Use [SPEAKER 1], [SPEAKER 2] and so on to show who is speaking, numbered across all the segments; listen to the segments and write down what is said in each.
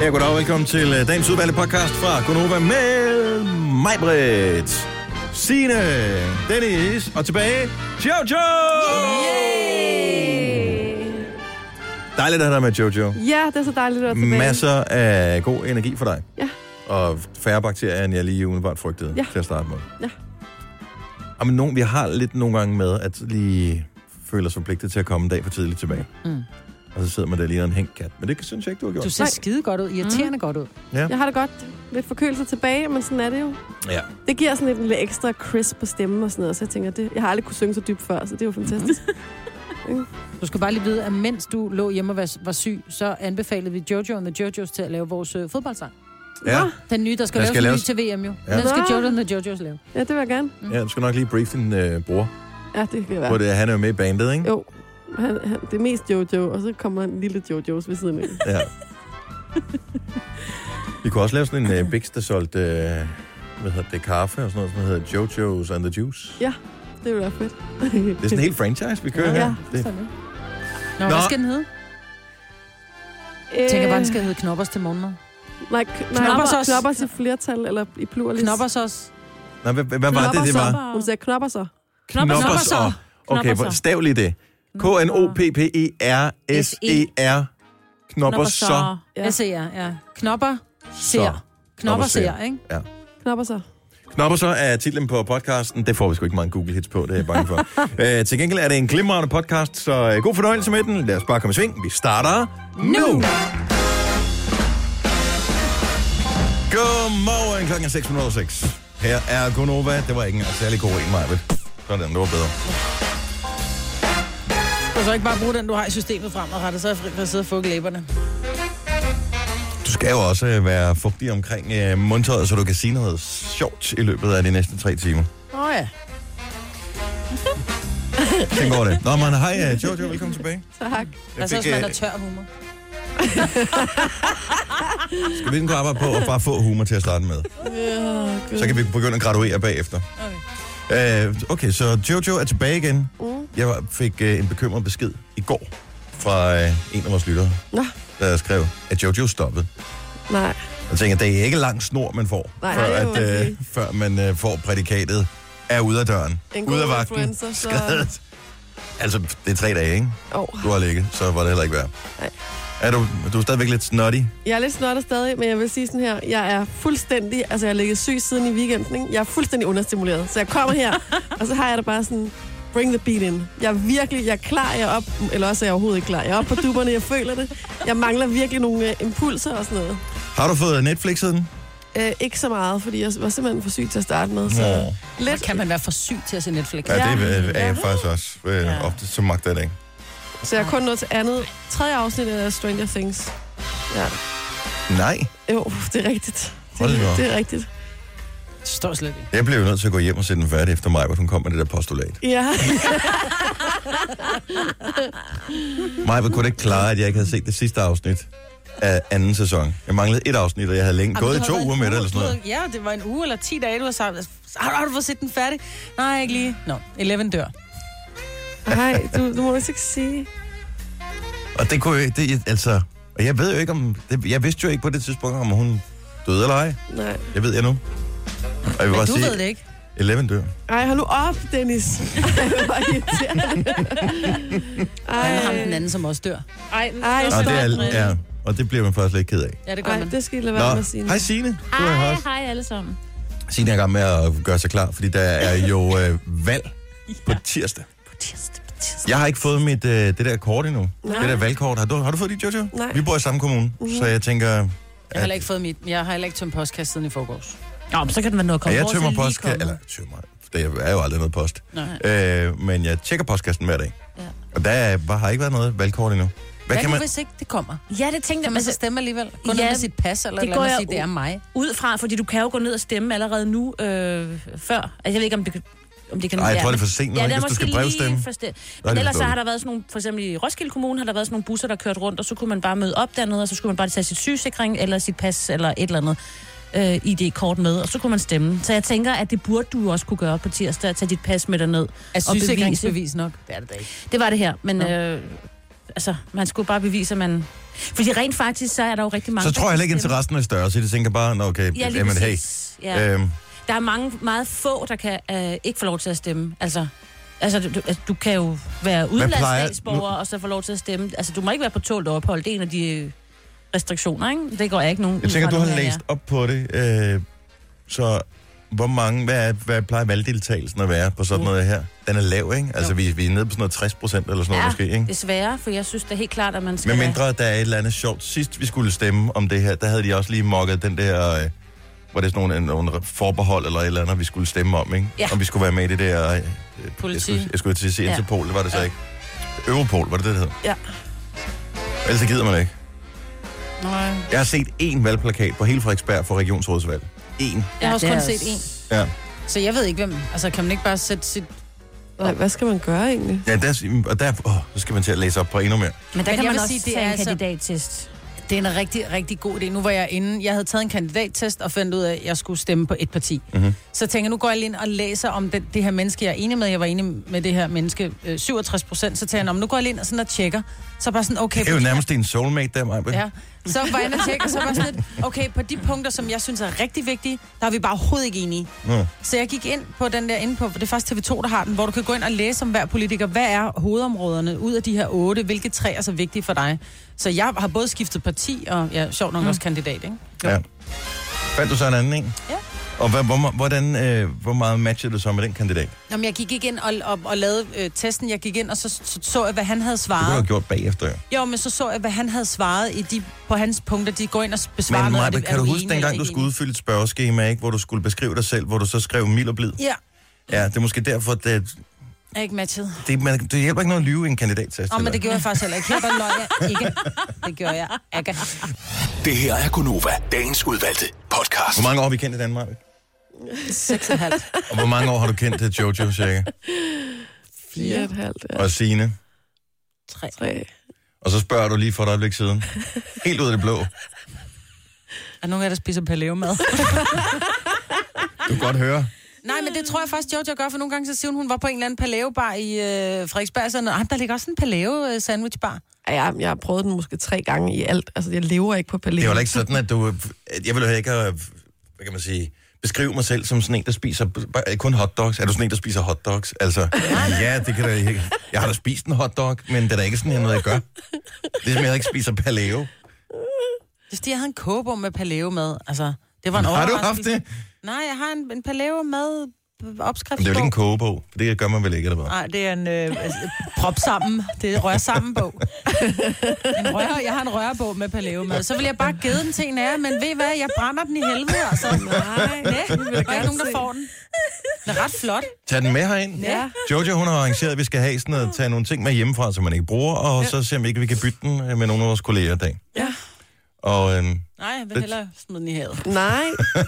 [SPEAKER 1] Ja, goddag og velkommen til øh, dagens udvalgte podcast fra Konova med mig, Britt, Signe, Dennis og tilbage, Jojo! Dejligt at have dig med, Jojo.
[SPEAKER 2] Ja, det er så dejligt at være tilbage.
[SPEAKER 1] Masser af god energi for dig.
[SPEAKER 2] Ja.
[SPEAKER 1] Og færre bakterier, end jeg lige umiddelbart frygtede
[SPEAKER 2] Ja.
[SPEAKER 1] til at starte med.
[SPEAKER 2] Ja.
[SPEAKER 1] Og men nogen, vi har lidt nogle gange med at lige føle os forpligtet til at komme en dag for tidligt tilbage.
[SPEAKER 3] Mm.
[SPEAKER 1] Og så sidder man der lige en hængt kat. Men det synes jeg ikke, du har gjort.
[SPEAKER 3] Du ser skide godt ud, irriterende mm. godt ud.
[SPEAKER 1] Ja.
[SPEAKER 2] Jeg har det godt. Lidt forkølelse tilbage, men sådan er det jo.
[SPEAKER 1] ja.
[SPEAKER 2] Det giver sådan lidt en lidt ekstra crisp på stemmen og sådan noget, så jeg tænker, det, jeg har aldrig kunne synge så dybt før, så det er jo fantastisk.
[SPEAKER 3] Du skal bare lige vide, at mens du lå hjemme og var, var syg, så anbefalede vi Jojo and the Jojos til at lave vores øh, fodboldsang.
[SPEAKER 1] Ja.
[SPEAKER 3] Den nye, der skal,
[SPEAKER 1] Der
[SPEAKER 3] der
[SPEAKER 1] skal
[SPEAKER 3] skal laves,
[SPEAKER 1] laves-
[SPEAKER 3] ny til VM jo.
[SPEAKER 1] Ja.
[SPEAKER 3] Ja. Den skal
[SPEAKER 2] Nå.
[SPEAKER 3] Jojo and the Jojos lave.
[SPEAKER 2] Ja, det vil jeg gerne.
[SPEAKER 1] ja, du skal nok lige brief din øh, bror,
[SPEAKER 2] Mm. Ja, det kan jeg
[SPEAKER 1] ja. hvor
[SPEAKER 2] være.
[SPEAKER 1] det, er- han er jo med i bandet, ikke?
[SPEAKER 2] Jo. Han, han, det er mest Jojo, og så kommer en lille Jojos ved siden af.
[SPEAKER 1] Ja. Vi kunne også lave sådan en øh, biks, der solgte, øh, hvad hedder det, kaffe og sådan noget, som hedder Jojo's and the Juice.
[SPEAKER 2] Det ville være fedt.
[SPEAKER 1] Det er sådan en hel franchise, vi kører
[SPEAKER 2] Ja,
[SPEAKER 1] her.
[SPEAKER 2] ja.
[SPEAKER 1] Det,
[SPEAKER 3] Sådan, ikke? Nå, Nå,
[SPEAKER 1] Nå.
[SPEAKER 3] hvad skal den hedde? Jeg tænker bare, den
[SPEAKER 2] Øh.
[SPEAKER 3] skal hedde Knoppers til morgenmad.
[SPEAKER 2] Nej, k- nej
[SPEAKER 3] Knoppers
[SPEAKER 2] knoppers,
[SPEAKER 3] også.
[SPEAKER 2] knoppers i flertal, eller i pluralis.
[SPEAKER 3] Knoppers også.
[SPEAKER 1] nej, hvad, hvad var det, det var?
[SPEAKER 2] Hun sagde knopper så.
[SPEAKER 4] Knopper, knopper,
[SPEAKER 1] Knoppers
[SPEAKER 4] så.
[SPEAKER 1] og... Okay, hvor- stav lige det. E K-N-O-P-P-E-R-S-E-R. E Knopper så.
[SPEAKER 2] Ja.
[SPEAKER 3] Ja. SER, E ja. Knopper
[SPEAKER 1] Så.
[SPEAKER 3] ser. Knopper ser, ikke?
[SPEAKER 2] Knopper så.
[SPEAKER 1] Knopper så er titlen på podcasten. Det får vi sgu ikke mange Google hits på, det er jeg bange for. Æ, til gengæld er det en glimrende podcast, så øh, god fornøjelse med den. Lad os bare komme i sving. Vi starter nu! Godmorgen, klokken er 6.06. Her er Gunova. Det var ikke en særlig god en, Maja. Sådan, det var bedre.
[SPEAKER 4] Du kan så ikke bare bruge den, du har i systemet fremadrettet, så er jeg fri for at sidde og fukke læberne.
[SPEAKER 1] Du skal jo også øh, være fugtig omkring øh, mundtøjet, så du kan sige noget sjovt i løbet af de næste tre timer.
[SPEAKER 4] Åh oh, ja.
[SPEAKER 1] Tænk over det. Nå, men hej, øh, Jojo, velkommen tilbage.
[SPEAKER 2] Tak.
[SPEAKER 1] Jeg
[SPEAKER 4] Altså
[SPEAKER 1] fik,
[SPEAKER 4] også, man
[SPEAKER 1] øh,
[SPEAKER 4] er tør humor.
[SPEAKER 1] skal vi ikke kunne arbejde på at bare få humor til at starte med?
[SPEAKER 2] Øh,
[SPEAKER 1] Så kan vi begynde at graduere bagefter. Okay, øh, okay så Jojo er tilbage igen.
[SPEAKER 2] Mm.
[SPEAKER 1] Jeg var- fik øh, en bekymret besked i går fra øh, en af vores lyttere,
[SPEAKER 2] Nå,
[SPEAKER 1] der skrev, at Jojo stoppede.
[SPEAKER 2] nej.
[SPEAKER 1] Jeg tænker, det er ikke lang snor, man får,
[SPEAKER 2] Nej,
[SPEAKER 1] før,
[SPEAKER 2] det er jo
[SPEAKER 1] at, øh,
[SPEAKER 2] rigtigt.
[SPEAKER 1] før man øh, får prædikatet er ude af døren.
[SPEAKER 2] En god
[SPEAKER 1] ude af vagten.
[SPEAKER 2] influencer, så-
[SPEAKER 1] Skadet. Altså, det er tre dage, ikke?
[SPEAKER 2] Åh.
[SPEAKER 1] Du har ligget, så var det heller ikke værd.
[SPEAKER 2] Nej.
[SPEAKER 1] Er du, du er stadigvæk lidt snotty?
[SPEAKER 2] Jeg er lidt snotter stadig, men jeg vil sige sådan her. Jeg er fuldstændig... Altså, jeg har ligget syg siden i weekenden, ikke? Jeg er fuldstændig understimuleret. Så jeg kommer her, og så har jeg det bare sådan... Bring the beat in. Jeg er virkelig... Jeg er klar, jeg er op... Eller også er jeg overhovedet ikke klar. Jeg er oppe på duberne, jeg føler det. Jeg mangler virkelig nogle øh, impulser og sådan noget.
[SPEAKER 1] Har du fået Netflix siden?
[SPEAKER 2] Øh, ikke så meget, fordi jeg var simpelthen for syg til at starte med. Så
[SPEAKER 1] Nå.
[SPEAKER 2] lidt...
[SPEAKER 3] Kan man være for syg til at se Netflix?
[SPEAKER 1] Ja,
[SPEAKER 3] Ja.
[SPEAKER 2] Ja.
[SPEAKER 1] det er, er jeg faktisk også øh,
[SPEAKER 3] Ja.
[SPEAKER 1] ofte som magter i dag.
[SPEAKER 2] Så jeg er kun nået til andet. Tredje afsnit af Stranger Things. Ja.
[SPEAKER 1] Nej,
[SPEAKER 2] Jo, det er rigtigt.
[SPEAKER 1] Hold
[SPEAKER 2] Det,
[SPEAKER 1] da op.
[SPEAKER 2] det er rigtigt.
[SPEAKER 3] Står slet ikke.
[SPEAKER 1] jeg blev jo nødt til at gå hjem og sætte den færdig efter mig, hvor hun kom med det der postulat.
[SPEAKER 2] Ja.
[SPEAKER 1] Mig kunne ikke klare, at jeg ikke havde set det sidste afsnit af anden sæson. Jeg manglede et afsnit, og jeg havde længe gået i
[SPEAKER 4] Jamen, det har
[SPEAKER 1] to
[SPEAKER 4] været
[SPEAKER 1] uger
[SPEAKER 4] en
[SPEAKER 1] med det eller sådan noget.
[SPEAKER 4] du ved, Ja, det var en uge eller 10 dage, du har samlet. Har, har du fået set den færdig? Nej, ikke lige. Nå, 11 dør.
[SPEAKER 2] Nej, du, du må vist ikke sige.
[SPEAKER 1] Og det kunne jo- det, altså, og jeg ved jo ikke om, det, jeg vidste jo ikke på det tidspunkt, om hun døde eller ej.
[SPEAKER 2] Nej.
[SPEAKER 1] Jeg ved jeg nu. Og jeg vil
[SPEAKER 4] Men
[SPEAKER 1] bare
[SPEAKER 4] du
[SPEAKER 1] sige,
[SPEAKER 4] ved det ikke.
[SPEAKER 1] 11 dør.
[SPEAKER 2] Ej, hold nu op, Dennis. Ej, hvor irriterende.
[SPEAKER 3] Han har den
[SPEAKER 2] Ej,
[SPEAKER 3] anden, som også dør.
[SPEAKER 4] Ej,
[SPEAKER 2] Ej,
[SPEAKER 1] Nå, det
[SPEAKER 2] stop,
[SPEAKER 1] er, ja, og det bliver man faktisk lidt ked af.
[SPEAKER 3] Ja, det gør
[SPEAKER 2] Ej,
[SPEAKER 3] man.
[SPEAKER 2] det skal I lade være med
[SPEAKER 1] Nå,
[SPEAKER 2] at sige.
[SPEAKER 1] hej Signe. Du er her
[SPEAKER 4] Hej,
[SPEAKER 1] også.
[SPEAKER 4] hej alle sammen.
[SPEAKER 1] Signe er i gang med at gøre sig klar, fordi der er jo øh, valg på tirsdag. Jeg har ikke fået mit, øh, det der kort endnu.
[SPEAKER 2] Nej.
[SPEAKER 1] Det der valgkort. Har du, har du fået dit, Jojo?
[SPEAKER 2] Nej.
[SPEAKER 1] Vi bor i samme kommune, mm-hmm. så jeg tænker...
[SPEAKER 3] Jeg har heller ikke fået mit. Jeg har heller ikke tømt postkassen siden i forgårs.
[SPEAKER 4] Nå, men så kan den være
[SPEAKER 1] at
[SPEAKER 4] noget at komme
[SPEAKER 1] jeg
[SPEAKER 4] over til
[SPEAKER 1] tømmer
[SPEAKER 4] lige
[SPEAKER 1] post...
[SPEAKER 4] kommet.
[SPEAKER 1] Eller tømmer... Der er jo aldrig noget post.
[SPEAKER 3] Nej.
[SPEAKER 1] Øh, men jeg tjekker postkassen hver dag.
[SPEAKER 3] Ja.
[SPEAKER 1] Og der er, bare, har ikke været noget valgkort endnu. Hvad
[SPEAKER 3] Hvad
[SPEAKER 1] kan man...
[SPEAKER 3] hvis ikke det kommer?
[SPEAKER 5] Ja, det tænkte
[SPEAKER 3] Kan
[SPEAKER 5] jeg.
[SPEAKER 3] man så
[SPEAKER 5] Altså,
[SPEAKER 3] stemme alligevel? Gå ned
[SPEAKER 5] ja,
[SPEAKER 3] med sit pas eller
[SPEAKER 5] det
[SPEAKER 3] et eller
[SPEAKER 5] går
[SPEAKER 3] andet og
[SPEAKER 5] jeg
[SPEAKER 3] sige, det er mig.
[SPEAKER 5] ud fra, fordi du kan jo gå ned og stemme allerede nu, øh, før. Altså, jeg ved ikke, om det kan... Om det kan
[SPEAKER 1] Nej, jeg tror, det er for sent nu,
[SPEAKER 5] Ja,
[SPEAKER 1] ja,
[SPEAKER 5] det er
[SPEAKER 1] hvis du
[SPEAKER 5] måske
[SPEAKER 1] skal
[SPEAKER 5] lige
[SPEAKER 1] brevstemme.
[SPEAKER 5] forstå.
[SPEAKER 1] er
[SPEAKER 5] Men
[SPEAKER 1] det
[SPEAKER 5] ellers så
[SPEAKER 1] forståeligt.
[SPEAKER 5] har der været sådan nogle, for eksempel i Roskilde Kommune, har der været sådan nogle busser, der kørt rundt, og så kunne man bare møde op dernede, og så skulle man bare tage sit sygesikring, eller sit pas, eller et eller andet øh, ID-kort med, og så kunne man stemme. Så jeg tænker, at det burde du jo også kunne gøre på tirsdag, at tage dit pas med derned.
[SPEAKER 3] Er
[SPEAKER 5] Og bevise.
[SPEAKER 3] sygesikringsbevis nok? Det er det da ikke.
[SPEAKER 5] Det var det her, men øh, altså, man skulle bare bevise, at man... Fordi rent faktisk, så er der jo rigtig mange...
[SPEAKER 1] Så tror jeg heller ikke,
[SPEAKER 5] der kan
[SPEAKER 1] interessen er større, så de tænker bare, nå okay,
[SPEAKER 5] stemme. Ja, lige
[SPEAKER 1] jamen hey.
[SPEAKER 5] præcis. Ja.
[SPEAKER 1] Ja. Øhm,
[SPEAKER 5] Der er mange, meget få, der kan øh, ikke få lov til at stemme. Altså, altså du, du, altså, du kan jo være udenlandsstatsborger, og så få lov til at stemme. Altså, du må ikke være på tålt ophold. Det er en af de øh, restriktioner, ikke? Det går jeg ikke nogen...
[SPEAKER 1] jeg tænker,
[SPEAKER 5] ud fra,
[SPEAKER 1] du har
[SPEAKER 5] nogen af jer.
[SPEAKER 1] læst op på det, øh, så hvor mange, hvad, er, hvad plejer valgdeltagelsen at være på sådan noget her? Den er lav, ikke? Altså,
[SPEAKER 5] Jo.
[SPEAKER 1] vi, vi er nede på sådan noget 60 procent eller sådan noget
[SPEAKER 5] Ja,
[SPEAKER 1] måske, ikke?
[SPEAKER 5] desværre, for jeg synes da helt klart, at man skal...
[SPEAKER 1] Men mindre der er et eller andet sjovt. Sidst vi skulle stemme om det her, der havde de også lige mokket den der... Øh, hvor det er sådan nogle, øh, nogle forbehold eller et eller andet, vi skulle stemme om, ikke?
[SPEAKER 5] Ja.
[SPEAKER 1] Om vi skulle være med i det der... Øh,
[SPEAKER 5] Politi.
[SPEAKER 1] Jeg skulle, jeg skulle til at sige
[SPEAKER 5] Ja.
[SPEAKER 1] Interpol, det var det så ikke. Europol, var det det, det hed?
[SPEAKER 2] Ja.
[SPEAKER 1] Ellers så gider man ikke.
[SPEAKER 4] Nej.
[SPEAKER 1] Jeg har set én valgplakat på hele Frederiksberg for regionsrådsvalg. En.
[SPEAKER 4] Jeg har også
[SPEAKER 3] det
[SPEAKER 4] kun
[SPEAKER 3] er
[SPEAKER 4] set en.
[SPEAKER 1] Ja.
[SPEAKER 3] Så jeg ved ikke, hvem...
[SPEAKER 4] Altså, kan man ikke bare sætte sit...
[SPEAKER 2] Nej, hvad skal man gøre egentlig?
[SPEAKER 1] Ja, der, og der, åh, så skal man til at læse op på endnu mere.
[SPEAKER 5] Men der
[SPEAKER 4] Men
[SPEAKER 5] kan
[SPEAKER 4] jeg
[SPEAKER 5] man
[SPEAKER 4] vil
[SPEAKER 5] også
[SPEAKER 4] sige, det
[SPEAKER 5] tage
[SPEAKER 4] er
[SPEAKER 5] en
[SPEAKER 4] altså-
[SPEAKER 5] kandidattest.
[SPEAKER 4] Det er en rigtig, rigtig god idé. Nu var jeg inde, jeg havde taget en kandidattest og fandt ud af, at jeg skulle stemme på et parti.
[SPEAKER 1] Mhm.
[SPEAKER 4] Så tænker jeg, nu går jeg lige ind og læser om det, det her menneske, jeg er enig med. Jeg var enig med det her menneske øh, 67 procent. Så tænker jeg, "Nå, men nu går jeg lige ind og, sådan og tjekker. Så bare sådan, okay...
[SPEAKER 1] Det er jo nærmest din soulmate der, Maja.
[SPEAKER 4] Ja, så var jeg inde og tjekke, og så var sådan lidt, okay, på de punkter, som jeg synes er rigtig vigtige, der er vi bare overhovedet ikke enige.
[SPEAKER 1] Nå.
[SPEAKER 4] Så jeg gik ind på den der inde på, det er faktisk TV2, der har den, hvor du kan gå ind og læse om hver politiker, hvad er hovedområderne ud af de her otte, hvilke tre er så vigtige for dig. Så jeg har både skiftet parti og, ja, sjovt nok mm. også kandidat, ikke? Jo.
[SPEAKER 1] Ja. Fandt du så en anden en?
[SPEAKER 4] Ja.
[SPEAKER 1] Og hvad, hvor, me- hvordan, øh, hvor meget matcher du så med den kandidat? Det
[SPEAKER 4] Nå, men jeg gik ikke ind og, og, og lavede øh, testen, jeg gik ind, og så så, så jeg, hvad han havde
[SPEAKER 1] kunne du have
[SPEAKER 4] svaret.
[SPEAKER 1] gjort bagefter, jo.
[SPEAKER 4] Jo, men så så jeg, hvad han havde svaret i de, på hans punkter, de går ind og besvarer
[SPEAKER 1] Men
[SPEAKER 4] noget. af
[SPEAKER 1] Maja,
[SPEAKER 4] det. Er
[SPEAKER 1] kan du huske
[SPEAKER 4] enig
[SPEAKER 1] dengang,
[SPEAKER 4] eller
[SPEAKER 1] du
[SPEAKER 4] ikke
[SPEAKER 1] skulle
[SPEAKER 4] enig?
[SPEAKER 1] udfylde et spørgeskema, ikke? hvor du skulle beskrive dig selv, hvor du så skrev mild og blid?
[SPEAKER 4] Ja,
[SPEAKER 1] Ja, det er måske derfor, det,
[SPEAKER 4] er ikke matchet.
[SPEAKER 1] det, man, det hjælper ikke noget at lyve i en kandidattest.
[SPEAKER 4] Nå, men det
[SPEAKER 1] eller?
[SPEAKER 4] gjorde jeg faktisk heller ikke. Her der løg jeg ikke. Det gjorde jeg ikke.
[SPEAKER 6] Det her er Gonova, dagens udvalgte podcast.
[SPEAKER 1] Hvor mange år har vi kendt i Danmark?
[SPEAKER 4] Seks og et halvt.
[SPEAKER 1] Og hvor mange år har du kendt til Jojo, cirka?
[SPEAKER 2] Fire og et halvt, ja.
[SPEAKER 1] Og Signe?
[SPEAKER 4] Tre.
[SPEAKER 2] Tre.
[SPEAKER 1] Og så spørger du lige for et øjeblik siden. Helt ud af det blå.
[SPEAKER 4] Er nogen af jer, der spiser paleo-mad?
[SPEAKER 1] Du kan godt høre.
[SPEAKER 4] Nej, men det tror jeg faktisk, Jojo gør, for nogle gange så siger hun, hun var på en eller anden paleo-bar i øh, Frederiksberg. og Sådan noget. Ah, der ligger også en paleo-sandwich-bar.
[SPEAKER 2] Ja, Jeg, jeg har prøvet den måske tre gange i alt. Altså, jeg lever ikke på
[SPEAKER 1] Det
[SPEAKER 2] palette.
[SPEAKER 1] er jo heller ikke sådan, at du... at Jeg vil jo ikke, øh, hvad kan man sige, beskrive mig selv som sådan en, der spiser bare- kun hotdogs. Er du sådan en, der spiser hotdogs? Altså, ja, det kan da ikke. Jeg har da spist en hotdog, men det er da ikke sådan noget, jeg gør. Det er som, jeg ikke spiser paleo.
[SPEAKER 4] Det er fordi, jeg havde en kogebog med paleo-mad. Altså, det var en
[SPEAKER 1] Har du haft
[SPEAKER 4] overraskelse.
[SPEAKER 1] det?
[SPEAKER 4] Nej, jeg har en, en paleo-mad opskrift.
[SPEAKER 1] Men det er jo ikke en kogebog, for det gør man vel ikke, eller hvad?
[SPEAKER 4] Nej, det er en øh, altså, prop sammen. Det er rør sammen bog. En rør, jeg har en rørbog med paleo med. Så vil jeg bare give den til en af jer, men ved I hvad, jeg brænder den i helvede, altså. Nej, det er ikke nogen, der får den. Den er ret flot.
[SPEAKER 1] Tag den med herind.
[SPEAKER 4] Ja.
[SPEAKER 1] Jojo, hun har arrangeret, at vi skal have sådan noget, tage nogle ting med hjemmefra, som man ikke bruger, og så se om ikke vi kan bytte den øh, med nogle af vores kolleger i dag.
[SPEAKER 2] Ja.
[SPEAKER 1] Og øhm,
[SPEAKER 4] Nej, jeg vil hellere smide den i havet.
[SPEAKER 2] Nej,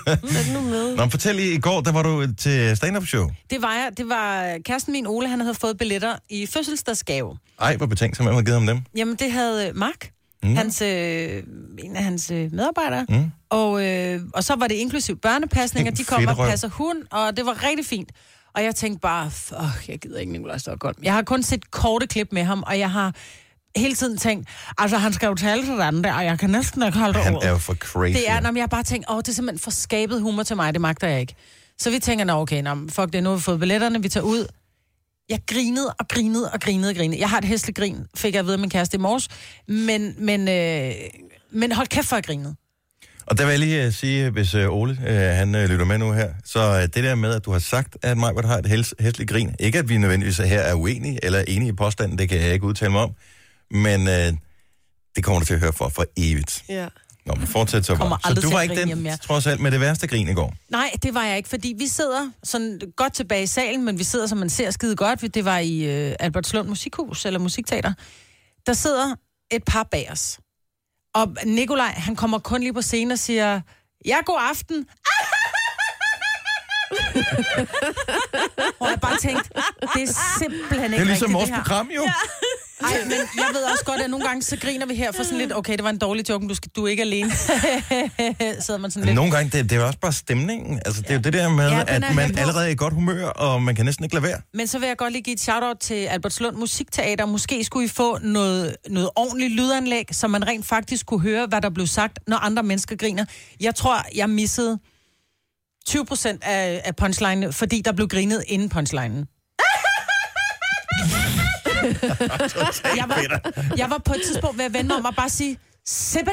[SPEAKER 2] lad den nu med.
[SPEAKER 1] Nå, men fortæl lige, i går, der var du øh, til stand-up show.
[SPEAKER 4] Det var jeg. Det var øh, kæresten min, Ole, han havde fået billetter i fødselsdagsgave.
[SPEAKER 1] Ej, hvor betænkt, som man har givet ham dem.
[SPEAKER 4] Jamen, det havde øh, Mark,
[SPEAKER 1] Mm.
[SPEAKER 4] mm. hans, øh, en af hans øh, medarbejdere.
[SPEAKER 1] Mm.
[SPEAKER 4] Mm. Og, øh, og så var det inklusiv børnepasning, og de kom og
[SPEAKER 1] Fedterøv.
[SPEAKER 4] passer hund, og det var rigtig fint. Og jeg tænkte bare, fuck, jeg gider ikke Nikolaj Stockholm. Jeg har kun set korte klip med ham, og jeg har hele tiden tænkt, altså han skal jo tale sådan der, og jeg kan næsten ikke holde
[SPEAKER 1] Han
[SPEAKER 4] ordet.
[SPEAKER 1] er jo for crazy.
[SPEAKER 4] Det er, når jeg har bare tænkt, åh, det er simpelthen for skabet humor til mig, det magter jeg ikke. Så vi tænker, nå okay, nå, men fuck det, nu har vi fået billetterne, vi tager ud. Jeg grinede og grinede og grinede og grinede. Jeg har et hæsligt grin, fik jeg ved min kæreste i morges. Men, men, øh, men hold kæft for, jeg grinede.
[SPEAKER 1] Og der vil jeg lige uh, sige, hvis uh, Ole uh, han uh, lytter med nu her, så uh, det der med, at du har sagt, at Majbert har et hels- hæsligt grin, ikke at vi nødvendigvis her er uenige eller enige i påstanden, det kan jeg ikke udtale mig om, men uh, det kommer du til at høre for for evigt.
[SPEAKER 2] Ja.
[SPEAKER 1] Nå, men fortsæt så
[SPEAKER 4] Kommer
[SPEAKER 1] bare. Så
[SPEAKER 4] aldrig
[SPEAKER 1] du
[SPEAKER 4] til
[SPEAKER 1] var
[SPEAKER 4] at
[SPEAKER 1] ikke
[SPEAKER 4] grine
[SPEAKER 1] den,
[SPEAKER 4] hjemme, ja.
[SPEAKER 1] trods alt, med det værste grin i går.
[SPEAKER 4] Nej, det var jeg ikke, fordi vi sidder sådan godt tilbage i salen, men vi sidder, som man ser skide godt. Det var i øh, Albertslund Musikhus, eller Musikteater. Der sidder et par bag os. Og Nikolaj, han kommer kun lige på scenen og siger, ja, god aften. Hvor jeg bare tænkte, det er simpelthen ikke
[SPEAKER 1] Det er ligesom
[SPEAKER 4] rigtigt,
[SPEAKER 1] vores
[SPEAKER 4] det her.
[SPEAKER 1] program jo.
[SPEAKER 4] Ej, men jeg ved også godt, at nogle gange så griner vi her for sådan lidt, okay, det var en dårlig joke, men du, skal, du er ikke alene. Sidder man sådan lidt.
[SPEAKER 1] Nogle gange, det, det er jo også bare stemningen. Altså, det er jo det der med,
[SPEAKER 4] Ja,
[SPEAKER 1] ja,
[SPEAKER 4] den
[SPEAKER 1] at
[SPEAKER 4] er
[SPEAKER 1] man
[SPEAKER 4] helt på.
[SPEAKER 1] allerede er i godt humør, og man kan næsten ikke lade være.
[SPEAKER 4] Men så vil jeg godt lige give et shout-out til Albertslund Musikteater. Måske skulle I få noget, noget ordentligt lydanlæg, så man rent faktisk kunne høre, hvad der blev sagt, når andre mennesker griner. Jeg tror, jeg missede 20 procent af, af punchline, fordi der blev grinet inden punchlinen. jeg, var, jeg var på et tidspunkt ved at vende mig om og bare sige, Sibbet!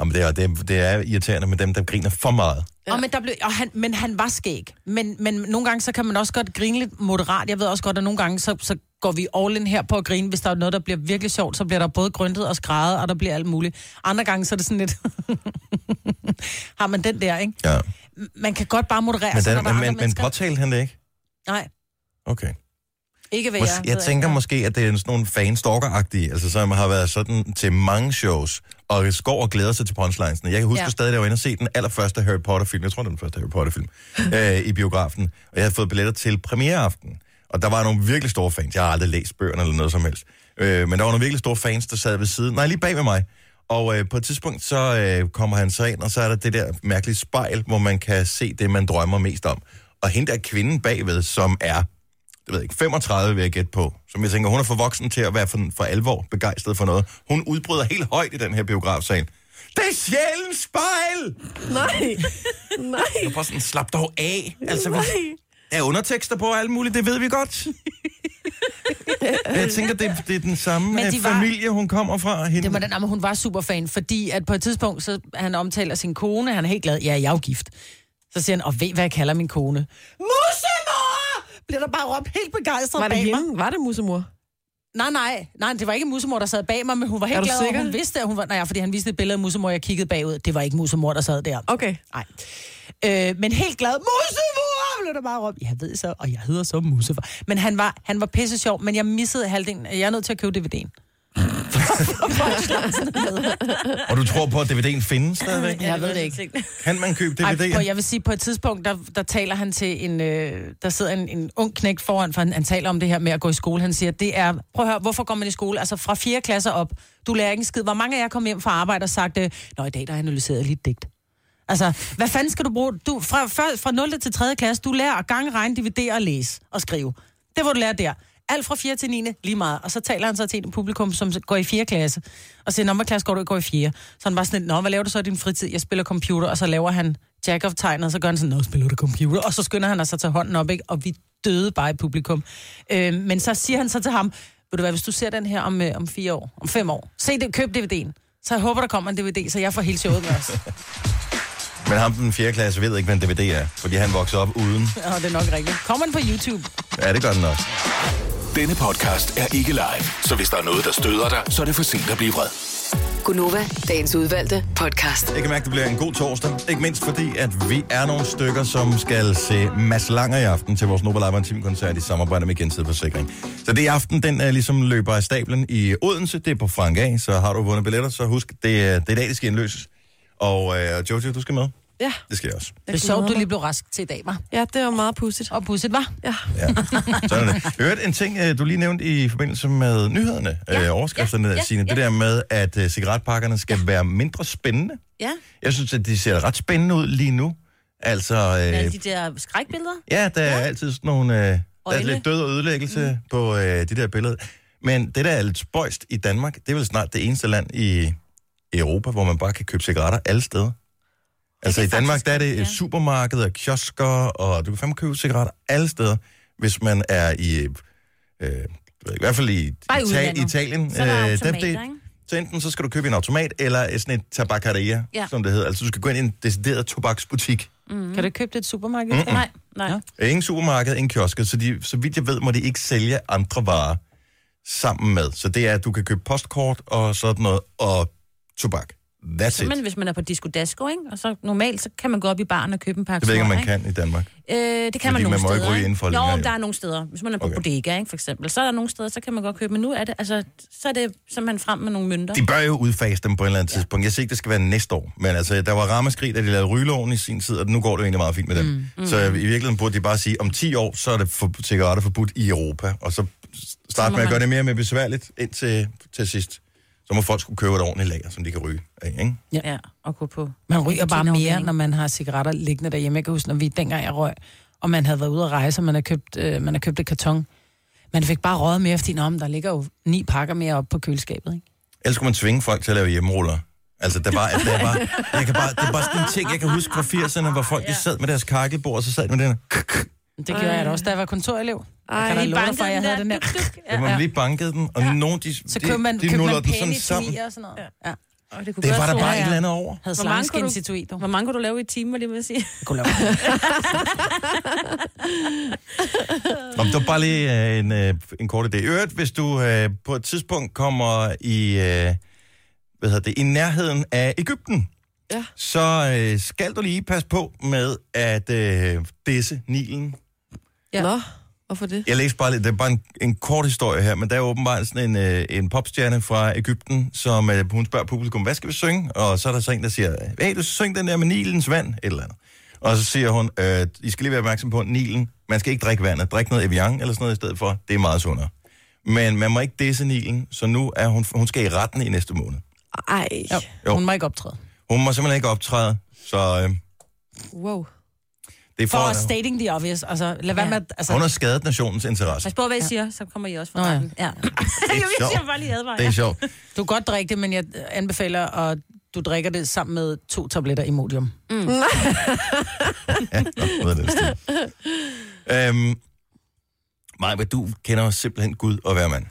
[SPEAKER 1] Ja, men det, er, det, er, det er irriterende med dem, der griner for meget.
[SPEAKER 4] Ja. Og men, der blev, og han, men han var skæg. Men, men nogle gange, så kan man også godt grine lidt moderat. Jeg ved også godt, at nogle gange, så, så går vi all in her på at grine. Hvis der er noget, der bliver virkelig sjovt, så bliver der både grøntet og skrædet, og der bliver alt muligt. Andre gange, så er det sådan lidt... har man den der, ikke?
[SPEAKER 1] Ja.
[SPEAKER 4] Man kan godt bare moderere
[SPEAKER 1] Men,
[SPEAKER 4] sig, Altså, når
[SPEAKER 1] den,
[SPEAKER 4] der er
[SPEAKER 1] men,
[SPEAKER 4] andre
[SPEAKER 1] men, men
[SPEAKER 4] mennesker.
[SPEAKER 1] påtalte han det ikke?
[SPEAKER 4] Nej,
[SPEAKER 1] Okay.
[SPEAKER 4] ikke hvad
[SPEAKER 1] Mås-
[SPEAKER 4] jeg...
[SPEAKER 1] jeg
[SPEAKER 4] ved
[SPEAKER 1] tænker
[SPEAKER 4] ikke.
[SPEAKER 1] måske, at det er sådan nogle fanstalker-agtige, altså som har været sådan til mange shows, og skår og glæder sig til punchlinesene. Jeg kan huske
[SPEAKER 4] Ja.
[SPEAKER 1] ja. stadig, at jeg var inde og se den allerførste Harry Potter-film, jeg tror, det var den første Harry Potter-film, øh, i biografen, og jeg havde fået billetter til premiereaften. Og der var nogle virkelig store fans. Jeg har aldrig læst bøgerne eller noget som helst. Øh, men der var nogle virkelig store fans, der sad ved siden, nej, lige bag ved mig. Og øh, på et tidspunkt, så øh, kommer han så ind, og så er der det der mærkelige spejl, hvor man kan se det, man drømmer mest om. Og hende der kvinden bagved, som er det ved jeg ikke, 35 vil jeg gætte på, som jeg tænker, hun er for voksen til at være for, for alvor begejstret for noget. Hun udbryder helt højt i den her biografsal. Det er sjældent spejl!
[SPEAKER 2] Nej, nej,
[SPEAKER 1] Jeg får sådan, slap dog af. Altså, vi,
[SPEAKER 2] nej.
[SPEAKER 1] der er undertekster på og alt muligt, det ved vi godt. jeg tænker, det, det er den samme
[SPEAKER 4] Men de
[SPEAKER 1] de
[SPEAKER 4] var-
[SPEAKER 1] familie, hun kommer fra. Hende.
[SPEAKER 4] Det var den, jamen, hun var superfan, fordi at på et tidspunkt, så han omtaler sin kone, han er helt glad, ja, jeg er jo gift. Så siger han, og ved, hvad jeg kalder min kone? Musemor! Bliver der bare råbt helt begejstret
[SPEAKER 2] Var det
[SPEAKER 4] bag mig.
[SPEAKER 2] hende? Var det musemor?
[SPEAKER 4] Nej, nej, nej, det var ikke musemor, der sad bag mig, men hun var
[SPEAKER 2] Er
[SPEAKER 4] helt
[SPEAKER 2] du
[SPEAKER 4] glad, og
[SPEAKER 2] sikker?
[SPEAKER 4] hun vidste, at hun var... Nej, fordi han viste et billede af musemor, jeg kiggede bagud. Det var ikke musemor, der sad der.
[SPEAKER 2] Okay.
[SPEAKER 4] Nej. Øh, men helt glad, musemor, blev der bare råbt. Jeg ved så, og jeg hedder så musemor. Men han var, han var pisse sjov, men jeg missede halvdelen. Jeg er nødt til at købe DVD'en.
[SPEAKER 1] Og du tror på, at DVD'en findes stadigvæk?
[SPEAKER 4] Jeg ved det ikke.
[SPEAKER 1] Kan man købe
[SPEAKER 4] Ej, på,
[SPEAKER 1] DVD'er?
[SPEAKER 4] jeg vil sige, på et tidspunkt, der, der taler han til en, øh, der sidder en, en ung knægt foran, for han, han taler om det her med at gå i skole. Han siger, det er, prøv at høre, hvorfor går man i skole? Altså fra fire klasser op, du lærer ikke en skid. Hvor mange af jer kom hjem fra arbejde og sagt, øh, nå i dag der har jeg analyseret lidt digt. Altså, hvad fanden skal du bruge? Du, fra, fra, fra 0. til 3. klasse, du lærer at gange, regne, dividere og læse og skrive. Det var du lærer der. Alt fra 4 til 9, lige meget. Og så taler han så til et publikum, som går i 4. klasse, og siger, når klasse går du går i 4. Så han var sådan lidt, nå, hvad laver du så i din fritid? Jeg spiller computer, og så laver han jack of tegnet, og så gør han sådan, nå, spiller du computer? Og så skynder han altså at tage hånden op, ikke? Og vi døde bare i publikum. Øh, men så siger han så til ham, ved du hvad, hvis du ser den her om, øh, om fire år, om fem år, se det, køb DVD'en. Så jeg håber, der kommer en DVD, så jeg får hele showet med os.
[SPEAKER 1] Men ham den 4. klasse ved ikke, hvad en DVD er, fordi han voksede op uden.
[SPEAKER 4] Ja, det er nok rigtigt. Kommer den på YouTube?
[SPEAKER 1] Ja, det gør den også.
[SPEAKER 6] Denne podcast er ikke live, så hvis der er noget, der støder dig, så er det for sent at blive vred.
[SPEAKER 7] Gunova, dagens udvalgte podcast.
[SPEAKER 1] Jeg kan mærke, at det bliver en god torsdag. Ikke mindst fordi, at vi er nogle stykker, som skal se Mads Langer i aften til vores Nova Live Team koncert i samarbejde med Gensidig Forsikring. Så det er i aften, den er ligesom løber af stablen i Odense. Det er på Frank A. Så har du vundet billetter, så husk, det er, det er i dag, det skal indløses. Og øh, Jojo, du skal med.
[SPEAKER 2] Ja.
[SPEAKER 1] Det skal jeg også.
[SPEAKER 4] Det er sjovt, du lige blev rask til i dag, var.
[SPEAKER 2] Ja, det var meget pudsigt.
[SPEAKER 4] Og pusset, var.
[SPEAKER 2] Ja.
[SPEAKER 1] Ja. Sådan er det. Hørt en ting, øh, du lige nævnte i forbindelse med nyhederne, ja, øh, overskrifterne, ja, ja, Signe. Det der med, at øh, cigaretpakkerne skal være mindre spændende.
[SPEAKER 5] Ja,
[SPEAKER 1] Jeg synes, at de ser ret spændende ud lige nu. Altså, øh,
[SPEAKER 5] alle de der skrækbilleder.
[SPEAKER 1] Ja, der er altid sådan nogle... Øh, der er
[SPEAKER 5] Øjne.
[SPEAKER 1] lidt død og ødelæggelse mm. på øh, det der billede. Men det, der er lidt spøjst i Danmark, det er vel snart det eneste land i Europa, hvor man bare kan købe cigaretter alle steder. Altså i
[SPEAKER 5] det
[SPEAKER 1] Danmark,
[SPEAKER 5] faktisk
[SPEAKER 1] der er det
[SPEAKER 5] rigtigt,
[SPEAKER 1] ja.
[SPEAKER 5] ja.
[SPEAKER 1] supermarkeder, kiosker, og du kan fandme købe cigaretter alle steder, hvis man er i... Øh, øh, jeg ved ikke, i hvert fald i
[SPEAKER 5] Bare i
[SPEAKER 1] Ita-
[SPEAKER 5] udlandet.
[SPEAKER 1] Italien.
[SPEAKER 5] Så er der automater,
[SPEAKER 1] det-
[SPEAKER 5] ikke?
[SPEAKER 1] så enten så skal du købe i en automat, eller øh, sådan et tabakkeria, ja.
[SPEAKER 5] Ja.
[SPEAKER 1] som det hedder. Altså du skal gå ind i en decideret tobaksbutik.
[SPEAKER 4] Mm. Kan du købe det i et supermarked? Mm.
[SPEAKER 5] Nej, nej. Ja.
[SPEAKER 1] Ingen supermarked, ingen kiosker, så, de, så vidt jeg ved, må de ikke sælge andre varer sammen med. Så det er, at du kan købe postkort og sådan noget, og tobak. That's it.
[SPEAKER 5] Men hvis man er på Disco Dasko, ikke? Og så normalt, så kan man gå op i baren og købe en pakke
[SPEAKER 1] Jeg ved ikke, om
[SPEAKER 5] snor,
[SPEAKER 1] man kan i Danmark.
[SPEAKER 5] Øh, det kan
[SPEAKER 1] Fordi
[SPEAKER 5] man nogle
[SPEAKER 1] man må ikke
[SPEAKER 5] steder.
[SPEAKER 1] ryge indenfor
[SPEAKER 5] Nå,
[SPEAKER 1] længere,
[SPEAKER 5] men der
[SPEAKER 1] jo.
[SPEAKER 5] er nogle steder. Hvis man er på
[SPEAKER 1] Okay.
[SPEAKER 5] okay. bodega, ikke, for eksempel, så er der nogle steder, så kan man godt købe. Men nu er det, altså, så er det simpelthen frem med nogle mønter.
[SPEAKER 1] De bør jo udfase dem på et eller andet tidspunkt. Jeg siger ikke, det skal være næste år, men altså, der var rammeskrig, da de lavede rygeloven i sin tid, og nu går det jo egentlig meget fint med dem.
[SPEAKER 5] Mm.
[SPEAKER 1] Mm. Så i virkeligheden burde de bare sige, om 10 år, så er det for, cigaretter forbudt i Europa, og så Start
[SPEAKER 5] må
[SPEAKER 1] med at
[SPEAKER 5] man-
[SPEAKER 1] gøre det mere og mere besværligt indtil til sidst. Så må folk skulle købe et ordentligt lager, som de kan ryge af, ikke?
[SPEAKER 5] Ja, og gå på.
[SPEAKER 4] Man ryger bare mere,
[SPEAKER 5] nikotinafhængig.
[SPEAKER 4] når man har cigaretter liggende derhjemme. Jeg kan huske, når vi dengang jeg røg, og man havde været ude at rejse, og man har købt, øh, man har købt et karton. Man fik bare røget mere, fordi om der ligger jo ni pakker mere op på køleskabet. Ikke?
[SPEAKER 1] Ellers skulle man tvinge folk til at lave hjemmeruller. Altså, der var, der var, jeg kan bare, det er bare sådan en ting, jeg kan huske fra 80'erne, hvor folk de sad med deres kakkelbord, og så sad de med den her,
[SPEAKER 4] Men Det gjorde jeg da også, da jeg var kontorelev.
[SPEAKER 2] Ej,
[SPEAKER 4] Ej, jeg kan da
[SPEAKER 2] I
[SPEAKER 4] love dig for, at jeg havde den der.
[SPEAKER 1] hvor man lige bankede den, og nogen, de,
[SPEAKER 4] Så
[SPEAKER 1] de,
[SPEAKER 4] købte man,
[SPEAKER 1] de
[SPEAKER 4] købte
[SPEAKER 1] nuller
[SPEAKER 4] man
[SPEAKER 1] den sådan
[SPEAKER 4] pæne
[SPEAKER 1] sammen.
[SPEAKER 4] tunier og sådan noget. Ja. ja.
[SPEAKER 5] Og det, kunne
[SPEAKER 1] Det
[SPEAKER 5] godt
[SPEAKER 1] var der
[SPEAKER 5] være-
[SPEAKER 1] bare
[SPEAKER 4] ja.
[SPEAKER 1] et eller andet over.
[SPEAKER 4] Havde
[SPEAKER 5] Hvor mange kunne du-
[SPEAKER 4] slangeskinstituit, du.
[SPEAKER 5] Hvor mange kunne du lave i timer, lige med at sige?
[SPEAKER 4] Jeg kunne lave-
[SPEAKER 1] Nå, men det var bare lige øh, en, øh, en kort idé. I øvrigt, hvis du øh, på et tidspunkt kommer i, øh, hvad hedder det, i nærheden af Ægypten,
[SPEAKER 2] Ja.
[SPEAKER 1] så øh, skal du lige passe på med at øh, disse Nilen.
[SPEAKER 2] Ja.
[SPEAKER 4] Ja.
[SPEAKER 2] Nå, hvorfor det?
[SPEAKER 1] Jeg læste bare lidt, det er bare en, en kort historie her, men der er åbenbart sådan en, øh, en popstjerne fra Ægypten, som øh, hun spørger publikum, hvad skal vi synge? Og så er der så en, der siger, hey, du skal synge den der med Nilens vand, et eller andet. Og så siger hun, øh, I skal lige være opmærksom på Nilen. Man skal ikke drikke vandet. Drik noget Evian eller sådan noget i stedet for. Det er meget sundere. Men man må ikke disse Nilen, så nu er hun, hun skal i retten i næste måned.
[SPEAKER 2] Ej,
[SPEAKER 4] Jo.
[SPEAKER 1] Jo.
[SPEAKER 4] Hun må ikke optræde.
[SPEAKER 1] Hun må simpelthen ikke optræde, så øh,
[SPEAKER 2] wow.
[SPEAKER 1] det er
[SPEAKER 4] For
[SPEAKER 1] for...
[SPEAKER 4] at stating the obvious. Altså, lad være
[SPEAKER 5] Ja.
[SPEAKER 4] med... at- Altså,
[SPEAKER 1] hun har skadet nationens interesse.
[SPEAKER 5] Pas på, hvad I siger, så kommer I også fra
[SPEAKER 4] Nå ja.
[SPEAKER 5] retten. Ja.
[SPEAKER 1] Det er
[SPEAKER 5] Jeg
[SPEAKER 1] sjovt.
[SPEAKER 5] vil bare lige advare
[SPEAKER 1] Det er
[SPEAKER 5] jer.
[SPEAKER 1] sjovt.
[SPEAKER 4] du kan godt drikke det, men jeg anbefaler, at du drikker det sammen med to tabletter Imodium.
[SPEAKER 1] Ja, nok noget af den stil. Øhm, Maja, men du kender jo simpelthen Gud og hver mand.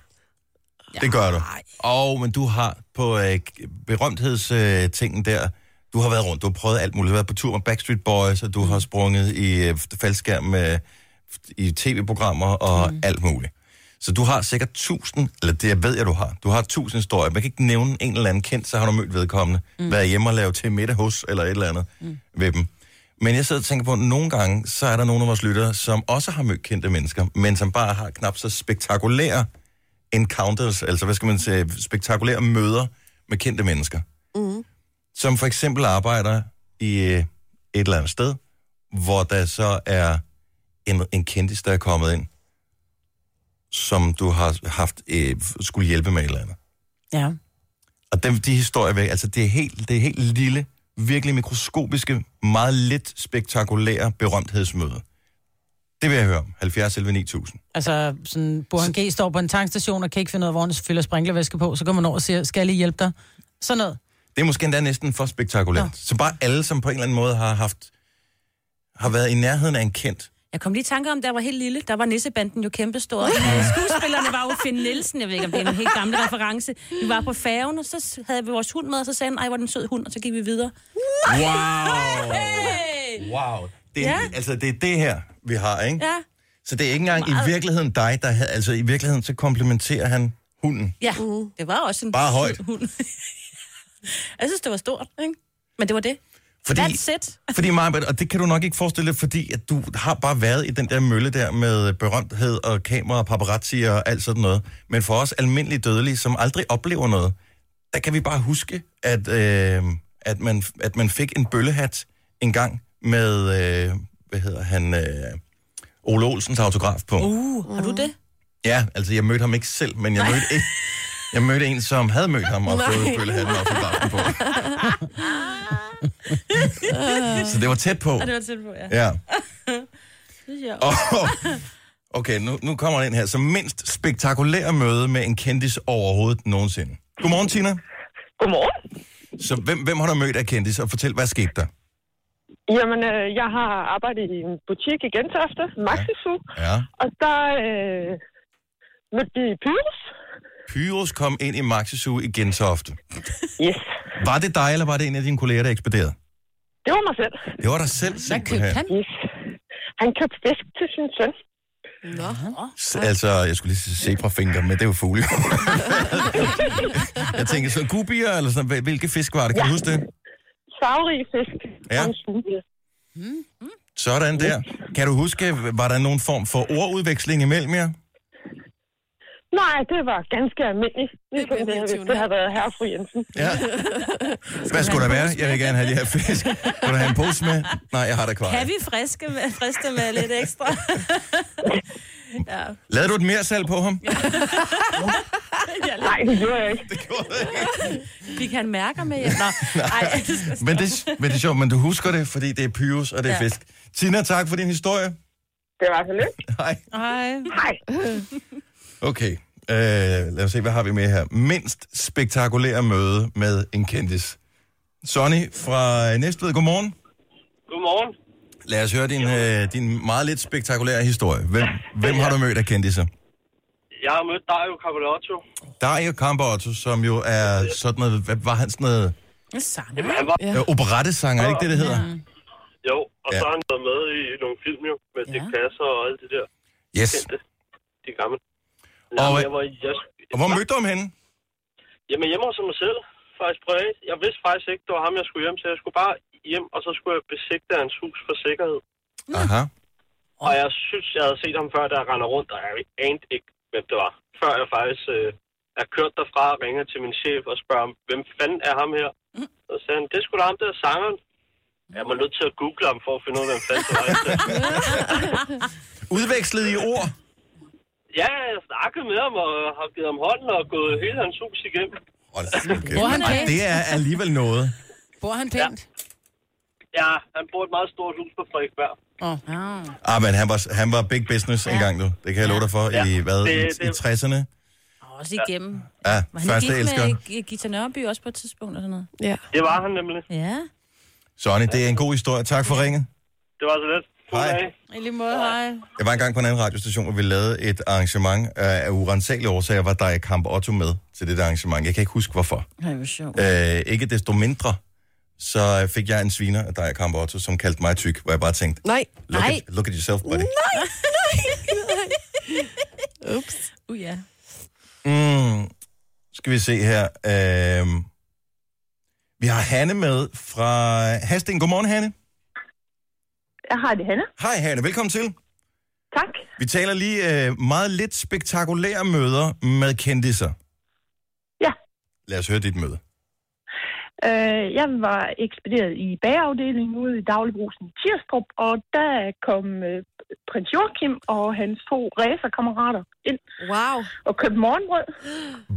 [SPEAKER 1] Ja, det gør du. Og men du har på øh, berømthedstingen øh, tingen der, du har været rundt, du har prøvet alt muligt. Du har været på tur med Backstreet Boys, og du har sprunget i øh, faldskærm øh, i tv-programmer og mm. alt muligt. Så du har sikkert tusind, eller det jeg ved jeg, du har. Du har tusind historier. Man kan ikke nævne en eller anden kendt, så har du mødt vedkommende. Mm. Været hjemme og lavet til middag hos, eller et eller andet mm. ved dem. Men jeg sidder og tænker på, at nogle gange, så er der nogle af vores lyttere, som også har mødt kendte mennesker, men som bare har knap så spektakulære encounters, altså hvad skal man sige, spektakulære møder med kendte mennesker. Mm. Som for eksempel arbejder i øh, et eller andet sted, hvor der så er en, en kendis, der er kommet ind, som du har haft, øh, skulle hjælpe med et eller andet.
[SPEAKER 4] Ja.
[SPEAKER 1] Og dem, de historier væk, altså det er, helt, det er helt lille, virkelig mikroskopiske, meget lidt spektakulære berømthedsmøde. Det vil jeg høre om. 70 11 9000.
[SPEAKER 4] Altså, sådan, Burhan G. står på en tankstation og kan ikke finde ud af, hvor han fylder sprinklervæske på, så går man over og siger, skal jeg lige hjælpe dig? Sådan noget.
[SPEAKER 1] Det er måske endda næsten for spektakulært.
[SPEAKER 4] Nå.
[SPEAKER 1] Så bare alle, som på en eller anden måde har haft har været i nærheden af en kendt.
[SPEAKER 5] Jeg kom lige i tanke om, da jeg var helt lille, der var nissebanden jo kæmpestor. og Skuespillerne var jo Finn Nielsen, jeg ved ikke, om det er en helt gammel reference. Vi var på færgen, og så s- havde vi vores hund med, og så sagde han, ej, hvor er den sød hund, og så gik vi videre.
[SPEAKER 1] Wow! Wow! Det er, ja.
[SPEAKER 5] Ja.
[SPEAKER 1] Altså, det er det her, vi har, ikke?
[SPEAKER 5] Ja,
[SPEAKER 1] Så det er ikke engang i virkeligheden dig, der havde... Altså, i virkeligheden, så komplimenterer han hunden.
[SPEAKER 5] ja. det var også en
[SPEAKER 1] Bare højt.
[SPEAKER 5] sød hund. jeg synes, det var stort, ikke? Men det var det.
[SPEAKER 1] Fordi...
[SPEAKER 5] That's it.
[SPEAKER 1] Fordi Marbet, og det kan du nok ikke forestille dig, fordi at du har bare været i den der mølle der med berømthed og kamera og paparazzi og alt sådan noget. Men for os almindelige dødelige, som aldrig oplever noget, der kan vi bare huske, at, øh, at, man, at man fik en bøllehat en gang med, øh, hvad hedder han, øh, Ole Olsens autograf på.
[SPEAKER 5] Uh, har du det?
[SPEAKER 1] Ja, altså jeg mødte ham ikke selv, men jeg mødte, en, jeg mødte en, som havde mødt ham og fået bøllehatten og fotografen på. Så det var tæt på.
[SPEAKER 5] Det var tæt på, ja.
[SPEAKER 1] Ja.
[SPEAKER 5] Det synes jeg
[SPEAKER 1] Og, okay, nu, nu kommer den her. Så mindst spektakulære møde med en kendis overhovedet nogensinde. Godmorgen, Tina.
[SPEAKER 8] Godmorgen.
[SPEAKER 1] Så hvem, hvem har du mødt af kendis? Og fortæl, hvad skete der?
[SPEAKER 8] Jamen, øh, jeg har arbejdet i en butik i Gentofte, Maxisu, ja.
[SPEAKER 1] Ja.
[SPEAKER 8] og der øh, mødte vi Pyrus.
[SPEAKER 1] Pyrus kom ind i Maxisu i Gentofte.
[SPEAKER 8] Yes,
[SPEAKER 1] Var det dig, eller var det en af dine kolleger, der ekspederede?
[SPEAKER 8] det var mig selv.
[SPEAKER 1] Det var dig selv,
[SPEAKER 4] Hvad købte
[SPEAKER 1] simpelthen.
[SPEAKER 4] han?
[SPEAKER 8] Yes. Han købte fisk til sin søn.
[SPEAKER 2] Nå.
[SPEAKER 1] S- Altså, jeg skulle lige sige zebrafinger, men det er jo fugle. jeg tænker, så gubier, eller sådan, hvil- hvilke fisk var det? Kan du huske det?
[SPEAKER 8] Savrig fisk.
[SPEAKER 1] Ja.
[SPEAKER 8] og en suge.
[SPEAKER 1] Sådan der. Kan du huske, var der nogen form for ordudveksling imellem jer?
[SPEAKER 8] Nej, det var ganske almindeligt. Ligesom
[SPEAKER 2] bliver
[SPEAKER 8] det, her, hvis
[SPEAKER 2] fireogtyvende.
[SPEAKER 8] det havde været herre og fru Jensen.
[SPEAKER 1] Ja. Hvad skulle der være? Jeg vil gerne have de her fisk. Vil du have en pose med? Nej, jeg har der kvar.
[SPEAKER 5] Kan vi friske med, friste med lidt ekstra?
[SPEAKER 2] Ja.
[SPEAKER 1] Lade du et mere salg på ham?
[SPEAKER 8] Nej, det gjorde jeg ikke.
[SPEAKER 1] Det gjorde jeg ikke.
[SPEAKER 5] Fik han mærker med hjem? Nå, ej.
[SPEAKER 1] men, det, men det er sjovt, men du husker det, fordi det er pyrus og det er
[SPEAKER 5] Ja.
[SPEAKER 1] fisk. Tina, tak for din historie.
[SPEAKER 8] Det var så lidt.
[SPEAKER 1] Hej.
[SPEAKER 4] Ej.
[SPEAKER 8] Nej.
[SPEAKER 1] Okay, øh, lad os se, hvad har vi med her. Mindst spektakulære møde med en kendis. Sonny fra Næstved, godmorgen.
[SPEAKER 9] Godmorgen.
[SPEAKER 1] Lad os høre din, øh, din meget lidt spektakulære historie. Hvem, hvem har du mødt af kendiser?
[SPEAKER 9] Jeg har mødt Dario Capolotto.
[SPEAKER 1] Dario Campeotto, som jo er sådan noget, hvad var han sådan noget?
[SPEAKER 5] Sanger.
[SPEAKER 9] Han var
[SPEAKER 1] Ja. Operettesanger, ikke det, det hedder?
[SPEAKER 9] jo, og
[SPEAKER 1] Ja.
[SPEAKER 9] så har han været med i nogle film jo, med
[SPEAKER 5] Ja.
[SPEAKER 9] ja. Dick Kasser og alt det der
[SPEAKER 1] Yes.
[SPEAKER 9] kendte. De gamle.
[SPEAKER 1] Og,
[SPEAKER 9] Jamen,
[SPEAKER 1] øh,
[SPEAKER 9] jeg var, jeg,
[SPEAKER 1] Og hvor mødte du ham henne?
[SPEAKER 9] Jamen hjemme hos mig selv, faktisk privat. Jeg vidste faktisk ikke, det var ham, jeg skulle hjem til. Jeg skulle bare hjem, og så skulle jeg besigte hans hus for sikkerhed.
[SPEAKER 1] Aha.
[SPEAKER 9] Og jeg synes, jeg havde set ham før, da jeg render rundt, og jeg anede ikke, hvem det var. Før jeg faktisk øh, er kørt derfra og ringer til min chef og spørger ham, hvem fanden er ham her? Og så sagde han, det skulle da ham der sangeren. Jeg var nødt til at google ham for at finde ud af, hvem fanden det var.
[SPEAKER 1] Udvekslet i ord.
[SPEAKER 9] ja, jeg snakkede med ham og har givet ham hånden og gået hele hans hus igennem.
[SPEAKER 1] Hold da kæft.
[SPEAKER 3] Bor han
[SPEAKER 1] Ej,
[SPEAKER 3] pænt?
[SPEAKER 1] Det er alligevel noget.
[SPEAKER 3] Bor han pænt?
[SPEAKER 9] Ja, han bor et meget stort hus på Frederiksberg.
[SPEAKER 3] Åh. Oh.
[SPEAKER 1] Ah, men han var, han var big business engang, du. Det kan jeg love dig for. I,
[SPEAKER 9] Ja.
[SPEAKER 1] hvad, i,
[SPEAKER 9] Det-
[SPEAKER 1] i
[SPEAKER 9] det-
[SPEAKER 1] 60'erne?
[SPEAKER 5] Også igennem.
[SPEAKER 1] Ja,
[SPEAKER 5] Var han
[SPEAKER 1] første
[SPEAKER 5] gift
[SPEAKER 1] elsker.
[SPEAKER 5] med øh, Gita Nørby også på et tidspunkt og sådan noget?
[SPEAKER 2] ja.
[SPEAKER 9] Det var han nemlig.
[SPEAKER 5] Ja.
[SPEAKER 1] Sonny, det er en god historie. Tak for ringet.
[SPEAKER 9] Det var så lidt.
[SPEAKER 1] Hej.
[SPEAKER 3] I lige måde, hej.
[SPEAKER 1] Jeg var engang på en anden radiostation, hvor vi lavede et arrangement øh, af urensagelige årsager, var der Kamp Otto med til det der arrangement. Jeg kan ikke huske, hvorfor.
[SPEAKER 4] Ej, hvor sjovt.
[SPEAKER 1] Øh, ikke desto mindre, så fik jeg en sviner af dig, Kamp Otto, som kaldte mig tyk, hvor jeg bare tænkte,
[SPEAKER 2] Nej.
[SPEAKER 1] look,
[SPEAKER 5] Nej.
[SPEAKER 1] at, look at yourself, buddy.
[SPEAKER 2] Ups.
[SPEAKER 5] Uh, ja.
[SPEAKER 1] Mm, skal vi se her. Øh, vi har Hanne med fra Hasten. Godmorgen, Hanne.
[SPEAKER 8] Jeg har det, Hanna.
[SPEAKER 1] Hej, Hanne. Velkommen til.
[SPEAKER 8] Tak.
[SPEAKER 1] Vi taler lige øh, meget lidt spektakulære møder med kendiser.
[SPEAKER 8] Ja.
[SPEAKER 1] Lad os høre dit møde.
[SPEAKER 8] Øh, jeg var ekspederet i bageafdelingen ude i dagligbrusen i Tirstrup, og der kom øh, prins Joachim og hans to racerkammerater ind
[SPEAKER 2] Wow.
[SPEAKER 8] og købte morgenbrød.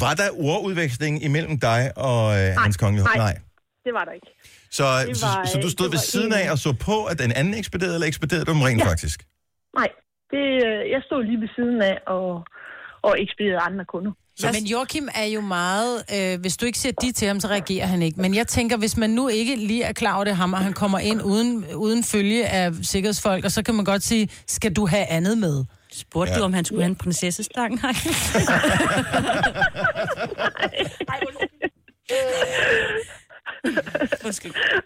[SPEAKER 1] Var der ordudveksling imellem dig og øh, hans kongelighed?
[SPEAKER 8] nej. Det var der ikke.
[SPEAKER 1] Så,
[SPEAKER 8] Det
[SPEAKER 1] var,
[SPEAKER 8] var,
[SPEAKER 1] så, så du
[SPEAKER 8] øh,
[SPEAKER 1] stod
[SPEAKER 8] det
[SPEAKER 1] ved
[SPEAKER 8] var
[SPEAKER 1] siden
[SPEAKER 8] en-
[SPEAKER 1] af og så på, at den anden ekspederede, eller ekspederede du dem rent ja.
[SPEAKER 8] Ja.
[SPEAKER 1] faktisk?
[SPEAKER 8] Nej, det, øh, jeg stod lige ved siden af og, og ekspederede andre kunder.
[SPEAKER 4] Så. Men Joachim er jo meget... Øh, hvis du ikke siger de til ham, så reagerer han ikke. Men jeg tænker, hvis man nu ikke lige er klar over det ham, og han kommer ind uden, uden følge af sikkerhedsfolk, og så kan man godt sige, skal du have andet med?
[SPEAKER 5] Spurgte
[SPEAKER 1] Ja.
[SPEAKER 5] ja. du, om han skulle have en prinsessestang? Nej.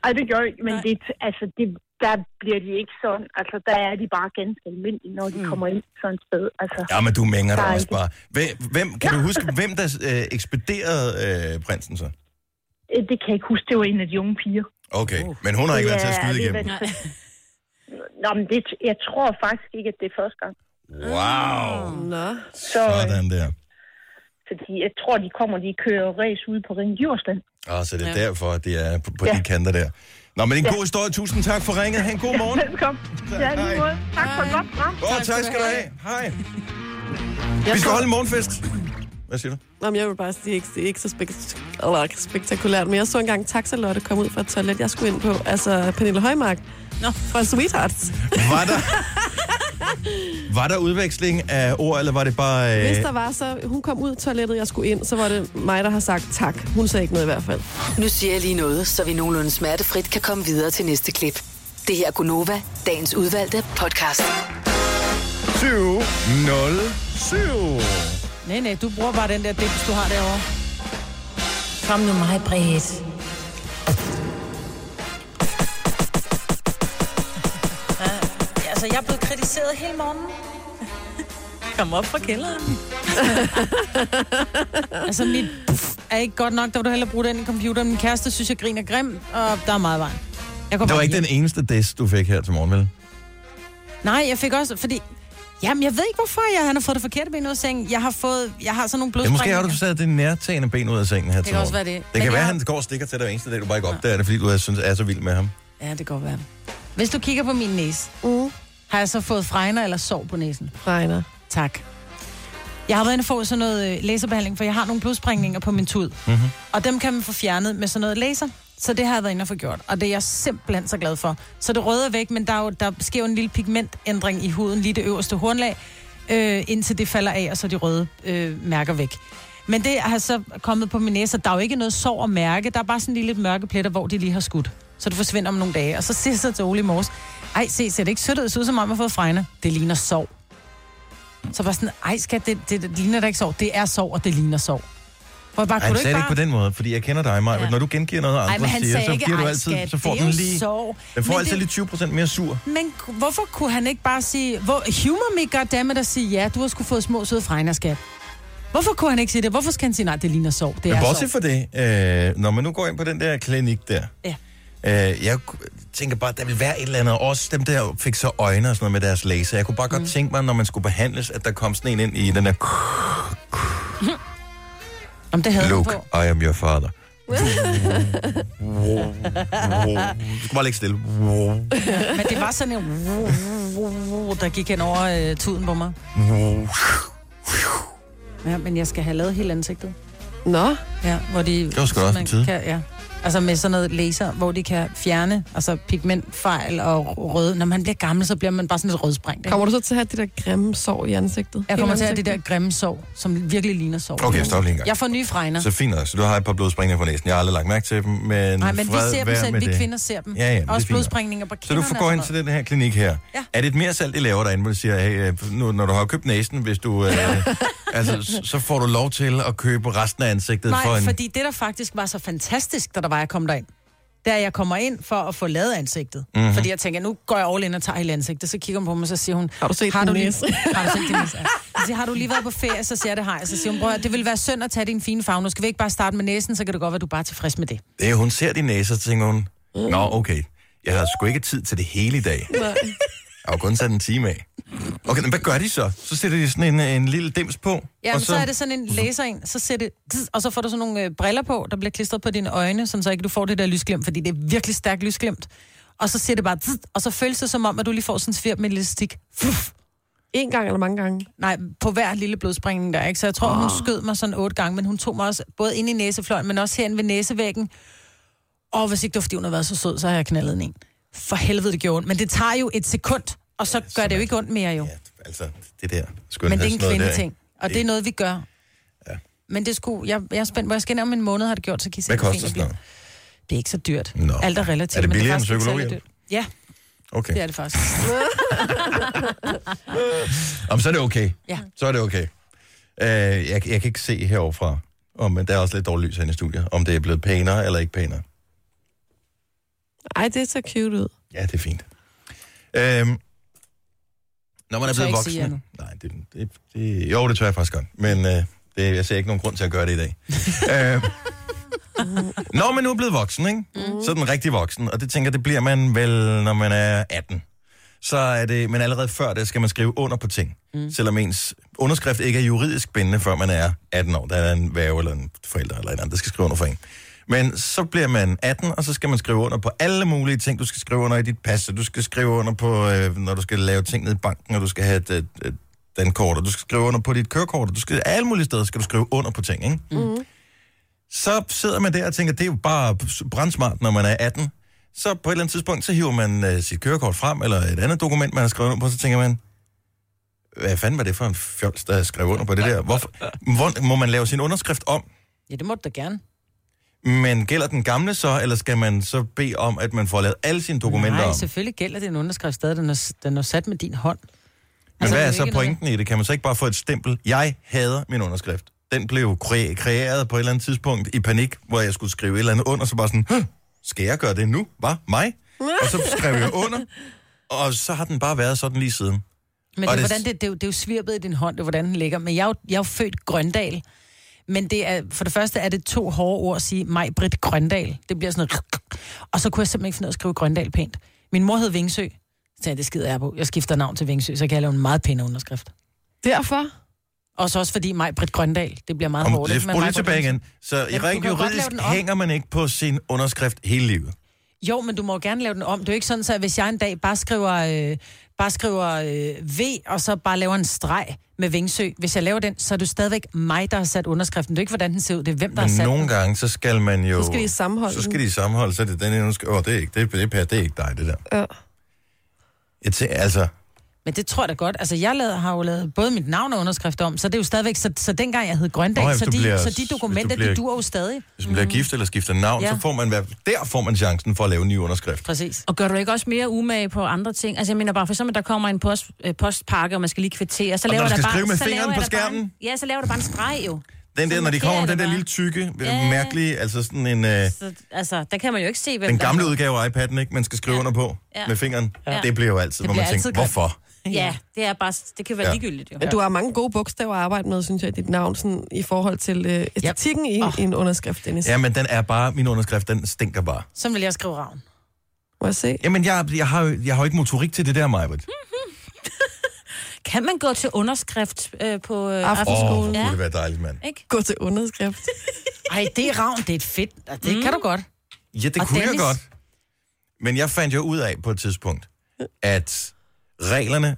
[SPEAKER 8] Ej, det gjorde jeg ikke, men det, altså, det, der bliver de ikke sådan. Altså, der er de bare ganske almindelige, når de mm. kommer ind sådan et sted. Altså,
[SPEAKER 1] Ja, men du mænger dig
[SPEAKER 8] Nej.
[SPEAKER 1] også bare. Hvem, hvem, kan du huske, hvem der øh, ekspederede øh, prinsen så?
[SPEAKER 8] øh, det kan jeg ikke huske, det var en af de unge piger.
[SPEAKER 1] Okay, men hun har ikke været til at
[SPEAKER 8] Ja,
[SPEAKER 1] skyde
[SPEAKER 8] det er
[SPEAKER 1] igennem.
[SPEAKER 8] vel- Nå, men det, jeg tror faktisk ikke, at det er første gang. Ah.
[SPEAKER 1] Wow,
[SPEAKER 2] Nå.
[SPEAKER 8] Så, øh,
[SPEAKER 1] sådan der.
[SPEAKER 8] fordi jeg tror, de kommer, de kører race ude på Ring Djursland.
[SPEAKER 1] Og Ah, så det er derfor, at det er på, på ja.
[SPEAKER 8] Ja.
[SPEAKER 1] de kanter der. Nå, men en god historie. Tusind tak for ringet. Ha' en god morgen.
[SPEAKER 8] Velkommen. Ja, i lige måde. Tak for et godt program.
[SPEAKER 1] Åh, oh, tak skal du have. Hej. Vi skal holde en morgenfest. Hvad siger du?
[SPEAKER 2] Nå, men jeg vil bare sige, det er ikke, det er ikke så spek- eller ikke spektakulært, men jeg så engang Taxalotte komme ud fra et toilet, jeg skulle ind på. Altså, Pernille Højmark. Nå. Fra Sweethearts.
[SPEAKER 1] Var der, var der udveksling af ord, eller var det bare... Øh,
[SPEAKER 2] Hvis der var så, hun kom ud af toilettet, jeg skulle ind, så var det mig, der har sagt tak. Hun sagde ikke noget i hvert fald.
[SPEAKER 7] Nu siger jeg lige noget, så vi nogenlunde smertefrit kan komme videre til næste klip. Det her er Gunova, dagens udvalgte podcast.
[SPEAKER 1] 707.
[SPEAKER 4] Nej, nej, du bruger bare den der dims, du har derovre.
[SPEAKER 5] Kom nu mig, Britt.
[SPEAKER 4] Altså, jeg er blevet kritiseret hele morgenen.
[SPEAKER 5] Kom op fra kælderen.
[SPEAKER 4] Altså, mit pff er ikke godt nok. Der vil du hellere bruge den i computeren. Min kæreste synes, jeg griner grim, og der er meget vej. Jeg går
[SPEAKER 1] Det var
[SPEAKER 4] bare
[SPEAKER 1] ikke den
[SPEAKER 4] hjem.
[SPEAKER 1] eneste des, du fik her til morgen, vel?
[SPEAKER 4] Nej, jeg fik også, fordi... Jamen, jeg ved ikke, hvorfor jeg, han har fået det forkerte ben ud af sengen. Jeg har fået... Jeg har sådan nogle
[SPEAKER 1] Ja,
[SPEAKER 4] blodsprængninger.
[SPEAKER 1] måske har du sat det nærtagende ben ud af sengen her til
[SPEAKER 4] kan
[SPEAKER 1] morgen.
[SPEAKER 4] også være det.
[SPEAKER 1] Det
[SPEAKER 4] Men
[SPEAKER 1] kan
[SPEAKER 4] jeg-
[SPEAKER 1] være, at han går og stikker til dig hver eneste dag, du bare ikke opdager det, fordi du synes, er så vild med ham.
[SPEAKER 4] Ja, det kan godt være. Hvis du kigger på min næse,
[SPEAKER 2] Mm.
[SPEAKER 4] har jeg så fået fregner eller sår på næsen?
[SPEAKER 2] Regner.
[SPEAKER 4] Tak. Jeg har været inde og få sådan noget øh, laserbehandling, for jeg har nogle blodsprængninger på min tud. Mm-hmm. Og dem kan man få fjernet med sådan noget laser. Så det har jeg været inde og få gjort, og det er jeg simpelthen så glad for. Så det røde er væk, men der, er jo, der sker jo en lille pigmentændring i huden, lige det øverste hornlag, øh, indtil det falder af, og så er de røde øh, mærker væk. Men det har så kommet på min næse, og der er jo ikke noget sår at mærke. Der er bare sådan lige lidt mørke pletter, hvor de lige har skudt. Så det forsvinder om nogle dage. Og så siger jeg så til Ole i morges, ej, se, ser det ikke sødt ud? Det ser ud, som om jeg har fået fregner. Det ligner sår. Så var sådan, ej skat, det, det, det ligner da ikke sov. Det er sov, og det ligner sov. For jeg bare,
[SPEAKER 1] Ej,
[SPEAKER 4] kunne
[SPEAKER 1] han
[SPEAKER 4] du
[SPEAKER 1] sagde
[SPEAKER 4] ikke
[SPEAKER 1] det ikke
[SPEAKER 4] bare...
[SPEAKER 1] på den måde, fordi jeg kender dig, Maja. Ja. Når du gengiver noget, andre
[SPEAKER 4] Ej, men han
[SPEAKER 1] siger,
[SPEAKER 4] sagde
[SPEAKER 1] så
[SPEAKER 4] ikke,
[SPEAKER 1] giver du
[SPEAKER 4] ej,
[SPEAKER 1] altid,
[SPEAKER 4] skat,
[SPEAKER 1] så får
[SPEAKER 4] det er
[SPEAKER 1] den
[SPEAKER 4] jo
[SPEAKER 1] lige...
[SPEAKER 4] sorg.
[SPEAKER 1] Den får
[SPEAKER 4] Men
[SPEAKER 1] altid
[SPEAKER 4] det-
[SPEAKER 1] lige 20% mere sur.
[SPEAKER 4] Men k- hvorfor kunne han ikke bare sige, hvor, humor me goddammit og sige, ja, du har sgu fået små søde fregner, skat. Hvorfor kunne han ikke sige det? Hvorfor skal han sige, nej, det ligner sov. Det
[SPEAKER 1] Men
[SPEAKER 4] er
[SPEAKER 1] bortset
[SPEAKER 4] sov.
[SPEAKER 1] fra det, øh, når man nu går ind på den der klinik der,
[SPEAKER 4] Ja.
[SPEAKER 1] øh, jeg ku- tænker bare, at der vil være et eller andet, også dem der fik så øjne og sådan noget med deres laser. Jeg kunne bare
[SPEAKER 4] Mm.
[SPEAKER 1] godt tænke mig, når man skulle behandles, at der kom sådan en ind i den der,
[SPEAKER 4] Om det havde han
[SPEAKER 1] Luke,
[SPEAKER 4] på.
[SPEAKER 1] I am your father. Du skal bare ligge stille.
[SPEAKER 4] Men det var sådan en, der gik hen over øh, tuden på mig. Ja, men jeg skal have lavet hele ansigtet.
[SPEAKER 2] Nå,
[SPEAKER 4] Ja, hvor de... Det
[SPEAKER 1] var sgu da også en tid.
[SPEAKER 4] Kan, ja. Altså med sådan noget laser, hvor de kan fjerne altså pigmentfejl og røde. Når man bliver gammel, så bliver man bare sådan lidt rødsprængt. Ikke?
[SPEAKER 2] kommer du så til at have det der grimme sår i ansigtet?
[SPEAKER 4] Jeg kommer
[SPEAKER 2] Hele
[SPEAKER 4] til at have det der
[SPEAKER 2] ansigtet?
[SPEAKER 4] grimme sår, som virkelig ligner sår.
[SPEAKER 1] Okay, stop lige en gang.
[SPEAKER 4] Jeg får nye fregner.
[SPEAKER 1] Så fint nok, så du har et par blodspringninger på næsen. Jeg har aldrig lagt mærke til dem, men
[SPEAKER 4] Nej, men vi
[SPEAKER 1] fred
[SPEAKER 4] ser dem
[SPEAKER 1] være
[SPEAKER 4] selv.
[SPEAKER 1] med
[SPEAKER 4] Vi
[SPEAKER 1] det.
[SPEAKER 4] kvinder ser dem.
[SPEAKER 1] Ja, ja, men det er
[SPEAKER 4] Også
[SPEAKER 1] fint nok.
[SPEAKER 4] blodsprængninger på
[SPEAKER 1] Så du
[SPEAKER 4] kinderne.
[SPEAKER 1] får gå ind til den her klinik her.
[SPEAKER 4] Ja.
[SPEAKER 1] Er det et mere salg, de laver derinde, hvor de siger, hey, øh, nu, når du har købt næsen, hvis du, øh, altså, s- så får du lov til at købe resten af ansigtet
[SPEAKER 4] Nej,
[SPEAKER 1] for en...
[SPEAKER 4] fordi det, der faktisk var så fantastisk, da der var, jeg kom derind, da jeg kommer ind for at få lavet ansigtet.
[SPEAKER 1] Mhm.
[SPEAKER 4] Mm-hmm. Fordi jeg tænker, nu går jeg all in og tager hele ansigtet. Så kigger hun på mig, så siger hun...
[SPEAKER 2] Har du set din
[SPEAKER 4] lige-
[SPEAKER 2] næse?"
[SPEAKER 4] Har du set din næse? Ja. Så siger, har du lige været på ferie? Så siger jeg, det har jeg. Så siger hun, bror, det vil være synd at tage din fine farve. Nu skal vi ikke bare starte med næsen, så kan det godt være, du bare er tilfreds med det.
[SPEAKER 1] Det, er, hun ser din næse, så tænker hun,
[SPEAKER 4] Mm.
[SPEAKER 1] nå, okay, jeg har sgu ikke tid til det hele i dag. Jeg har jo kun sat en time af. Okay, men hvad gør de så? Så sætter de sådan en, en lille dims på,
[SPEAKER 4] Ja, men så... så er det sådan en laser ind, så ser det, og så får du sådan nogle øh, briller på, der bliver klistret på dine øjne, sådan så ikke du får det der lysglimt, fordi det er virkelig stærkt lysglimt. Og så ser det bare, og så føles det som om, at du lige får sådan en svirp med en lille stik. Fuff.
[SPEAKER 2] En gang eller mange gange?
[SPEAKER 4] Nej, på hver lille blodspringning der, ikke? Så jeg tror, oh. hun skød mig sådan otte gange, men hun tog mig også både ind i næsefløjen, men også herinde ved næsevæggen. Og hvis ikke det var, fordi hun havde været så sød, så har jeg knaldet en. For helvede, det gjorde ondt. Men det tager jo et sekund, og så gør det jo ikke ondt mere jo.
[SPEAKER 1] Ja, altså, det der skønne
[SPEAKER 4] Men det er en kvindeting, og det er noget, vi gør. Men det skulle, jeg, jeg er spændt, hvor jeg skal ind om en måned, har det gjort, så kan I se,
[SPEAKER 1] Hvad
[SPEAKER 4] hvor fint
[SPEAKER 1] koster
[SPEAKER 4] det
[SPEAKER 1] sådan noget?
[SPEAKER 4] bliver. Det er ikke så dyrt.
[SPEAKER 1] Nå.
[SPEAKER 4] Alt er relativt.
[SPEAKER 1] Er det
[SPEAKER 4] men
[SPEAKER 1] billigere end
[SPEAKER 4] faktisk ikke særlig
[SPEAKER 1] psykologhjælp?
[SPEAKER 4] dyrt. Ja,
[SPEAKER 1] Okay.
[SPEAKER 4] det er det faktisk.
[SPEAKER 1] Jamen, så er det okay.
[SPEAKER 4] Ja.
[SPEAKER 1] Så er det okay. Øh, jeg, jeg kan ikke se heroverfra, om, men der er også lidt dårligt lys herinde i studiet, om det er blevet pænere eller ikke pænere.
[SPEAKER 2] Ej, det ser cute ud.
[SPEAKER 1] Ja, det er fint. Øhm, når man er
[SPEAKER 4] Du tør
[SPEAKER 1] blevet
[SPEAKER 4] ikke sige,
[SPEAKER 1] voksen... Nej, det, det, det, jo, det tør jeg faktisk godt, men øh, det, jeg ser ikke nogen grund til at gøre det i dag. øhm, når man nu er blevet voksen, ikke? Mm. så er den rigtig voksen, og det tænker jeg, det bliver man vel, når man er 18. Så er det, men allerede før det skal man skrive under på ting, mm. selvom ens underskrift ikke er juridisk bindende, før man er 18 år. Der er en værve eller en forælder eller en anden, der skal skrive under for en. Men så bliver man 18, og så skal man skrive under på alle mulige ting. Du skal skrive under i dit pas, og du skal skrive under på, øh, når du skal lave ting ned i banken, og du skal have et, et, et dankort, og du skal skrive under på dit kørekort, og du skal alle mulige steder skal du skrive under på ting, ikke? Mm. Så sidder man der og tænker, det er jo bare brandsmart, når man er 18. Så på et eller andet tidspunkt, så hiver man øh, sit kørekort frem, eller et andet dokument, man har skrevet under på, så tænker man, hvad fanden var det for en fjols, der skrev under på det der? Hvorfor, hvor, må man lave sin underskrift om?
[SPEAKER 4] Ja, det må du da gerne.
[SPEAKER 1] Men gælder den gamle så, eller skal man så bede om, at man får lavet alle sine dokumenter
[SPEAKER 4] Nej,
[SPEAKER 1] om?
[SPEAKER 4] selvfølgelig gælder det en underskrift stadig, den er, den er sat med din hånd.
[SPEAKER 1] Men
[SPEAKER 4] Altså,
[SPEAKER 1] hvad
[SPEAKER 4] det
[SPEAKER 1] er
[SPEAKER 4] jo
[SPEAKER 1] så
[SPEAKER 4] ikke noget-
[SPEAKER 1] pointen i det? Kan man så ikke bare få et stempel? Jeg hader min underskrift. Den blev kre- kreeret på et eller andet tidspunkt i panik, hvor jeg skulle skrive et eller andet under, så bare sådan, "Hå, skal jeg gøre det nu? Hvad? Mig? Og så skrev jeg under, og så har den bare været sådan lige siden.
[SPEAKER 4] Men
[SPEAKER 1] Og
[SPEAKER 4] det, er,
[SPEAKER 1] det-
[SPEAKER 4] hvordan, det, det, er jo- det er jo svirpet i din hånd, det er, hvordan den ligger. Men jeg er jo, jeg er jo født Grøndal. Men det er, for det første er det to hårde ord at sige, mig Britt Grøndal. Det bliver sådan noget... Og så kunne jeg simpelthen ikke finde ud af at skrive Grøndal pænt. Min mor hed Vingsø. Så sagde jeg, det skider jeg på. Jeg skifter navn til Vingsø, så kan jeg lave en meget pæn underskrift.
[SPEAKER 2] Derfor?
[SPEAKER 4] Også også fordi mig Britt Grøndal, det bliver meget
[SPEAKER 1] Om,
[SPEAKER 4] hårdt.
[SPEAKER 1] det,
[SPEAKER 4] ikke? Men
[SPEAKER 1] spol lige
[SPEAKER 4] Maj-Britt
[SPEAKER 1] tilbage
[SPEAKER 4] Vingsø-
[SPEAKER 1] igen. Så i
[SPEAKER 4] Jamen, du
[SPEAKER 1] rent
[SPEAKER 4] kan jo godt lave
[SPEAKER 1] juridisk
[SPEAKER 4] den om.
[SPEAKER 1] hænger man ikke på sin underskrift hele livet.
[SPEAKER 4] Jo, men du må jo gerne lave den om. Det er jo ikke sådan, at hvis jeg en dag bare skriver, øh, bare skriver øh, V, og så bare laver en streg med Vingsø. Hvis jeg laver den, så er det jo stadigvæk mig, der har sat underskriften. Det er jo ikke, hvordan den ser ud. Det er hvem, der har
[SPEAKER 1] Men
[SPEAKER 4] sat
[SPEAKER 1] nogle
[SPEAKER 4] den.
[SPEAKER 1] gange, så skal man jo...
[SPEAKER 2] Så skal de sammenholde
[SPEAKER 1] Så skal de sammenholde, så er det den ene, der skal... Åh, det er ikke, det, er- det, er Per, det er ikke dig, det der.
[SPEAKER 2] Ja.
[SPEAKER 1] Jeg tænker, altså,
[SPEAKER 4] Men det tror jeg da godt. Altså, jeg lavede, har jo lavet både mit navn og underskrift om, så det er jo stadigvæk... Så, så dengang jeg hed Grøndal,
[SPEAKER 1] Nå ja, hvis
[SPEAKER 4] så,
[SPEAKER 1] du
[SPEAKER 4] de,
[SPEAKER 1] bliver-
[SPEAKER 4] så de dokumenter,
[SPEAKER 1] hvis du bliver-
[SPEAKER 4] de duer jo stadig.
[SPEAKER 1] hvis man bliver gift eller skifter navn,
[SPEAKER 4] Ja.
[SPEAKER 1] så får man, i hvert fald- der får man chancen for at lave en ny underskrift.
[SPEAKER 4] Præcis.
[SPEAKER 5] Og gør du ikke også mere umage på andre ting? Altså, jeg mener bare, for eksempel, der kommer en post, øh, postpakke, og man skal lige kvittere, så
[SPEAKER 1] Og
[SPEAKER 5] laver
[SPEAKER 1] når du
[SPEAKER 5] der
[SPEAKER 1] skal
[SPEAKER 5] bare,
[SPEAKER 1] skrive med
[SPEAKER 5] så laver
[SPEAKER 1] fingeren
[SPEAKER 5] jeg
[SPEAKER 1] på
[SPEAKER 5] der bare
[SPEAKER 1] skærmen?
[SPEAKER 5] En, ja, så laver du bare en streg jo.
[SPEAKER 1] Den
[SPEAKER 5] Så
[SPEAKER 1] der, når de
[SPEAKER 5] markerer
[SPEAKER 1] kommer med den
[SPEAKER 5] det
[SPEAKER 1] der
[SPEAKER 5] bare.
[SPEAKER 1] lille tykke,
[SPEAKER 5] Ja.
[SPEAKER 1] ja. mærkelige, altså sådan en... Øh,
[SPEAKER 5] Så, altså, der kan man jo ikke se, hvem
[SPEAKER 1] den
[SPEAKER 5] der-
[SPEAKER 1] gamle udgave af iPad'en, ikke? Man skal skrive under på
[SPEAKER 5] Ja.
[SPEAKER 1] med fingeren.
[SPEAKER 5] Ja.
[SPEAKER 1] Det bliver jo altid, hvor man
[SPEAKER 4] bliver
[SPEAKER 1] tænker,
[SPEAKER 4] altid grimt.
[SPEAKER 1] hvorfor?
[SPEAKER 5] Ja, det er bare, det kan være
[SPEAKER 1] Ja.
[SPEAKER 5] ja. ligegyldigt jo.
[SPEAKER 2] Du har mange gode bogstaver at arbejde med, synes jeg, i dit navn, sådan, i forhold til øh, æstetikken yep. i, oh. i en underskrift, Dennis.
[SPEAKER 1] Ja, men den er bare, min underskrift, den stinker bare.
[SPEAKER 4] Så vil jeg skrive Ravn.
[SPEAKER 2] Må jeg se?
[SPEAKER 1] Jamen, jeg, jeg, har, jo- jeg har jo ikke motorik til det der, Majbert.
[SPEAKER 5] Kan man gå til underskrift øh, på øh,
[SPEAKER 2] Aften-
[SPEAKER 1] Åh,
[SPEAKER 2] Aftenskole.
[SPEAKER 1] oh, det
[SPEAKER 5] Ja.
[SPEAKER 1] ville være dejligt, mand.
[SPEAKER 2] Gå til underskrift.
[SPEAKER 4] Ej, det er Ravn, det er et fedt. og Det mm. kan du godt.
[SPEAKER 1] Ja, det
[SPEAKER 4] Og
[SPEAKER 1] kunne Dennis... jeg
[SPEAKER 4] Dennis?
[SPEAKER 1] godt. Men jeg fandt jo ud af på et tidspunkt, at reglerne, det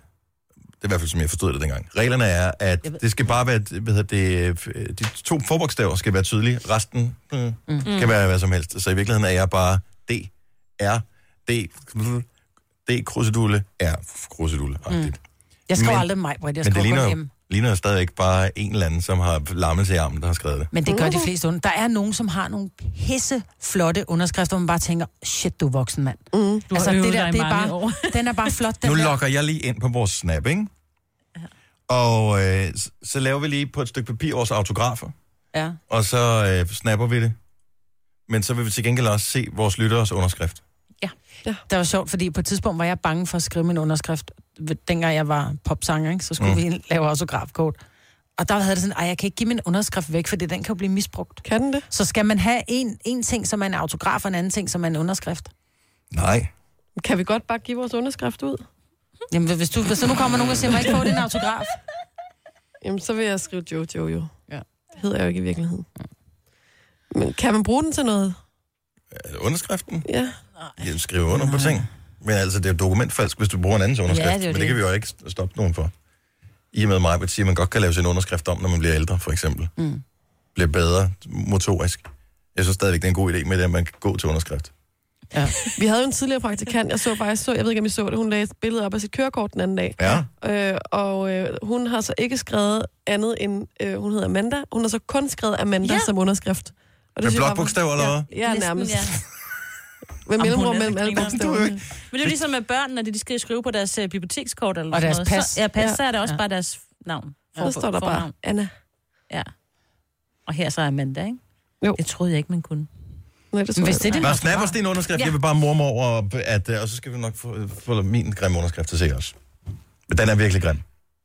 [SPEAKER 1] er i hvert fald som jeg forstod det dengang, reglerne er, at det skal bare være, hvad hedder det, øh, de to forbogstaver skal være tydelige, resten mm, mm. kan være hvad som helst. Så i virkeligheden er jeg bare D, R, D, D, krusedulle, R, krusedulle. Mm.
[SPEAKER 4] Jeg skriver
[SPEAKER 1] Men-
[SPEAKER 4] men, aldrig mig, Britt.
[SPEAKER 1] Men
[SPEAKER 4] Jeg
[SPEAKER 1] det
[SPEAKER 4] skriver
[SPEAKER 1] ligner
[SPEAKER 4] kun
[SPEAKER 1] jo,
[SPEAKER 4] hjemme.
[SPEAKER 1] ligner jo stadigvæk bare en eller anden, som har lammelse i armen, der har skrevet det.
[SPEAKER 4] Men det gør de fleste under. Der er nogen, som har nogle pisse flotte underskrifter, hvor man bare tænker, shit, du er voksen mand. Mm. Du
[SPEAKER 5] har øvet dig i mange år.
[SPEAKER 4] bare, den er bare flot, den
[SPEAKER 1] Nu
[SPEAKER 4] der.
[SPEAKER 1] logger jeg lige ind på vores snap, ikke? Og øh, s- så laver vi lige på et stykke papir vores autografer,
[SPEAKER 4] Ja.
[SPEAKER 1] og så øh, snapper vi det. Men så vil vi til gengæld også se vores lytteres underskrift.
[SPEAKER 4] Det var sjovt, fordi på et tidspunkt var jeg bange for at skrive min underskrift. Dengang jeg var popsanger, ikke? så skulle
[SPEAKER 1] Mm.
[SPEAKER 4] mm. vi lave autografkort. Og der havde det sådan, at jeg kan ikke give min underskrift væk, fordi den kan jo blive misbrugt.
[SPEAKER 2] Kan den det?
[SPEAKER 4] Så skal man have en, en ting, som er en autograf, og en anden ting, som er en underskrift.
[SPEAKER 1] Nej.
[SPEAKER 2] Kan vi godt bare give vores underskrift ud?
[SPEAKER 4] Jamen, hvis, du, hvis der nu kommer nogen og siger, at jeg ikke får din autograf.
[SPEAKER 2] Jamen, så vil jeg skrive Jojo jo.
[SPEAKER 4] Ja.
[SPEAKER 2] Det hedder jeg jo ikke i virkeligheden. Men kan man bruge den til noget?
[SPEAKER 1] Altså, Underskriften?
[SPEAKER 2] Ja.
[SPEAKER 1] Jeg skriver under på ting. Men altså, det er jo dokumentfalsk, hvis du bruger en andens underskrift.
[SPEAKER 4] det er jo
[SPEAKER 1] Men det
[SPEAKER 4] det.
[SPEAKER 1] kan vi jo ikke stoppe nogen for. I og med mig, at sige, at man godt kan lave sin underskrift om, når man bliver ældre, for eksempel. Mm. Bliver bedre motorisk. Jeg synes stadigvæk, det er en god idé med det, at man kan gå til underskrift.
[SPEAKER 2] Vi havde jo en tidligere praktikant, jeg så faktisk, så, jeg ved ikke, om I så det, hun lagde et billede op af sit kørekort den anden dag.
[SPEAKER 1] Ja.
[SPEAKER 2] Øh, og øh, hun har så ikke skrevet andet end, øh, hun hedder Amanda, hun har så kun skrevet Amanda ja.
[SPEAKER 5] Ja.
[SPEAKER 2] som underskrift.
[SPEAKER 1] Med
[SPEAKER 2] Og synes jeg bare var-
[SPEAKER 1] blokbogstaver, eller hvad?
[SPEAKER 2] Ja, ja
[SPEAKER 5] Næsten,
[SPEAKER 2] nærmest.
[SPEAKER 5] ja.
[SPEAKER 2] Med mellemrum
[SPEAKER 5] hun er
[SPEAKER 2] mellem
[SPEAKER 5] så
[SPEAKER 2] alle
[SPEAKER 5] grineren.
[SPEAKER 2] bogstaverne.
[SPEAKER 1] Du er jo
[SPEAKER 5] Men det er jo ligesom med børn, når de skal skrive på deres øh, bibliotekskort eller
[SPEAKER 4] Og
[SPEAKER 5] sådan
[SPEAKER 4] deres
[SPEAKER 5] noget.
[SPEAKER 4] pas.
[SPEAKER 5] Så, ja, pas,
[SPEAKER 2] Ja.
[SPEAKER 5] ja. så er det også
[SPEAKER 4] Ja.
[SPEAKER 5] ja. bare deres navn.
[SPEAKER 2] Så står der bare,
[SPEAKER 5] fornavn.
[SPEAKER 2] Anna.
[SPEAKER 5] Ja. Og her så er Amanda, ikke?
[SPEAKER 2] Jo.
[SPEAKER 5] Det troede jeg ikke, man kunne.
[SPEAKER 2] Nej, det tror
[SPEAKER 4] Men
[SPEAKER 2] jeg
[SPEAKER 4] hvis det er
[SPEAKER 2] ikke.
[SPEAKER 4] din
[SPEAKER 1] Nå,
[SPEAKER 4] autograf,
[SPEAKER 1] snap os din underskrift. Ja.
[SPEAKER 5] Ja.
[SPEAKER 1] Jeg vil bare mormor over, at, øh, og så skal vi nok få, få min grimme underskrift til at se os. Men den er virkelig grim.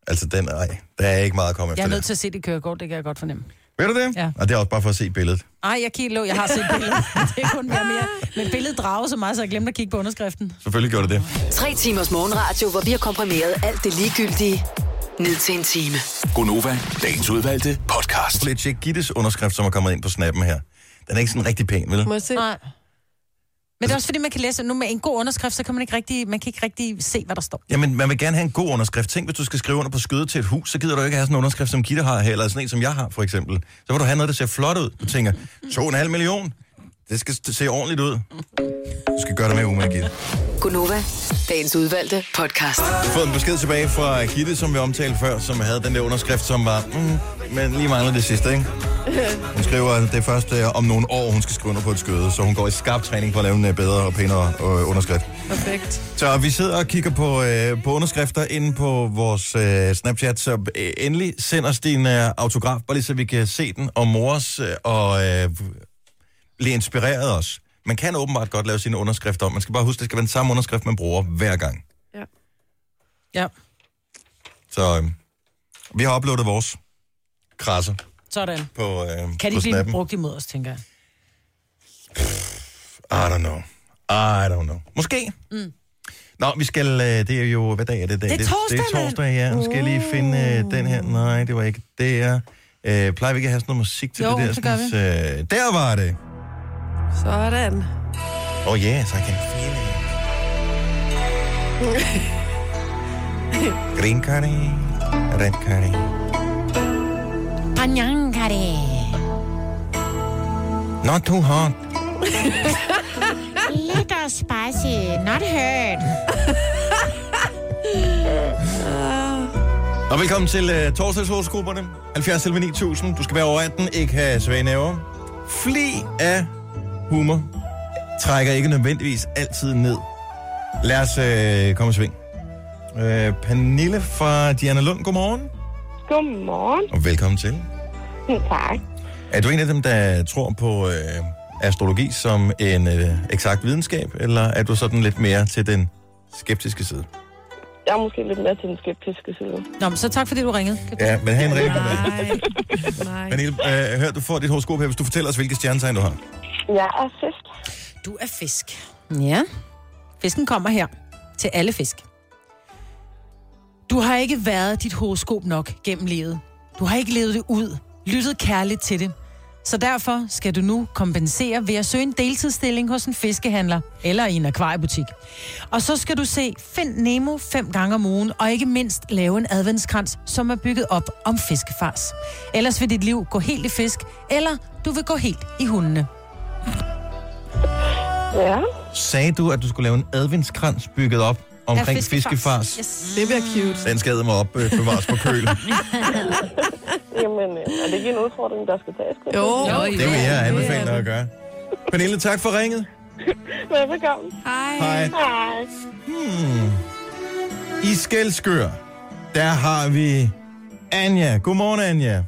[SPEAKER 1] Altså, den, ej, der er ikke meget at komme
[SPEAKER 4] jeg
[SPEAKER 1] efter
[SPEAKER 4] er
[SPEAKER 1] der.
[SPEAKER 4] nødt til at se det kørekort, det kan jeg godt fornemme.
[SPEAKER 1] Ved du det?
[SPEAKER 4] Ja.
[SPEAKER 1] Og det er også bare for at se billedet.
[SPEAKER 4] Ej, jeg kigger lå, jeg har set billedet. Det er kun være mere. Men billedet drager så meget, så jeg glemte at kigge på underskriften.
[SPEAKER 1] Selvfølgelig gjorde det det.
[SPEAKER 7] Tre timers morgenradio, hvor vi har komprimeret alt det ligegyldige ned til en time.
[SPEAKER 6] Gonova, dagens udvalgte podcast.
[SPEAKER 1] Lidt tjek Gittes underskrift, som er kommet ind på snappen her. Den er ikke sådan rigtig pæn, vel?
[SPEAKER 2] Må jeg se?
[SPEAKER 4] Nej. Men det er også fordi, man kan læse, nu med en god underskrift, så kan man ikke rigtig, man kan ikke rigtig se, hvad der står.
[SPEAKER 1] Jamen, man vil gerne have en god underskrift. Tænk, hvis du skal skrive under på skødet til et hus, så gider du ikke have sådan en underskrift, som Gitte har her, eller sådan en, som jeg har, for eksempel. Så vil du have noget, der ser flot ud. Du tænker, 2,5 million. Det skal se ordentligt ud. Du skal gøre det med umage, Gitte.
[SPEAKER 7] Gunova, dagens udvalgte podcast.
[SPEAKER 1] fået en besked tilbage fra Gitte, som vi omtalte før, som havde den der underskrift, som var, mm, men lige mangler det sidste, ikke? Hun skriver, at det er først øh, om nogle år, hun skal skrive under på et skøde, så hun går i skarp træning for at lave en øh, bedre og pænere øh, underskrift.
[SPEAKER 2] Perfekt.
[SPEAKER 1] Så vi sidder og kigger på, øh, på underskrifter inde på vores øh, Snapchat, så øh, endelig send os din øh, autograf, bare lige så vi kan se den og mores øh, og øh, blive inspireret os. Man kan åbenbart godt lave sine underskrifter om. Man skal bare huske, det skal være den samme underskrift, man bruger hver gang.
[SPEAKER 2] Ja.
[SPEAKER 4] Ja,
[SPEAKER 1] Så øh, vi har uploadet vores krasser
[SPEAKER 4] sådan.
[SPEAKER 1] på, øh,
[SPEAKER 4] Kan de
[SPEAKER 1] på
[SPEAKER 4] blive
[SPEAKER 1] snappen.
[SPEAKER 4] brugt imod os, tænker jeg.
[SPEAKER 1] I don't know. I don't know. Måske. Mm. Nå, vi skal, øh, det er jo, hvad dag er det i dag?
[SPEAKER 4] Det er
[SPEAKER 1] Det,
[SPEAKER 4] torsdag, Oh.
[SPEAKER 1] det er
[SPEAKER 4] mand.
[SPEAKER 1] torsdag, ja. Nu skal jeg lige finde øh, den her. Nej, det var ikke der. Øh, plejer vi ikke at have sådan noget musik til
[SPEAKER 4] Jo,
[SPEAKER 1] det der?
[SPEAKER 4] det gør
[SPEAKER 1] sådan, øh, der var det.
[SPEAKER 2] Sådan.
[SPEAKER 1] Oh yes, I can feel it. Green curry, red curry.
[SPEAKER 3] Panyankari.
[SPEAKER 1] Not too hot.
[SPEAKER 3] Little spicy, not hurt.
[SPEAKER 1] Og velkommen til uh, torsdagshoroskoperne. 70 11 9000. Du skal være over 18, ikke have svage næver. Fli af humor trækker ikke nødvendigvis altid ned. Lad os uh, komme i sving. Uh, Pernille fra Diana Lund, godmorgen.
[SPEAKER 8] Godmorgen.
[SPEAKER 1] Og velkommen til.
[SPEAKER 8] Tak.
[SPEAKER 1] Er du en af dem, der tror på øh, astrologi som en øh, eksakt videnskab, eller er du sådan lidt mere til den skeptiske side?
[SPEAKER 8] Jeg er måske lidt mere til den skeptiske side.
[SPEAKER 4] Nå, men så tak fordi du ringede. Kan-
[SPEAKER 1] Ja, men have en rigtig god dag.
[SPEAKER 2] Nej.
[SPEAKER 1] Pernille, øh, hør, du får dit horoskop her, hvis du fortæller os, hvilke stjernetegn du har.
[SPEAKER 8] Jeg er fisk.
[SPEAKER 4] Du er fisk. Ja. Fisken kommer her. Til alle fisk. Du har ikke været dit horoskop nok gennem livet. Du har ikke levet det ud. Lyttet kærligt til det. Så derfor skal du nu kompensere ved at søge en deltidsstilling hos en fiskehandler eller i en akvariebutik. Og så skal du se Find Nemo fem gange om ugen, og ikke mindst lave en adventskrans, som er bygget op om fiskefars. Ellers vil dit liv gå helt i fisk, eller du vil gå helt i hundene.
[SPEAKER 8] Ja.
[SPEAKER 1] Sagde du, at du skulle lave en adventskrans bygget op omkring fiskefars? Yes.
[SPEAKER 4] Yes.
[SPEAKER 2] Det bliver cute.
[SPEAKER 1] Den skal mig op øh, bevares på køl.
[SPEAKER 8] Jamen, øh, er det ikke en udfordring, der skal tages?
[SPEAKER 2] Jo,
[SPEAKER 1] Det vil jeg
[SPEAKER 2] det er
[SPEAKER 1] anbefale
[SPEAKER 2] det.
[SPEAKER 1] dig at gøre. Pernille, tak for ringet.
[SPEAKER 8] Velbekomme.
[SPEAKER 1] Hej.
[SPEAKER 8] Hej.
[SPEAKER 1] I Skelskør, der har vi Anja. Godmorgen, Anja.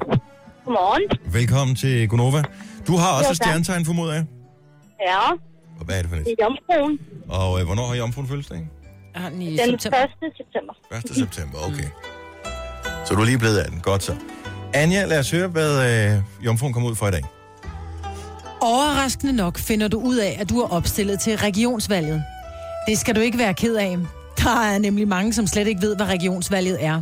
[SPEAKER 8] Godmorgen.
[SPEAKER 1] Velkommen til Gunova. Du har også
[SPEAKER 8] Jo,
[SPEAKER 1] et
[SPEAKER 8] tak.
[SPEAKER 1] stjernetegn, formoder jeg.
[SPEAKER 8] Ja,
[SPEAKER 1] Og Hvad er det for
[SPEAKER 8] det
[SPEAKER 1] et?
[SPEAKER 8] er jomfruen.
[SPEAKER 1] Og øh, hvornår har jomfruen fødselsdag?
[SPEAKER 4] Er han i
[SPEAKER 8] Den
[SPEAKER 4] september?
[SPEAKER 8] 1. september.
[SPEAKER 1] 1. september, okay. Så du er lige blevet af den. Godt så. Anja, lad os høre, hvad øh, jomfruen kom ud for i dag.
[SPEAKER 4] Overraskende nok finder du ud af, at du er opstillet til regionsvalget. Det skal du ikke være ked af. Der er nemlig mange, som slet ikke ved, hvad regionsvalget er.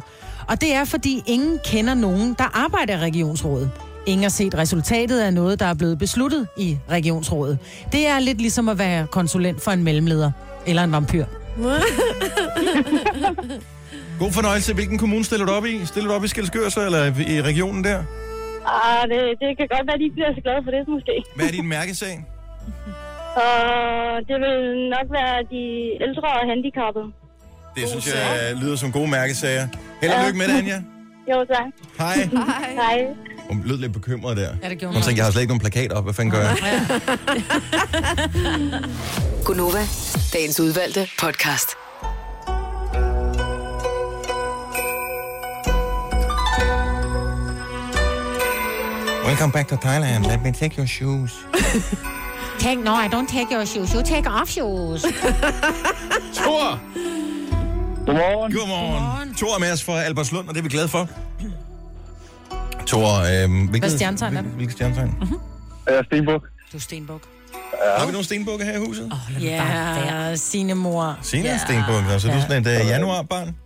[SPEAKER 4] Og det er, fordi ingen kender nogen, der arbejder i regionsrådet. Ingen har set resultatet af noget, der er blevet besluttet i regionsrådet. Det er lidt ligesom at være konsulent for en mellemleder eller en vampyr.
[SPEAKER 1] God fornøjelse. Hvilken kommune stiller du op i? Stiller du op i Skelskør, så, eller i regionen der?
[SPEAKER 8] Ah, det, det kan godt være, de ikke bliver så glade for det, måske.
[SPEAKER 1] Hvad er din mærkesag?
[SPEAKER 8] Og det vil nok være de ældre og handicappede.
[SPEAKER 1] Det synes jeg øh, lyder som gode mærkesager. Held og lykke med det, Anja.
[SPEAKER 8] Jo, tak.
[SPEAKER 1] Hej.
[SPEAKER 8] Hej.
[SPEAKER 1] Hun lød lidt bekymret der.
[SPEAKER 4] Ja, det
[SPEAKER 1] Hun
[SPEAKER 4] gjorde hun.
[SPEAKER 1] tænkte, jeg har slet ikke nogen plakat op. Hvad fanden gør jeg?
[SPEAKER 7] Gunova, dagens udvalgte podcast.
[SPEAKER 1] Welcome back to Thailand. Let me take your shoes.
[SPEAKER 3] Take, no, I don't take your shoes. You take off shoes.
[SPEAKER 1] Tor!
[SPEAKER 9] Godmorgen.
[SPEAKER 1] Godmorgen. Tor er med os fra Albertslund, og det er vi glade for. Tor, øh, hvilket,
[SPEAKER 4] Hvad stjernetegn er du?
[SPEAKER 1] hvil- Hvilket stjernetegn? Mm-hmm.
[SPEAKER 9] Jeg er Stenbuk.
[SPEAKER 4] Du er Stenbuk.
[SPEAKER 1] Har vi nogle stenbukke her i huset? Oh.
[SPEAKER 4] Ja, sine mor.
[SPEAKER 1] Signe er en stenbuk, så du er sådan et uh, januarbarn,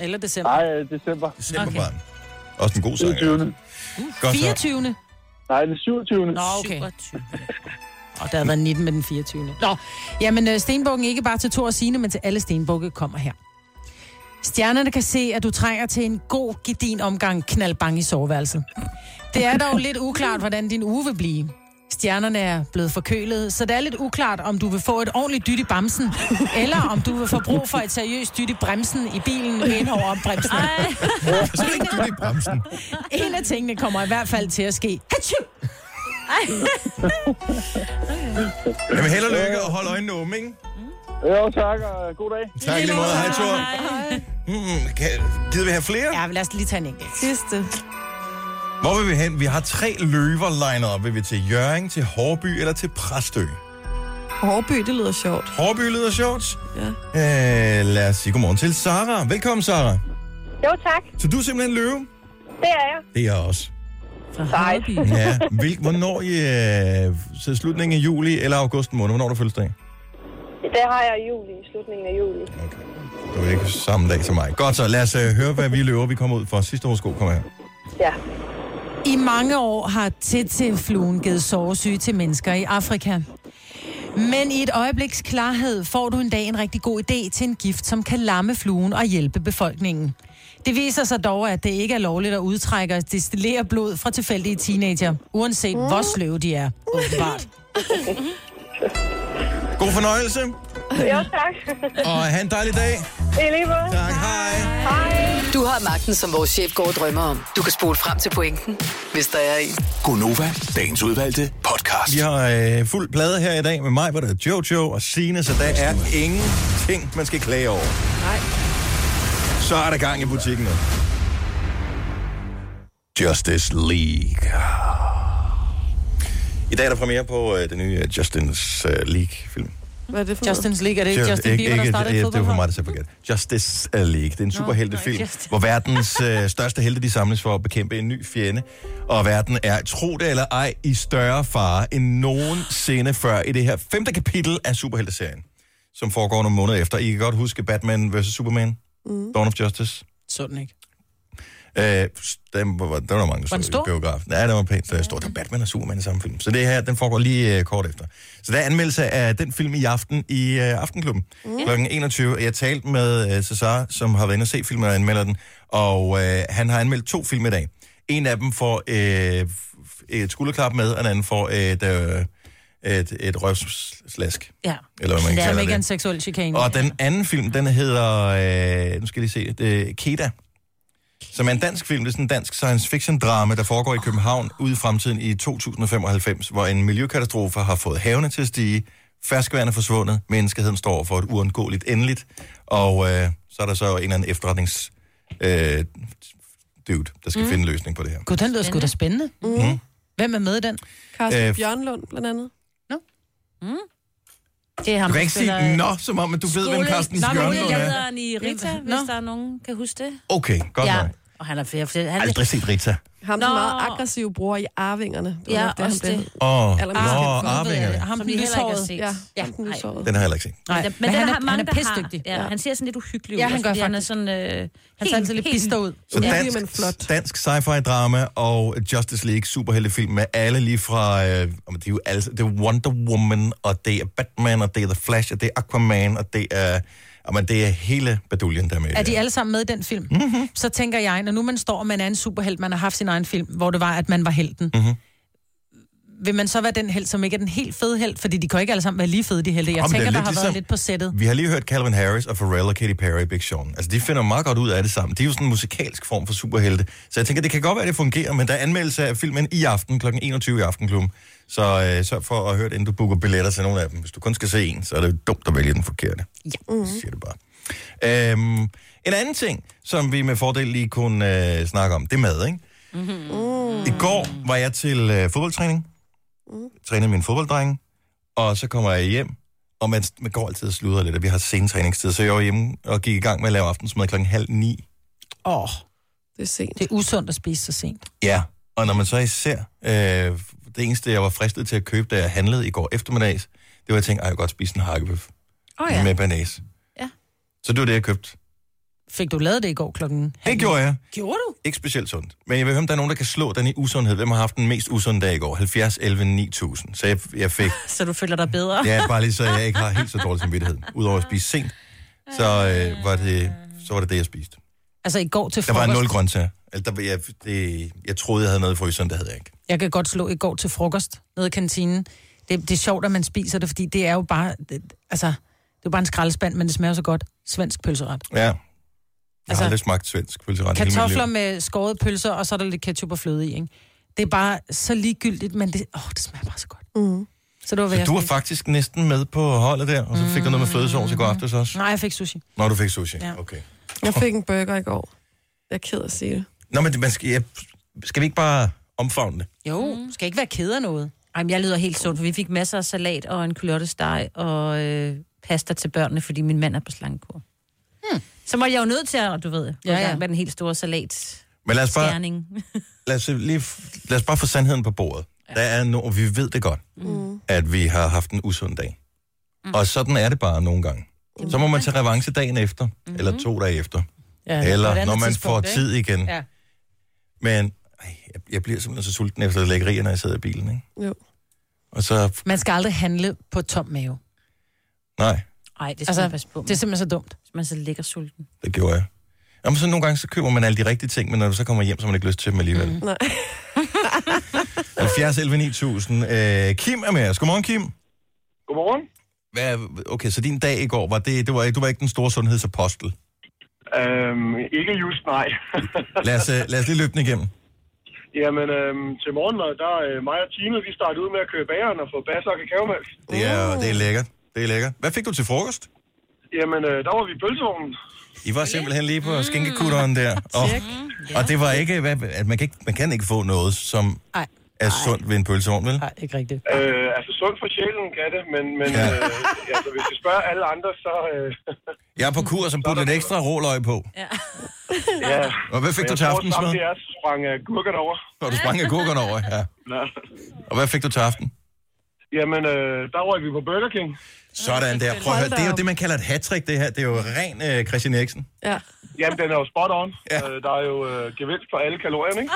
[SPEAKER 4] Eller december.
[SPEAKER 9] Nej, øh, december.
[SPEAKER 1] decemberbarn. Også en god sang. ja.
[SPEAKER 9] 27.
[SPEAKER 1] Godt så.
[SPEAKER 4] 24.
[SPEAKER 9] Nej, den 27.
[SPEAKER 4] Nå, Ah, okay. Og der har været 19 med den 24. Nå, jamen øh, stenbukken ikke bare til to og sine, men til alle stenbukke kommer her. Stjernerne kan se, at du trænger til en god gedin omgang knaldbang i soveværelset. Det er dog lidt uklart, hvordan din uge vil blive. Stjernerne er blevet forkølet, så det er lidt uklart, om du vil få et ordentligt dyt i bamsen, eller om du vil få brug for et seriøst dyt i bremsen i bilen hen over opbremsen.
[SPEAKER 1] Så er det ikke dyt i bremsen.
[SPEAKER 4] En af tingene kommer i hvert fald til at ske. Atchoo!
[SPEAKER 1] Jamen, held og lykke og hold øjnene åbne, ikke?
[SPEAKER 9] Jo, tak, og god dag.
[SPEAKER 1] Tak i lige måde. Hej, Tor. Hmm, kan, gider vi have flere?
[SPEAKER 4] Ja, lad os lige tage en enkelt.
[SPEAKER 2] Sidste.
[SPEAKER 1] Hvor vil vi hen? Vi har tre løver lined op. Vil vi til Jøring, til Hårby eller til Præstø?
[SPEAKER 2] Hårby, det lyder sjovt.
[SPEAKER 1] Hårby lyder sjovt.
[SPEAKER 2] Ja.
[SPEAKER 1] Øh, lad os sige godmorgen til Sara. Velkommen, Sara.
[SPEAKER 8] Jo, tak.
[SPEAKER 1] Så du er simpelthen løve?
[SPEAKER 8] Det er jeg.
[SPEAKER 1] Det er jeg også.
[SPEAKER 8] Hej.
[SPEAKER 1] Ja. Hvil, hvornår i øh, så slutningen af juli eller august måned? Hvornår er du fødselsdag?
[SPEAKER 8] Det har jeg i juli, i slutningen af juli.
[SPEAKER 1] Okay. Du er ikke samme dag som mig. Godt så, lad os øh, høre, hvad vi løver, vi kommer ud for. Sidste års kommer her.
[SPEAKER 8] Ja.
[SPEAKER 4] I mange år har tete-fluen givet sovesyge til mennesker i Afrika. Men i et øjebliks klarhed får du en dag en rigtig god idé til en gift, som kan lamme fluen og hjælpe befolkningen. Det viser sig dog, at det ikke er lovligt at udtrække og destillere blod fra tilfældige teenager, uanset hvor sløve de er, åbenbart.
[SPEAKER 1] God fornøjelse,
[SPEAKER 8] Jo, tak.
[SPEAKER 1] og have en dejlig dag.
[SPEAKER 8] I lige måde.
[SPEAKER 1] Tak, hej.
[SPEAKER 7] Du har magten, som vores chef går og drømmer om. Du kan spole frem til pointen, hvis der er en.
[SPEAKER 6] Gonova, dagens udvalgte podcast.
[SPEAKER 1] Vi har øh, fuld plade her i dag med mig, hvor der er Jojo og Sine, så der er ingenting, man skal klage over. Nej. Så er der gang i butikken nu. Justice League. I dag er der premiere på øh, den nye øh, Justins øh, League-film.
[SPEAKER 2] Hvad er det for noget?
[SPEAKER 4] Justin's League, er det ikke Justin Bieber, der startede
[SPEAKER 1] ja,
[SPEAKER 4] et
[SPEAKER 1] det var for mig,
[SPEAKER 4] fodboldhold?
[SPEAKER 1] der sagde forkert. Justice øh, League. Det er en superheltefilm,
[SPEAKER 4] nej,
[SPEAKER 1] hvor verdens øh, største helte de samles for at bekæmpe en ny fjende. Og verden er, tro det eller ej, i større fare end nogensinde før i det her femte kapitel af superhelteserien, som foregår nogle måneder efter. I kan godt huske Batman vs. Superman, mm. Dawn of Justice.
[SPEAKER 4] Sådan ikke.
[SPEAKER 1] Øh, den var, der var der mange, der
[SPEAKER 4] den
[SPEAKER 1] så
[SPEAKER 4] stor?
[SPEAKER 1] i biografen. Ja, den var pænt øh, stor. Der var Batman og Superman i samme film. Så det her, den foregår lige øh, kort efter. Så der er anmeldelse af den film i aften i øh, Aftenklubben kl. 21. Jeg talte med øh, Cesar, som har været inde og se filmen og anmelder den. Og øh, han har anmeldt to film i dag. En af dem får øh, f- et skulderklap med, og den anden får et, øh, et, et røvslask.
[SPEAKER 4] Ja.
[SPEAKER 1] Eller hvad man
[SPEAKER 4] Det er
[SPEAKER 1] kalder
[SPEAKER 4] ikke en
[SPEAKER 1] det.
[SPEAKER 4] seksuel chikane.
[SPEAKER 1] Og den anden film, den hedder, øh, nu skal jeg lige se, det, Keda. Som er en dansk film, det er sådan en dansk science fiction drama, der foregår i København ude i fremtiden i 2095, hvor en miljøkatastrofe har fået havene til at stige, ferskvand er forsvundet, menneskeheden står over for et uundgåeligt endeligt, og øh, så er der så en eller anden efterretnings øh, dude, der skal mm. finde en løsning på det her.
[SPEAKER 4] Gud, den lyder sgu da spændende. Mm. Hvem er med i den?
[SPEAKER 2] Carsten
[SPEAKER 1] Øh,
[SPEAKER 2] øh, Bjørnlund, blandt andet.
[SPEAKER 5] Det er ham,
[SPEAKER 1] Du kan
[SPEAKER 5] der
[SPEAKER 1] ikke sige
[SPEAKER 5] spiller-
[SPEAKER 1] nå, som om at du ved, hvem
[SPEAKER 5] Ole-
[SPEAKER 1] Carsten
[SPEAKER 5] Nå, men Ole
[SPEAKER 1] Bjørnlund er.
[SPEAKER 5] Jaderen i Rita,
[SPEAKER 4] Jamen,
[SPEAKER 5] hvis
[SPEAKER 4] nå.
[SPEAKER 5] der er nogen, kan huske det.
[SPEAKER 1] Okay, godt
[SPEAKER 5] ja.
[SPEAKER 1] nok.
[SPEAKER 5] Og han er færdig. Han er
[SPEAKER 1] Aldrig set Rita.
[SPEAKER 2] Ham, den
[SPEAKER 5] Nå.
[SPEAKER 2] meget aggressive bror i Arvingerne. Det var
[SPEAKER 5] Ja,
[SPEAKER 2] nok det, han
[SPEAKER 5] også
[SPEAKER 2] blev.
[SPEAKER 5] det.
[SPEAKER 1] Åh, oh,
[SPEAKER 2] Allermest kendt for.
[SPEAKER 1] arvingerne.
[SPEAKER 4] Ham
[SPEAKER 5] som
[SPEAKER 4] den
[SPEAKER 5] vi heller ikke har
[SPEAKER 4] lyshårede.
[SPEAKER 5] set.
[SPEAKER 2] Ja,
[SPEAKER 5] ja,
[SPEAKER 2] ja den
[SPEAKER 5] nej.
[SPEAKER 2] lyshårede.
[SPEAKER 1] Den har jeg heller ikke set.
[SPEAKER 4] Nej,
[SPEAKER 5] Men, men den
[SPEAKER 4] han er,
[SPEAKER 5] har mange,
[SPEAKER 4] han er
[SPEAKER 5] der har.
[SPEAKER 4] pissdygtig.
[SPEAKER 5] Ja, han ser sådan lidt uhyggelig ud.
[SPEAKER 4] Ja, han
[SPEAKER 5] også,
[SPEAKER 4] gør
[SPEAKER 5] fordi Han er
[SPEAKER 4] faktisk.
[SPEAKER 5] sådan... Øh,
[SPEAKER 4] Han ser altid lidt bister ud.
[SPEAKER 1] Så
[SPEAKER 2] Ja.
[SPEAKER 1] dansk,
[SPEAKER 2] Fordi man er flot.
[SPEAKER 1] dansk sci-fi drama og Justice League superheltefilm med alle lige fra, øh, jamen, det er jo alle, det er Wonder Woman, og det er Batman, og det er The Flash, og det er Aquaman, og det er, jamen, det er hele baduljen der er med. øh, i
[SPEAKER 4] Er
[SPEAKER 1] det
[SPEAKER 4] de alle sammen med i den film?
[SPEAKER 1] Mhm.
[SPEAKER 4] Mm-hmm. Så tænker jeg, når nu man står, og man er en superhelt, man har haft sin egen film, hvor det var, at man var helten.
[SPEAKER 1] Mhm.
[SPEAKER 4] Mm-hmm. Vil man så være den held, som ikke er den helt fede held? Fordi de kan jo ikke alle sammen være lige fede, de helte. Jeg
[SPEAKER 1] Jamen, det er
[SPEAKER 4] tænker, der
[SPEAKER 1] lidt
[SPEAKER 4] har været
[SPEAKER 1] ligesom-
[SPEAKER 4] lidt på sættet.
[SPEAKER 1] Vi har lige hørt Calvin Harris og Pharrell og Katy Perry i Big Sean. Altså, de finder meget godt ud af det sammen. Det er jo sådan en musikalsk form for superhelte. Så jeg tænker, det kan godt være, det fungerer, men der er anmeldelse af filmen i aften kl. 21 i Aftenklubben. Så øh, sørg for at høre det, inden du booker billetter til nogle af dem. Hvis du kun skal se en, så er det jo dumt at vælge den forkerte. Ja. Mm-hmm. Siger det bare. Øhm, en anden ting, som vi med fordel lige kunne øh, snakke om, det er mad, ikke? Mm-hmm. I går var jeg til øh, fodboldtræning. Mm. Trænede min fodbolddrenge. Og så kommer jeg hjem, og man, man går altid og sluder lidt, og vi har sen træningstid. Så jeg var hjemme og gik i gang med at lave aftensmad klokken halv ni.
[SPEAKER 4] Åh, oh,
[SPEAKER 2] Det er sent.
[SPEAKER 4] det er usundt at spise så sent.
[SPEAKER 1] Ja. Og når man så især, øh, det eneste, jeg var fristet til at købe, da jeg handlede i går eftermiddags, det var, at jeg tænkte, "Ej, jeg kan godt spise en hakkebøf
[SPEAKER 5] Åh
[SPEAKER 1] oh,
[SPEAKER 5] ja.
[SPEAKER 1] ja. med banæs.
[SPEAKER 5] Ja.
[SPEAKER 1] Så det var det, jeg købte.
[SPEAKER 4] Fik du lavet det i går klokken? halv
[SPEAKER 1] Det
[SPEAKER 4] ni?
[SPEAKER 1] gjorde jeg.
[SPEAKER 4] Gjorde du?
[SPEAKER 1] Ikke specielt sundt. Men jeg vil høre, om der er nogen, der kan slå den i usundhed. Hvem har haft den mest usunde dag i går? 70, 11, 9000. Så jeg, jeg fik
[SPEAKER 5] Så du føler dig bedre.
[SPEAKER 1] Ja, bare lige så jeg ikke har helt så dårlig samvittighed. Udover at spise sent, så, øh, var, det, så var det det, jeg spiste.
[SPEAKER 4] Altså i går til
[SPEAKER 1] Der var
[SPEAKER 4] frokost.
[SPEAKER 1] nul grøntsager. Altså, der, var- jeg, det, jeg troede, jeg havde noget i fryseren, det havde jeg ikke.
[SPEAKER 4] Jeg kan godt slå i går til frokost nede i kantinen. Det, det er sjovt, at man spiser det, fordi det er jo bare... Det, altså, det er jo bare en skraldespand, men det smager så godt. Svensk pølseret.
[SPEAKER 1] Ja. Jeg altså,
[SPEAKER 4] Altså,
[SPEAKER 1] har aldrig smagt svensk pølseret i hele mit liv.
[SPEAKER 4] Kartofler med skårede pølser, og så er der lidt ketchup og fløde i, ikke? Det er bare så ligegyldigt, men det, åh, det smager bare så godt.
[SPEAKER 2] Mm.
[SPEAKER 4] Så det var, hvad
[SPEAKER 1] Så
[SPEAKER 4] jeg
[SPEAKER 1] du var
[SPEAKER 4] spiste.
[SPEAKER 1] faktisk næsten med på holdet der, og så fik du noget med flødesovs i går aftes også?
[SPEAKER 4] Nej, jeg fik sushi.
[SPEAKER 1] Nå, du fik sushi.
[SPEAKER 4] Ja.
[SPEAKER 1] Okay.
[SPEAKER 2] Jeg fik en burger i går. Jeg er ked af at sige det.
[SPEAKER 1] Nå, men det- man skal, jeg, skal vi ikke bare omfavne det?
[SPEAKER 4] Jo, mm. skal ikke være ked af noget.
[SPEAKER 5] Ej, men jeg lyder helt sundt, for vi fik masser af salat og en kulottesteg og øh, pasta til børnene, fordi min mand er på slangekur. Hmm. Så måtte jeg jo nødt til at, du ved, gå
[SPEAKER 4] Ja,
[SPEAKER 5] ja, ja. i
[SPEAKER 4] ja.
[SPEAKER 5] gang med den helt store salat.
[SPEAKER 1] Men lad os bare,
[SPEAKER 5] Gerning.
[SPEAKER 1] lad os, lige, f- lad os bare få sandheden på bordet. Ja. Der er no, og vi ved det godt, mm. at vi har haft en usund dag. Mm. Og sådan er det bare nogle gange. Så må man tage revanche dagen efter, mm. eller to dage efter,
[SPEAKER 4] Ja,
[SPEAKER 1] ja,
[SPEAKER 4] Altså, på et
[SPEAKER 1] eller
[SPEAKER 4] andet
[SPEAKER 1] når man
[SPEAKER 4] tidspunkt,
[SPEAKER 1] får
[SPEAKER 4] ikke?
[SPEAKER 1] tid igen.
[SPEAKER 4] Ja.
[SPEAKER 1] Men ej, jeg, jeg bliver simpelthen så sulten efter lækkerier, når jeg sidder i bilen. Ikke?
[SPEAKER 2] Jo.
[SPEAKER 1] Og så,
[SPEAKER 4] Man skal aldrig handle på tom mave.
[SPEAKER 1] nej,
[SPEAKER 5] Nej, det skal altså, man passe
[SPEAKER 4] Altså,
[SPEAKER 5] på med,
[SPEAKER 4] det er simpelthen så dumt.
[SPEAKER 5] hvis man så ligger sulten.
[SPEAKER 1] det gjorde jeg. Jamen, så nogle gange så køber man alle de rigtige ting, men når du så kommer hjem, så har man ikke lyst til dem alligevel.
[SPEAKER 4] Mhm.
[SPEAKER 1] Mm.
[SPEAKER 2] Nej.
[SPEAKER 1] 70 11 9000. Øh, Kim er med os. Godmorgen, Kim.
[SPEAKER 9] Godmorgen.
[SPEAKER 1] Hvad, okay, så din dag i går, var det, det var, ikke- du var ikke den store sundhedsapostel.
[SPEAKER 9] Øhm, ikke just, nej.
[SPEAKER 1] Lad os, øh, lad os lige løbe den igennem.
[SPEAKER 9] Jamen, øhm, til morgenmad, der øh, mig og teamet, vi startede ud med at købe bageren og få basser og kakaomælk.
[SPEAKER 1] Det er,
[SPEAKER 4] Uh.
[SPEAKER 1] det er lækkert. Det er lækkert. Hvad fik du til frokost?
[SPEAKER 9] Jamen, øh, der var vi i pølsevognen.
[SPEAKER 1] I var simpelthen lige
[SPEAKER 4] Mm.
[SPEAKER 1] på skinkekutteren der. Og, og det var ikke, hvad, at man kan ikke, man kan ikke få noget, som
[SPEAKER 4] Nej.
[SPEAKER 1] er sundt ved en pølsevogn, vel?
[SPEAKER 4] Nej, ikke rigtigt.
[SPEAKER 9] Øh, altså, sundt for sjælen kan det, men, men
[SPEAKER 1] Ja.
[SPEAKER 9] øh, altså, hvis vi spørger alle andre, så... Øh,
[SPEAKER 1] Jeg er på kur, som putter lidt ekstra råløg på.
[SPEAKER 9] ja.
[SPEAKER 1] Og hvad fik du
[SPEAKER 9] Jeg
[SPEAKER 1] til
[SPEAKER 9] tror,
[SPEAKER 1] aftensmad?
[SPEAKER 9] samtidig er, så sprang uh, gurken over.
[SPEAKER 1] Og du sprang agurkerne over, ja.
[SPEAKER 9] Nå.
[SPEAKER 1] Og hvad fik du til aften?
[SPEAKER 9] Jamen, øh, der røg vi på Burger King.
[SPEAKER 1] Sådan der. Prøv at høre, det er jo det, man kalder et hattrick det her. Det er jo ren øh, Christian Eriksen.
[SPEAKER 2] Ja.
[SPEAKER 9] Jamen, den er jo spot on.
[SPEAKER 1] Ja.
[SPEAKER 9] Ja. Øh, der er jo øh, gevinst på alle kalorierne, ikke?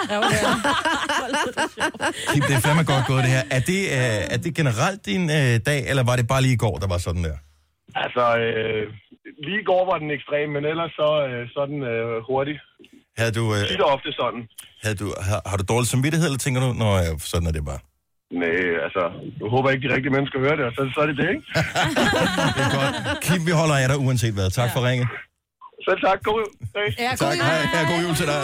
[SPEAKER 1] Kim, det er fandme godt gået, det her. Er det, øh, er det generelt din øh, dag, eller var det bare lige i går, der var sådan der?
[SPEAKER 9] Altså, øh, lige i går var den ekstrem, men ellers så øh, sådan øh, hurtigt.
[SPEAKER 1] Havde du, øh,
[SPEAKER 9] Tit og ofte sådan.
[SPEAKER 1] havde du, har, har du dårlig samvittighed, eller tænker du, nå, øh, sådan er det bare?
[SPEAKER 9] Nej, altså, jeg håber ikke, de rigtige mennesker hører det, og så, så er det det, ikke?
[SPEAKER 1] Det er godt. Kim, vi holder af dig uanset hvad. Tak for ringet.
[SPEAKER 9] Selv tak, god dag.
[SPEAKER 4] Ja, god
[SPEAKER 1] Tak.
[SPEAKER 4] jul.
[SPEAKER 1] Hej. Ja, god jul til dig.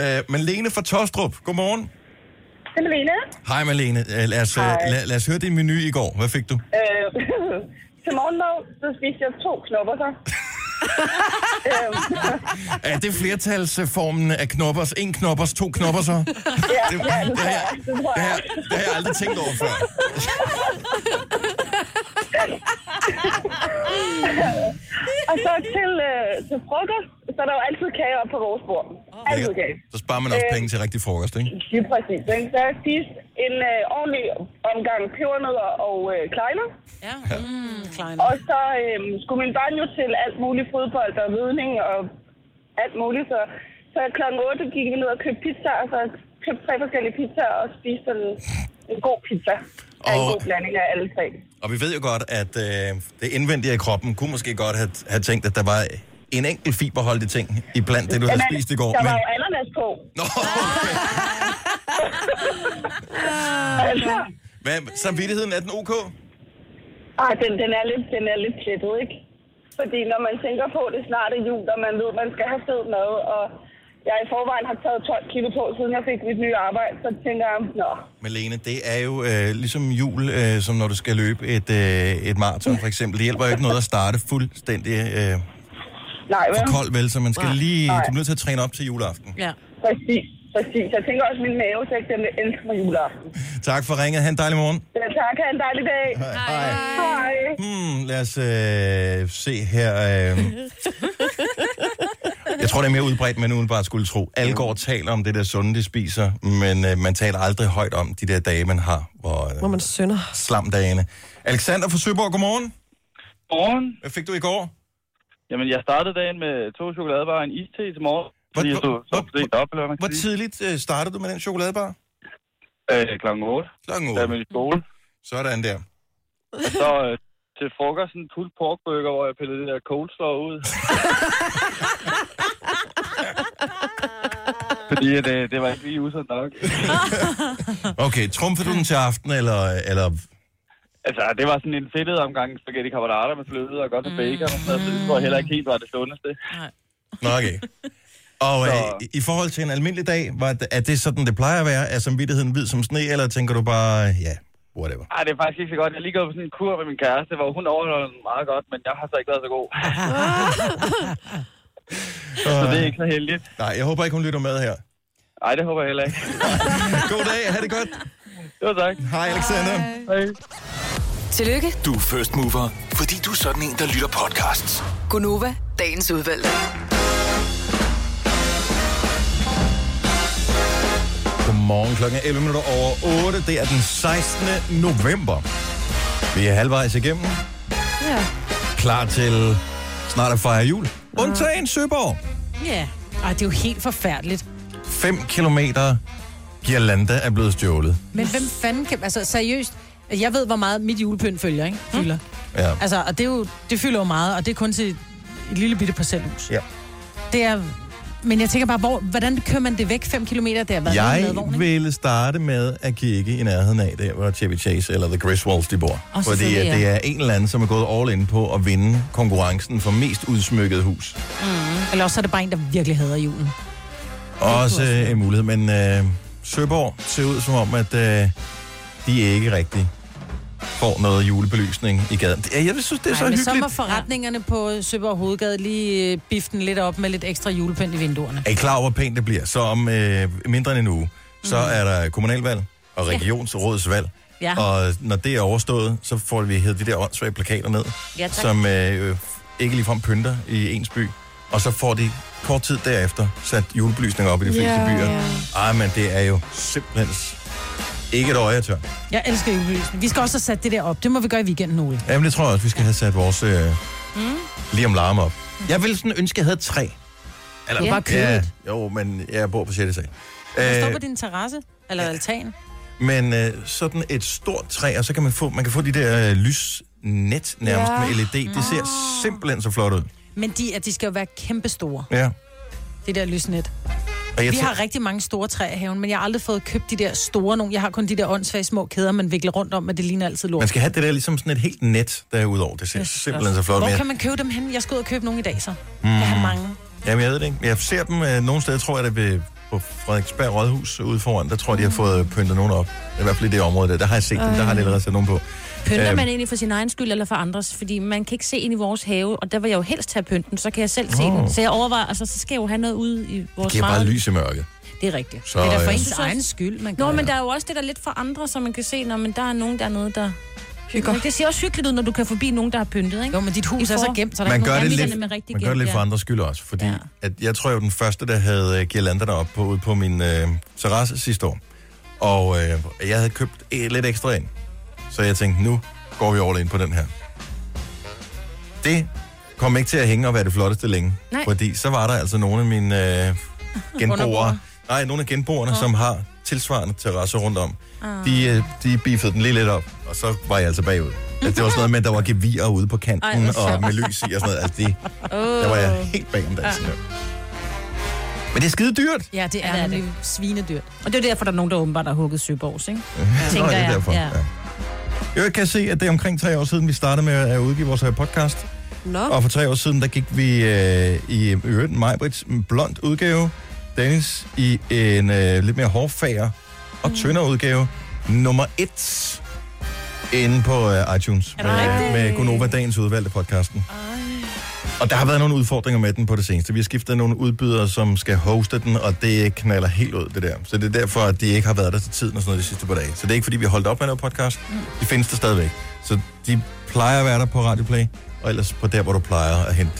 [SPEAKER 1] Øh, men Lene fra Tostrup, godmorgen.
[SPEAKER 8] Det er Malene.
[SPEAKER 1] Hej Malene, Øh, lad os, øh, lad, lad os høre din menu i går. Hvad fik du?
[SPEAKER 8] Øh, til morgenmad, så spiste jeg to knopper så. øhm,
[SPEAKER 1] Er det flertalsformen af knoppers? En knoppers, to knopper så? Det,
[SPEAKER 8] ja,
[SPEAKER 1] det,
[SPEAKER 8] ja,
[SPEAKER 1] har jeg,
[SPEAKER 8] det tror
[SPEAKER 1] det,
[SPEAKER 8] jeg.
[SPEAKER 1] har, det har jeg aldrig tænkt over før.
[SPEAKER 8] Og så til, øh, til frokost, så er der jo altid kage op på vores bord. Altid kage.
[SPEAKER 1] Så sparer man
[SPEAKER 8] Øh.
[SPEAKER 1] også penge til rigtig frokost, ikke?
[SPEAKER 8] Det er præcis. Ikke? Så jeg spiste en øh, ordentlig omgang pebernødder og øh, kleiner.
[SPEAKER 4] Ja,
[SPEAKER 5] Hmm.
[SPEAKER 4] mm, klein.
[SPEAKER 8] Og så øh, skulle min barn jo til alt muligt fodbold og ridning og alt muligt. Så, så kl. 8 gik vi ned og købte pizza, og så købte tre forskellige pizzaer og spiste en, en god pizza. Og... En
[SPEAKER 1] Og-
[SPEAKER 8] god blanding af alle tre.
[SPEAKER 1] Og vi ved jo godt, at øh, det indvendige i kroppen kunne måske godt have, have tænkt, at der var en enkelt fiberholdig ting i blandt det, du havde
[SPEAKER 8] Men,
[SPEAKER 1] spist i går.
[SPEAKER 8] Der
[SPEAKER 1] Men...
[SPEAKER 8] var jo ananas på.
[SPEAKER 1] Nå, okay.
[SPEAKER 8] Altså,
[SPEAKER 1] Hvad, samvittigheden, er den ok?
[SPEAKER 8] ah, den, den, er lidt, den er lidt plettet, ikke? Fordi når man tænker på, at det snart er jul, og man ved, at man skal have fed mad, og jeg i forvejen har taget 12 kilo på, siden jeg fik mit nye arbejde, så tænker jeg, nå,
[SPEAKER 1] Malene, det er jo øh, ligesom jul, øh, som når du skal løbe et, øh, et maraton for eksempel. Det hjælper jo ikke noget at starte fuldstændig øh,
[SPEAKER 8] nej, vel?
[SPEAKER 1] for koldt, vel? Så man skal lige, du er nødt til at træne op til juleaften.
[SPEAKER 4] Ja.
[SPEAKER 8] Præcis, præcis. Jeg tænker også, at min mavesæk, den vil elske mig juleaften.
[SPEAKER 1] Tak for ringet. Ha' en dejlig morgen.
[SPEAKER 8] Så tak, have en dejlig dag.
[SPEAKER 1] Hej.
[SPEAKER 8] Hej.
[SPEAKER 1] Hmm, lad os øh, se her. Øh. Jeg tror, det er mere udbredt, end man udenbart skulle tro. Alle går og taler om det der sunde, de spiser, men øh, man taler aldrig højt om de der dage, man har, hvor
[SPEAKER 2] Hvor
[SPEAKER 1] øh,
[SPEAKER 2] man sønder.
[SPEAKER 1] slamdagene. Alexander fra Søborg, godmorgen.
[SPEAKER 10] Godmorgen.
[SPEAKER 1] Hvad fik du i går?
[SPEAKER 10] Jamen, jeg startede dagen med to chokoladebarer og en iste til morgen. Fordi jeg stod
[SPEAKER 1] hvor-
[SPEAKER 10] så sent op, eller hvad man
[SPEAKER 1] Hvor
[SPEAKER 10] kan sige.
[SPEAKER 1] tidligt øh, startede du med den chokoladebar?
[SPEAKER 10] Øh, klokken 8,
[SPEAKER 1] Klokken
[SPEAKER 10] da jeg
[SPEAKER 1] 8.
[SPEAKER 10] mødte i skole.
[SPEAKER 1] Sådan der.
[SPEAKER 10] Og så øh, til frokost en pulled pork burger, hvor jeg pillede det der coleslaw ud. Fordi at, øh, det var ikke lige usundt nok.
[SPEAKER 1] Okay, trumfede du den til aften, eller, eller
[SPEAKER 10] Altså, det var sådan en fedtet omgang spaghetti carbonara med fløde og godt med bacon. Og sådan noget, så det tror jeg heller ikke helt var det sundeste.
[SPEAKER 1] Nå, okay. Og
[SPEAKER 10] Så-
[SPEAKER 1] øh, i forhold til en almindelig dag, var det, er det sådan, det plejer at være? Er samvittigheden hvid som sne, eller tænker du bare, ja, whatever?
[SPEAKER 10] Ej, det er faktisk ikke så godt. Jeg er lige gået på sådan en kur med min kæreste, hvor hun overholder den meget godt, men jeg har så ikke været så god. så det er ikke så heldigt.
[SPEAKER 1] Nej, jeg håber ikke, hun lytter med her.
[SPEAKER 10] Ej, det håber jeg heller ikke.
[SPEAKER 1] God dag, ha' det godt.
[SPEAKER 10] Jo, tak.
[SPEAKER 1] Hej, Alexander.
[SPEAKER 10] Hej.
[SPEAKER 7] Tillykke,
[SPEAKER 6] Du er first mover, fordi du er sådan en, der lytter podcasts.
[SPEAKER 7] Gunova, dagens udvalgte.
[SPEAKER 1] Godmorgen, klokken er 11 minutter over 8. Det er den 16. november. Vi er halvvejs igennem.
[SPEAKER 3] Ja.
[SPEAKER 1] Klar til snart at fejre jul. Undtagen Søborg.
[SPEAKER 3] Ja. Ej, det er jo helt forfærdeligt.
[SPEAKER 1] 5 kilometer Girlanda er blevet stjålet.
[SPEAKER 3] Men hvem fanden kan... Altså, seriøst, jeg ved, hvor meget mit julepynt følger, ikke?
[SPEAKER 4] Hm?
[SPEAKER 3] Fylder.
[SPEAKER 1] Ja.
[SPEAKER 4] Altså, og det, er jo, det fylder jo meget, og det er kun til et lille bitte parcelhus.
[SPEAKER 1] Ja.
[SPEAKER 4] Det er... Men jeg tænker bare, hvor, hvordan kører man det væk 5 km? Det har været jeg...
[SPEAKER 1] Jeg
[SPEAKER 4] med vogn, ikke?
[SPEAKER 1] ville starte med at kigge i nærheden af der, hvor Chevy Chase eller The Griswolds de bor.
[SPEAKER 4] Og
[SPEAKER 1] fordi
[SPEAKER 4] selvfølgelig,
[SPEAKER 1] at
[SPEAKER 4] ja.
[SPEAKER 1] det er en eller anden, som er gået all in på at vinde konkurrencen for mest udsmykket hus.
[SPEAKER 4] Mm. Eller også er det bare en, der virkelig hader julen.
[SPEAKER 1] Også øh, en mulighed, men øh, Søborg ser ud som om, at øh, de ikke rigtig får noget julebelysning i gaden. Det- Jeg synes, det er så
[SPEAKER 4] men
[SPEAKER 1] hyggeligt.
[SPEAKER 4] så må forretningerne på Søborg Hovedgade lige øh, bifte den lidt op med lidt ekstra julepynt i vinduerne.
[SPEAKER 1] Er I klar over, hvor pænt det bliver? Så om øh, mindre end en uge, så
[SPEAKER 4] Mm.
[SPEAKER 1] er der kommunalvalg og regionsrådsvalg.
[SPEAKER 5] Ja.
[SPEAKER 1] Og når det er overstået, så får vi hævet de der åndssvage plakater ned,
[SPEAKER 5] Ja, tak.
[SPEAKER 1] som øh, øh, ikke ligefrem pynter i ens by. Og så får de kort tid derefter sat julebelysninger op i de fleste
[SPEAKER 3] Ja,
[SPEAKER 1] byer.
[SPEAKER 3] ja.
[SPEAKER 1] Ej, men det er jo simpelthen s- ikke et øje er tør.
[SPEAKER 4] Jeg elsker julebelysning. Vi skal også have sat det der op. Det må vi gøre i weekenden, Ole.
[SPEAKER 1] Jamen, det tror jeg også, vi skal have sat vores øh,
[SPEAKER 4] Mm.
[SPEAKER 1] lige om larm op. Jeg ville sådan ønske, at jeg havde tre.
[SPEAKER 4] Du kan bare købe
[SPEAKER 1] ja,
[SPEAKER 4] et.
[SPEAKER 1] Jo, men jeg bor på 6. sal.
[SPEAKER 4] Jeg står
[SPEAKER 1] Øh,
[SPEAKER 4] på din terrasse, eller altan.
[SPEAKER 1] Men øh, sådan et stort træ, og så kan man få, man kan få de der øh, lysnet nærmest
[SPEAKER 4] Ja.
[SPEAKER 1] med LED. De ser simpelthen så flot ud.
[SPEAKER 4] Men de, at de skal jo være kæmpestore,
[SPEAKER 1] Ja.
[SPEAKER 4] det der lysnet.
[SPEAKER 1] Og jeg
[SPEAKER 4] Vi
[SPEAKER 1] tæ-
[SPEAKER 4] har rigtig mange store træer i haven, men jeg har aldrig fået købt de der store nogen. Jeg har kun de der åndssvage små kæder, man vikler rundt om, men det ligner altid lort.
[SPEAKER 1] Man skal have det der ligesom sådan et helt net derudover. Det ser simpelthen så flot ud.
[SPEAKER 4] Hvor
[SPEAKER 1] Men
[SPEAKER 4] kan man købe dem hen? Jeg skal ud og købe nogle i dag, så. Mm. Jeg har
[SPEAKER 1] Jeg, mm,
[SPEAKER 4] mange.
[SPEAKER 1] jamen, jeg ved det ikke. Jeg ser dem øh, nogle steder, tror jeg, det er ved, på Frederiksberg Rådhus ude foran. Der tror jeg, de har fået øh, pyntet nogen op. I hvert fald i det område der. Der har jeg set dem. Der har jeg allerede sat nogen på.
[SPEAKER 5] Pynter
[SPEAKER 1] Øhm,
[SPEAKER 5] man egentlig for sin egen skyld eller for andres? Fordi man kan ikke se ind i vores have, og der vil jeg jo helst have pynten, så kan jeg selv se
[SPEAKER 1] Åh.
[SPEAKER 5] den. Så jeg overvejer, altså så skal jeg jo have noget ude i vores
[SPEAKER 1] giver bare
[SPEAKER 5] meget-
[SPEAKER 1] lys i mørket.
[SPEAKER 5] Det er rigtigt.
[SPEAKER 1] Så, Det er da for øh, ens
[SPEAKER 4] egen skyld, man
[SPEAKER 5] Nå,
[SPEAKER 4] gør
[SPEAKER 5] men
[SPEAKER 4] det.
[SPEAKER 5] der er jo også det, der er lidt for andre, som man kan se, når men der er nogen dernede, der... Hygger. Det ser også hyggeligt ud, når du kan forbi nogen, der har pyntet, ikke? Jo,
[SPEAKER 4] men dit hus er så gemt, så
[SPEAKER 1] Man gør, det lidt,
[SPEAKER 5] Med
[SPEAKER 1] man
[SPEAKER 5] rigtig
[SPEAKER 1] gør det lidt for andres skyld også, fordi ja. at jeg tror, jeg var den første, der havde øh, girlanderne op på, ude på min øh, terrasse sidste år. Og øh, jeg havde købt øh, lidt ekstra ind. Så jeg tænkte, nu går vi all ind på den her. Det kom ikke til at hænge og være det flotteste længe.
[SPEAKER 6] Nej.
[SPEAKER 1] Fordi så var der altså nogle af mine øh, genboere, nej, nogle af genboerne, som har tilsvarende terrasser rundt om. De, øh, de biffede den lige lidt op, og så var jeg altså bagud. Altså, det var sådan noget med, at der var gevier ude på kanten,
[SPEAKER 6] Ej,
[SPEAKER 1] Ej,
[SPEAKER 6] hvor
[SPEAKER 1] og
[SPEAKER 6] sjovt.
[SPEAKER 1] med lys i og sådan noget. Altså, det, der var jeg helt bag om dansen. Ja. Men det er skide dyrt.
[SPEAKER 4] Ja, det er,
[SPEAKER 5] Ja, det
[SPEAKER 4] ja,
[SPEAKER 5] er
[SPEAKER 4] det er svinedyrt.
[SPEAKER 5] Og det er jo derfor, der er nogen, der åbenbart har hugget Søborgs, ikke?
[SPEAKER 1] Nå,
[SPEAKER 5] Tænker
[SPEAKER 1] det er
[SPEAKER 5] jeg.
[SPEAKER 1] derfor.
[SPEAKER 5] Ja.
[SPEAKER 1] Ja. Jeg kan se, at det er omkring tre år siden, vi startede med at udgive vores øh, podcast.
[SPEAKER 2] Nå.
[SPEAKER 1] Og for tre år siden, der gik vi øh, i øvrigt Majbrits blond udgave, Dennis i en øh, lidt mere hårdfager og tyndere udgave, nummer et inde på øh, iTunes med, med Gunova Dagens udvalgte podcasten. Og der har været nogle udfordringer med den på det seneste. Vi har skiftet nogle udbydere, som skal hoste den, og det knaller helt ud, det der. Så det er derfor, at de ikke har været der til tiden og sådan noget de sidste par dage. Så det er ikke, fordi vi har holdt op med at lave podcast. De findes der stadigvæk. Så de plejer at være der på Radioplay, og ellers på der, hvor du plejer at hente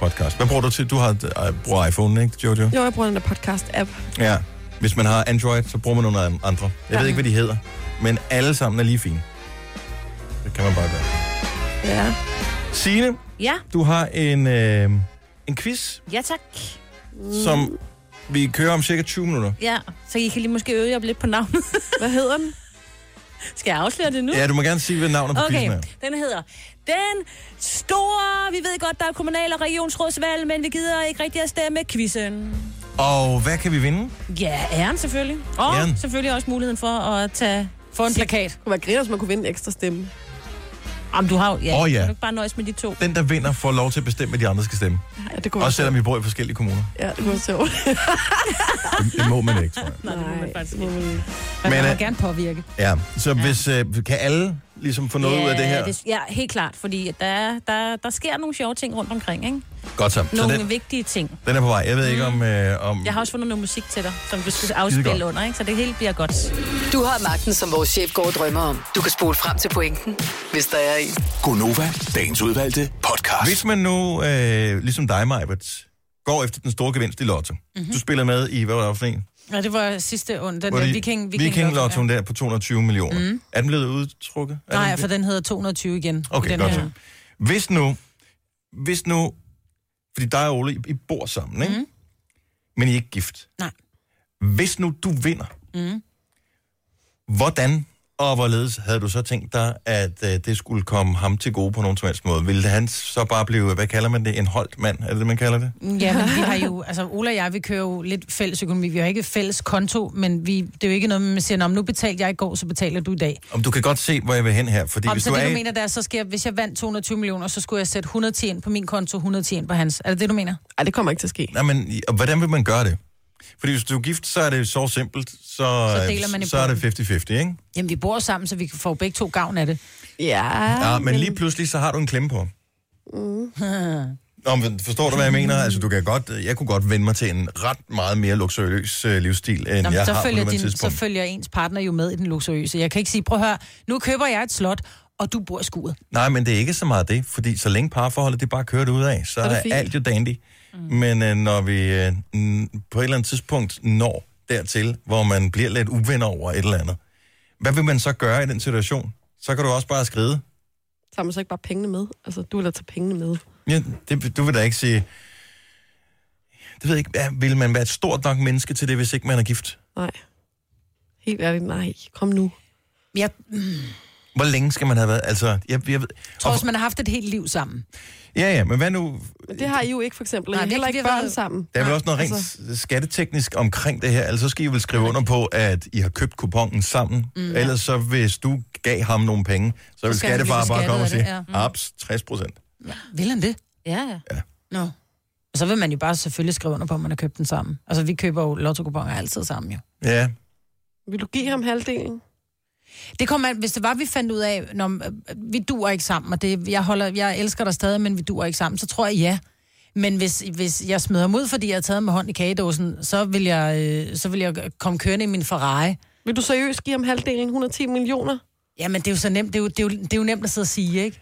[SPEAKER 1] podcast. Hvad bruger du til? Du har, øh, bruger iPhone, ikke, Jojo?
[SPEAKER 2] Jo, jeg bruger den der podcast-app.
[SPEAKER 1] Ja. Hvis man har Android, så bruger man nogle an- andre. Jeg ved
[SPEAKER 2] Ja.
[SPEAKER 1] ikke, hvad de hedder, men alle sammen er lige fine. Det kan man bare gøre.
[SPEAKER 2] Ja.
[SPEAKER 1] Signe,
[SPEAKER 5] Ja,
[SPEAKER 1] du har en, øh, en quiz,
[SPEAKER 5] ja tak.
[SPEAKER 1] som vi kører om cirka 20 minutter.
[SPEAKER 5] Ja, så I kan lige måske øve jer lidt på navnet.
[SPEAKER 2] Hvad hedder den?
[SPEAKER 5] Skal jeg afsløre det nu?
[SPEAKER 1] Ja, du må gerne sige, hvad navnet på
[SPEAKER 5] Okay,
[SPEAKER 1] quizzen er.
[SPEAKER 5] den hedder Den Store, vi ved godt, der er kommunal- og regionsrådsvalg, men vi gider ikke rigtig at stemme quizzen.
[SPEAKER 1] Og hvad kan vi vinde?
[SPEAKER 5] Ja, æren selvfølgelig. Og
[SPEAKER 1] Æren.
[SPEAKER 5] æren. selvfølgelig også muligheden for at tage... Få en plakat. Det
[SPEAKER 2] kunne være griner, hvis man kunne vinde en ekstra stemme.
[SPEAKER 5] Jamen, du har jo... Ja,
[SPEAKER 1] Åh, ja.
[SPEAKER 5] Kan du ikke bare nøjes med de to?
[SPEAKER 1] Den, der vinder, får lov til at bestemme, hvad de andre skal stemme.
[SPEAKER 2] Ja, det kunne
[SPEAKER 1] Også selvom vi bor i forskellige kommuner.
[SPEAKER 2] Ja, det kunne være sjovt.
[SPEAKER 1] Det, det må man ikke, tror jeg.
[SPEAKER 2] Nej, det må man faktisk ikke.
[SPEAKER 4] Man
[SPEAKER 1] Men,
[SPEAKER 4] men, må
[SPEAKER 1] øh,
[SPEAKER 4] gerne påvirke.
[SPEAKER 1] Ja, så hvis, øh, kan alle ligesom få noget
[SPEAKER 5] ja,
[SPEAKER 1] ud af det her?
[SPEAKER 5] ja, helt klart, fordi der, er- der, der sker nogle sjove ting rundt omkring, ikke?
[SPEAKER 1] Godt så. Så
[SPEAKER 5] Nogle
[SPEAKER 1] den,
[SPEAKER 5] vigtige ting.
[SPEAKER 1] den er på vej. Jeg ved ikke, om... Øh, om
[SPEAKER 5] Jeg har også fundet noget musik til dig, som du skal
[SPEAKER 1] Skidegodt.
[SPEAKER 5] afspille under, ikke? Så det hele bliver godt.
[SPEAKER 7] Du har magten, som vores chef går og drømmer om. Du kan spole frem til pointen, hvis der er en.
[SPEAKER 6] Gonova, dagens udvalgte podcast.
[SPEAKER 1] Hvis man nu, øh, ligesom dig, Majbert, går efter den store gevinst i Lotto.
[SPEAKER 5] Mhm.
[SPEAKER 1] Mm-hmm. Du spiller med i, hvad var det for en?
[SPEAKER 4] Ja, det var sidste ondt. Den
[SPEAKER 1] Hvor
[SPEAKER 4] der
[SPEAKER 1] de-
[SPEAKER 4] viking, viking,
[SPEAKER 1] Viking
[SPEAKER 4] Lotto,
[SPEAKER 1] Lottoen der på 220 millioner.
[SPEAKER 4] Mm.
[SPEAKER 1] Mm. Er den blevet udtrukket? Er
[SPEAKER 4] Ja. Nej,
[SPEAKER 1] den-
[SPEAKER 4] for den hedder 220 igen.
[SPEAKER 1] Okay,
[SPEAKER 4] den
[SPEAKER 1] godt
[SPEAKER 4] her.
[SPEAKER 1] så. Hvis nu, hvis nu, fordi dig og Ole, I- I bor sammen, ikke? Mm. Men I er ikke gift.
[SPEAKER 4] Nej.
[SPEAKER 1] Hvis nu du vinder,
[SPEAKER 3] Mm.
[SPEAKER 1] Hvordan og hvorledes havde du så tænkt dig, at øh, det skulle komme ham til gode på nogen som helst måde? Ville han så bare blive, hvad kalder man det, en holdt mand? Er det det, man kalder det?
[SPEAKER 4] Ja, men vi har jo, altså Ola og jeg, vi kører jo lidt fælles økonomi. Vi har ikke fælles konto, men vi, det er jo ikke noget, man siger, "Nå, men nu betalte jeg i går, så betaler du i dag.
[SPEAKER 1] Om du kan godt se, hvor jeg vil hen her, fordi
[SPEAKER 4] Om,
[SPEAKER 1] hvis
[SPEAKER 4] så
[SPEAKER 1] du
[SPEAKER 4] det,
[SPEAKER 1] er...
[SPEAKER 4] du
[SPEAKER 1] i-
[SPEAKER 4] mener, der så skal jeg, hvis jeg vandt 220 millioner, så skulle jeg sætte 110 ind på min konto, 110 ind på hans. Er det det, du mener?
[SPEAKER 2] Nej, det kommer ikke til at ske.
[SPEAKER 1] Nej, men i- og hvordan vil man gøre det? Fordi hvis du er gift, så er det så simpelt, så,
[SPEAKER 4] Så deler man i
[SPEAKER 1] så er det
[SPEAKER 4] båden.
[SPEAKER 1] 50-50, ikke?
[SPEAKER 4] Jamen, vi bor sammen, så vi kan få begge to gavn af det.
[SPEAKER 2] Ja.
[SPEAKER 1] Ja, men lige pludselig, så har du en klemme på.
[SPEAKER 4] Mm.
[SPEAKER 1] Nå, men forstår du, hvad jeg mener? Altså, du kan godt, jeg kunne godt vende mig til en ret meget mere luksuriøs øh, livsstil, end
[SPEAKER 4] Nå,
[SPEAKER 1] jeg
[SPEAKER 4] men så,
[SPEAKER 1] har på
[SPEAKER 4] følger
[SPEAKER 1] nuværende
[SPEAKER 4] din, så
[SPEAKER 1] tidspunkt.
[SPEAKER 4] følger ens partner jo med i den luksuriøse. Jeg kan ikke sige, prøv at høre, nu køber jeg et slot, og du bor i skuret.
[SPEAKER 1] Nej, men det er ikke så meget det, fordi så længe parforholdet det bare kører ud af, så
[SPEAKER 4] er det
[SPEAKER 1] er,
[SPEAKER 4] fint.
[SPEAKER 1] alt jo dandy. Mm. Men øh, når vi øh, n- på et eller andet tidspunkt når dertil, hvor man bliver lidt uven over et eller andet, hvad vil man så gøre i den situation? Så kan du også bare skride.
[SPEAKER 2] Tager man så ikke bare pengene med? Altså, du vil da tage pengene med.
[SPEAKER 1] Ja, det, du vil da ikke sige... Det ved jeg ikke. Ja, vil man være et stort nok menneske til det, hvis ikke man er gift?
[SPEAKER 2] Nej. Helt ærligt, nej. Kom nu.
[SPEAKER 4] Jeg
[SPEAKER 1] Hvor længe skal man have været? Altså, jeg, jeg ved...
[SPEAKER 4] tror også, man har haft et helt liv sammen.
[SPEAKER 1] Ja, ja, men hvad nu?
[SPEAKER 2] Men det har I jo ikke, for eksempel. Nej,
[SPEAKER 4] Nej,
[SPEAKER 2] I har
[SPEAKER 4] det er
[SPEAKER 2] heller
[SPEAKER 4] ikke,
[SPEAKER 2] ikke
[SPEAKER 4] vi har
[SPEAKER 2] børn
[SPEAKER 4] været-
[SPEAKER 2] sammen.
[SPEAKER 1] Der er vel også noget rent
[SPEAKER 2] altså-
[SPEAKER 1] altså... skatteteknisk omkring det her. Altså, så skal I vel skrive under på, at I har købt kupongen sammen.
[SPEAKER 4] Mm,
[SPEAKER 1] Mm,
[SPEAKER 4] ja.
[SPEAKER 1] Ellers så, hvis du gav ham nogle penge, så vil
[SPEAKER 4] skal han
[SPEAKER 1] skattefar
[SPEAKER 4] blive
[SPEAKER 1] bare komme og
[SPEAKER 4] beskattet af
[SPEAKER 1] sige,
[SPEAKER 4] det, ja. Mm.
[SPEAKER 1] aps, 60 procent.
[SPEAKER 4] Vil han det? Ja, ja.
[SPEAKER 1] ja.
[SPEAKER 4] Nå. Og så vil man jo bare selvfølgelig skrive under på, at man har købt den sammen. Altså, vi køber jo lottokuponger altid sammen, jo.
[SPEAKER 1] Ja,
[SPEAKER 2] Vil du give ham halvdelen?
[SPEAKER 4] Det kom an, hvis det var, vi fandt ud af, når vi duer ikke sammen, og det, jeg, holder, jeg elsker dig stadig, men vi duer ikke sammen, så tror jeg ja. Men hvis, hvis jeg smider ham ud, fordi jeg har taget med hånd i kagedåsen, så vil jeg, øh, så vil jeg komme kørende i min Ferrari.
[SPEAKER 2] Vil du seriøst give ham halvdelen 110 millioner?
[SPEAKER 4] Jamen, det er jo så nemt. Det er jo, det er jo, det er jo nemt at sidde og sige, ikke?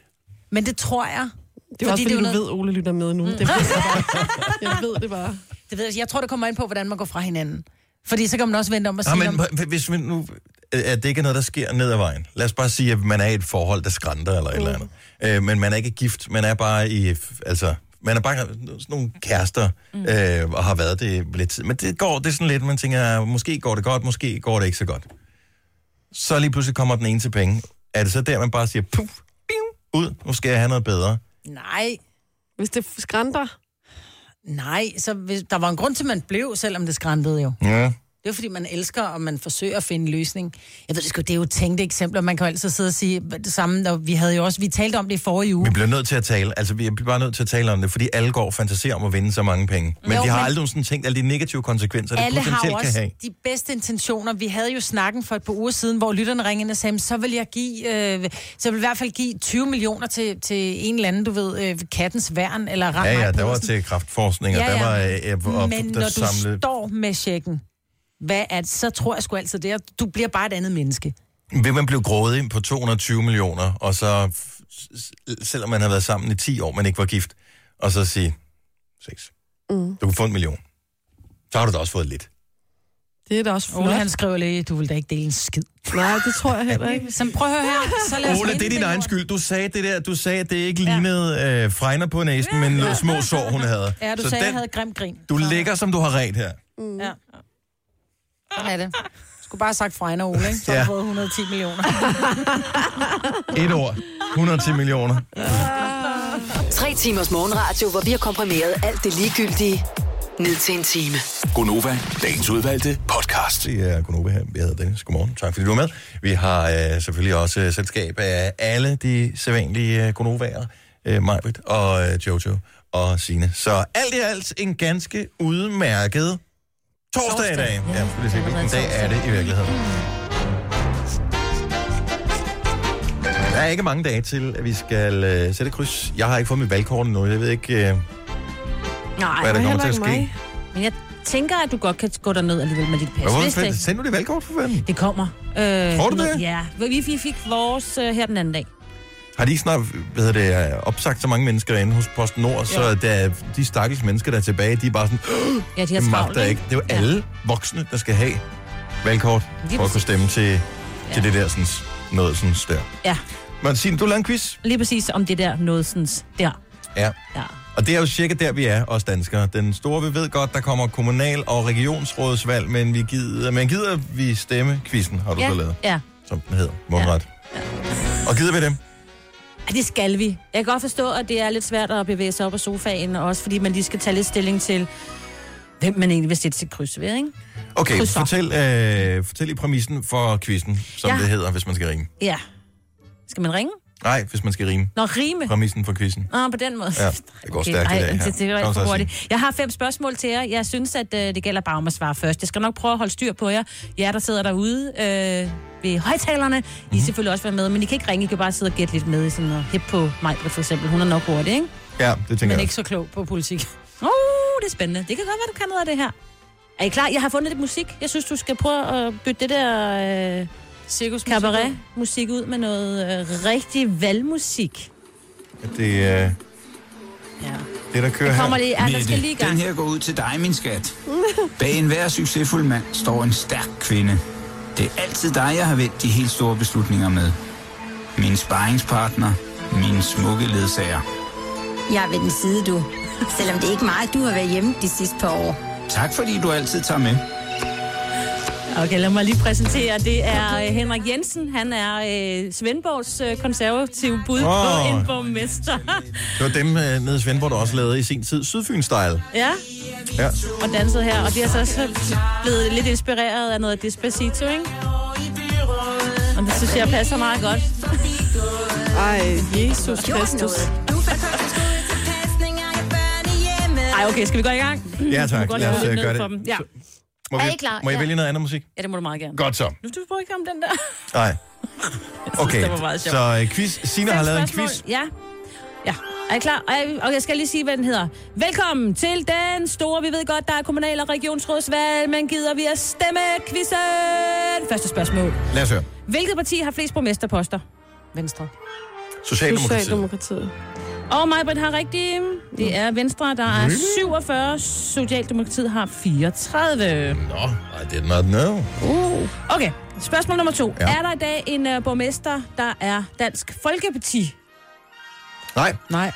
[SPEAKER 4] Men det tror jeg.
[SPEAKER 2] Det er fordi, også, fordi
[SPEAKER 4] jo
[SPEAKER 2] du noget... ved, Ole lytter med nu. Mm. Det ved jeg, bare. jeg ved det bare.
[SPEAKER 4] Det ved jeg, jeg tror, det kommer ind på, hvordan man går fra hinanden. Fordi så kan man også vente om at
[SPEAKER 1] Nå,
[SPEAKER 4] sige...
[SPEAKER 1] Ah, men
[SPEAKER 4] om...
[SPEAKER 1] hva- hvis vi nu, øh, at det ikke er noget, der sker ned ad vejen. Lad os bare sige, at man er i et forhold, der skrænter eller et eller
[SPEAKER 4] Mm.
[SPEAKER 1] andet. Øh, men man er ikke gift, man er bare i, altså, man er bare sådan nogle kærester, mm. øh, og har været det lidt tid. Men det går, det er sådan lidt, man tænker, "Ah, måske går det godt, måske går det ikke så godt. Så lige pludselig kommer den ene til penge. Er det så der, man bare siger, puff, biu, ud, nu skal jeg have noget bedre.
[SPEAKER 4] Nej,
[SPEAKER 2] Hvis det skrænter.
[SPEAKER 4] nej. Så hvis... der var en grund til, at man blev, selvom det skræntede jo.
[SPEAKER 1] Ja.
[SPEAKER 4] Det er fordi, man elsker, og man forsøger at finde en løsning. Jeg ved det sgu, det er jo tænkte eksempler. Man kan jo altid sidde og sige det samme. Og vi havde jo også, vi talte om det i forrige uge.
[SPEAKER 1] Vi bliver nødt til at tale, altså vi bliver bare nødt til at tale om det, fordi alle går og fantaserer om at vinde så mange penge. Men
[SPEAKER 4] Jo,
[SPEAKER 1] jo, de har
[SPEAKER 4] men-
[SPEAKER 1] men... aldrig sådan tænkt alle de negative konsekvenser, det
[SPEAKER 4] Alle har
[SPEAKER 1] potentielt
[SPEAKER 4] jo
[SPEAKER 1] kan
[SPEAKER 4] også
[SPEAKER 1] have.
[SPEAKER 4] de bedste intentioner. Vi havde jo snakken for et par uger siden, hvor lytterne ringede ind og sagde, "Men så vil jeg give, øh, så vil jeg i hvert fald give 20 millioner til, til en eller anden, du ved, øh, kattens værn, eller ret
[SPEAKER 1] Ja,
[SPEAKER 4] meget
[SPEAKER 1] ja, der var
[SPEAKER 4] Poulsen."
[SPEAKER 1] til kraftforskning, og
[SPEAKER 4] Ja,
[SPEAKER 1] ja, der var
[SPEAKER 4] ja.
[SPEAKER 1] øh, og,
[SPEAKER 4] Men
[SPEAKER 1] der
[SPEAKER 4] når du
[SPEAKER 1] samlede...
[SPEAKER 4] står med checken, hvad er det, så tror jeg sgu altid det, er, at du bliver bare et andet menneske.
[SPEAKER 1] Vil man blive grådet ind på 220 millioner, og så, f- s- selvom man har været sammen i 10 år, men ikke var gift, og så sige, 6.
[SPEAKER 2] Mm.
[SPEAKER 1] Du kan få en million. Så har du da også fået lidt.
[SPEAKER 2] Det er da også flot.
[SPEAKER 4] Ole, han skriver lige, du vil da ikke dele en skid.
[SPEAKER 2] Nej, det tror jeg heller ikke.
[SPEAKER 4] Så prøv at høre her. Så lad os
[SPEAKER 1] Ole, det er
[SPEAKER 4] vinde
[SPEAKER 1] din
[SPEAKER 4] den
[SPEAKER 1] egen
[SPEAKER 4] lort.
[SPEAKER 1] skyld. Du sagde det der, du sagde, at det ikke lignede øh, fregner på næsen, men ja. små sår, hun havde.
[SPEAKER 4] Ja,
[SPEAKER 1] så
[SPEAKER 4] du så sagde, den... jeg
[SPEAKER 1] den,
[SPEAKER 4] havde grim grin.
[SPEAKER 1] du ligger, som du har ret her.
[SPEAKER 4] Ja. Sådan er det. Jeg skulle bare have sagt Frejner Ole, ikke? Så har
[SPEAKER 1] Ja.
[SPEAKER 4] jeg fået 110 millioner.
[SPEAKER 1] Et ord. 110 millioner.
[SPEAKER 7] Tre timers morgenradio, hvor vi har komprimeret alt det ligegyldige ned til en time.
[SPEAKER 6] Gonova, dagens udvalgte podcast.
[SPEAKER 1] Det er Gunnova her. Jeg hedder Dennis. Godmorgen. Tak fordi du er med. Vi har øh, selvfølgelig også øh, selskab af alle de sædvanlige øh, Gunnovaer. Øh, Majbrit og øh, Jojo og Sine. Så alt i alt en ganske udmærket torsdag i dag. Ja, skal lige se, hvilken dag er det i virkeligheden. Der er ikke mange dage til, at vi skal øh, sætte kryds. Jeg har ikke fået mit valgkort endnu. Jeg ved ikke, øh,
[SPEAKER 5] Nej,
[SPEAKER 1] hvad der
[SPEAKER 2] og
[SPEAKER 1] kommer til at
[SPEAKER 2] heller ikke
[SPEAKER 1] ske.
[SPEAKER 5] men jeg tænker, at du godt kan gå derned alligevel med dit pas. Hvis
[SPEAKER 1] Hvorfor
[SPEAKER 5] det,
[SPEAKER 1] send nu det valgkort for fanden?
[SPEAKER 5] det kommer. Øh,
[SPEAKER 1] Tror du
[SPEAKER 5] noget-
[SPEAKER 1] det?
[SPEAKER 5] Ja, vi, vi fik vores øh, her den anden dag.
[SPEAKER 1] Har de ikke snart hvad hedder det, øh, opsagt så mange mennesker inde hos PostNord, ja. så der, de stakkels mennesker, der er tilbage, de er bare sådan, "Åh,
[SPEAKER 5] Ja, de har
[SPEAKER 1] det
[SPEAKER 5] travlt,
[SPEAKER 1] magter jeg
[SPEAKER 5] ikke?
[SPEAKER 1] ikke. Det er jo alle voksne, der skal have valgkort
[SPEAKER 5] Lige
[SPEAKER 1] for at kunne
[SPEAKER 5] præcis.
[SPEAKER 1] stemme til, til det der sådan, noget sådan der.
[SPEAKER 5] Ja,
[SPEAKER 1] Men Signe, du lavede en quiz.
[SPEAKER 5] lige præcis om det der noget sådan der.
[SPEAKER 1] Ja.
[SPEAKER 5] Ja.
[SPEAKER 1] Og det er jo cirka der, vi er, os danskere. Den store, vi ved godt, der kommer kommunal- og regionsrådsvalg, men vi gider, men gider vi stemme quizzen, har du
[SPEAKER 4] ja.
[SPEAKER 1] så lavet,
[SPEAKER 4] Ja.
[SPEAKER 1] som den hedder, mundret. Og gider vi dem?
[SPEAKER 4] Ej, Det skal vi. Jeg kan godt forstå, at det er lidt svært at bevæge sig op af sofaen, og også fordi man lige skal tage lidt stilling til, hvem man egentlig vil sætte sit kryds ved, ikke?
[SPEAKER 1] Okay,
[SPEAKER 4] Krydser.
[SPEAKER 1] fortæl, øh, fortæl i præmissen for quizzen, som
[SPEAKER 4] Ja.
[SPEAKER 1] ja. det hedder, hvis man skal ringe.
[SPEAKER 4] Ja. Skal man ringe?
[SPEAKER 1] Nej, hvis man skal rime.
[SPEAKER 4] Nå, rime.
[SPEAKER 1] Præmissen for quizzen.
[SPEAKER 4] Ah, på den måde.
[SPEAKER 1] Ja, det går stærkt i dag her.
[SPEAKER 4] det, det var
[SPEAKER 1] Kom
[SPEAKER 4] ikke for
[SPEAKER 1] så,
[SPEAKER 4] hurtigt. Jeg har fem spørgsmål til jer. Jeg synes, at øh, det gælder bare om at svare først. Jeg skal nok prøve at holde styr på jer. Jer, der sidder derude øh, ved højtalerne,
[SPEAKER 1] Mhm.
[SPEAKER 4] mm-hmm. I er selvfølgelig også være med, men I kan ikke ringe. I kan bare sidde og gætte lidt med i sådan noget hip på mig, for eksempel. Hun er nok hurtig, ikke?
[SPEAKER 1] Ja, det tænker
[SPEAKER 4] Men
[SPEAKER 1] jeg.
[SPEAKER 4] ikke så klog på politik. Uh, det er spændende. Det kan godt være, du kan noget af det her. Er I klar? Jeg har fundet lidt musik. Jeg synes, du skal prøve at bytte det der øh,
[SPEAKER 5] Cirkus
[SPEAKER 4] cabaret-musik ud med noget øh, rigtig valgmusik.
[SPEAKER 1] At Det, øh, ja. det, der kører
[SPEAKER 4] Der kommer
[SPEAKER 1] her.
[SPEAKER 4] lige, ja, der skal lige i gang.
[SPEAKER 6] den her går ud til dig, min skat. Bag enhver succesfuld mand står en stærk kvinde. Det er altid dig, jeg har vendt de helt store beslutninger med. Min sparringspartner, min smukke ledsager.
[SPEAKER 11] Jeg er ved den side, du. Selvom det er ikke meget, du har været hjemme de sidste par år.
[SPEAKER 6] Tak fordi du altid tager med.
[SPEAKER 4] Okay, lad mig lige præsentere. Det er øh, Henrik Jensen. Han er øh, Svendborgs øh, konservative bud oh. på
[SPEAKER 1] Åh.
[SPEAKER 4] en borgmester.
[SPEAKER 1] Det var dem øh, nede i Svendborg, der også lavede i sin tid Sydfyn-style.
[SPEAKER 4] ja,
[SPEAKER 1] Ja.
[SPEAKER 4] og danset her. Og de er så også blevet lidt inspireret af noget Despacito, ikke? Og det synes jeg passer meget godt.
[SPEAKER 2] Ej, Jesus Kristus.
[SPEAKER 4] Ej, okay, skal vi gå i gang?
[SPEAKER 1] Ja,
[SPEAKER 4] Vi må
[SPEAKER 1] tak.
[SPEAKER 4] godt
[SPEAKER 1] Lad os,
[SPEAKER 4] lukke lidt
[SPEAKER 1] øh,
[SPEAKER 4] ned
[SPEAKER 1] gøre det.
[SPEAKER 4] for dem. Ja.
[SPEAKER 1] Må,
[SPEAKER 4] Er
[SPEAKER 1] vi,
[SPEAKER 4] I klar?
[SPEAKER 1] må jeg
[SPEAKER 4] Ja.
[SPEAKER 1] vælge noget andet musik?
[SPEAKER 4] ja, det må du meget gerne.
[SPEAKER 1] Godt så.
[SPEAKER 4] Nu skal vi prøve ikke om den der.
[SPEAKER 1] Nej. Okay,
[SPEAKER 4] det var meget sjovt.
[SPEAKER 1] så øh, quiz. Sina har
[SPEAKER 4] Fem
[SPEAKER 1] lavet en
[SPEAKER 4] spørgsmål.
[SPEAKER 1] quiz.
[SPEAKER 4] Ja. Ja, er I klar? Og jeg, og jeg skal lige sige, hvad den hedder. Velkommen til den store, vi ved godt, der er kommunal- og regionsrådsvalg, men gider vi at stemme quizzen? Første spørgsmål.
[SPEAKER 1] Lad os høre.
[SPEAKER 4] Hvilket parti har flest borgmesterposter? Venstre.
[SPEAKER 1] Socialdemokratiet.
[SPEAKER 2] Socialdemokratiet.
[SPEAKER 4] Og Majbrit har rigtigt. Det er Venstre, der er 47. Socialdemokratiet har 34.
[SPEAKER 1] Nå, I did not know.
[SPEAKER 4] Uh. Okay, spørgsmål nummer to.
[SPEAKER 1] Ja.
[SPEAKER 4] Ja. Er der i dag en uh, borgmester, der er Dansk Folkeparti?
[SPEAKER 1] Nej,
[SPEAKER 4] Nej.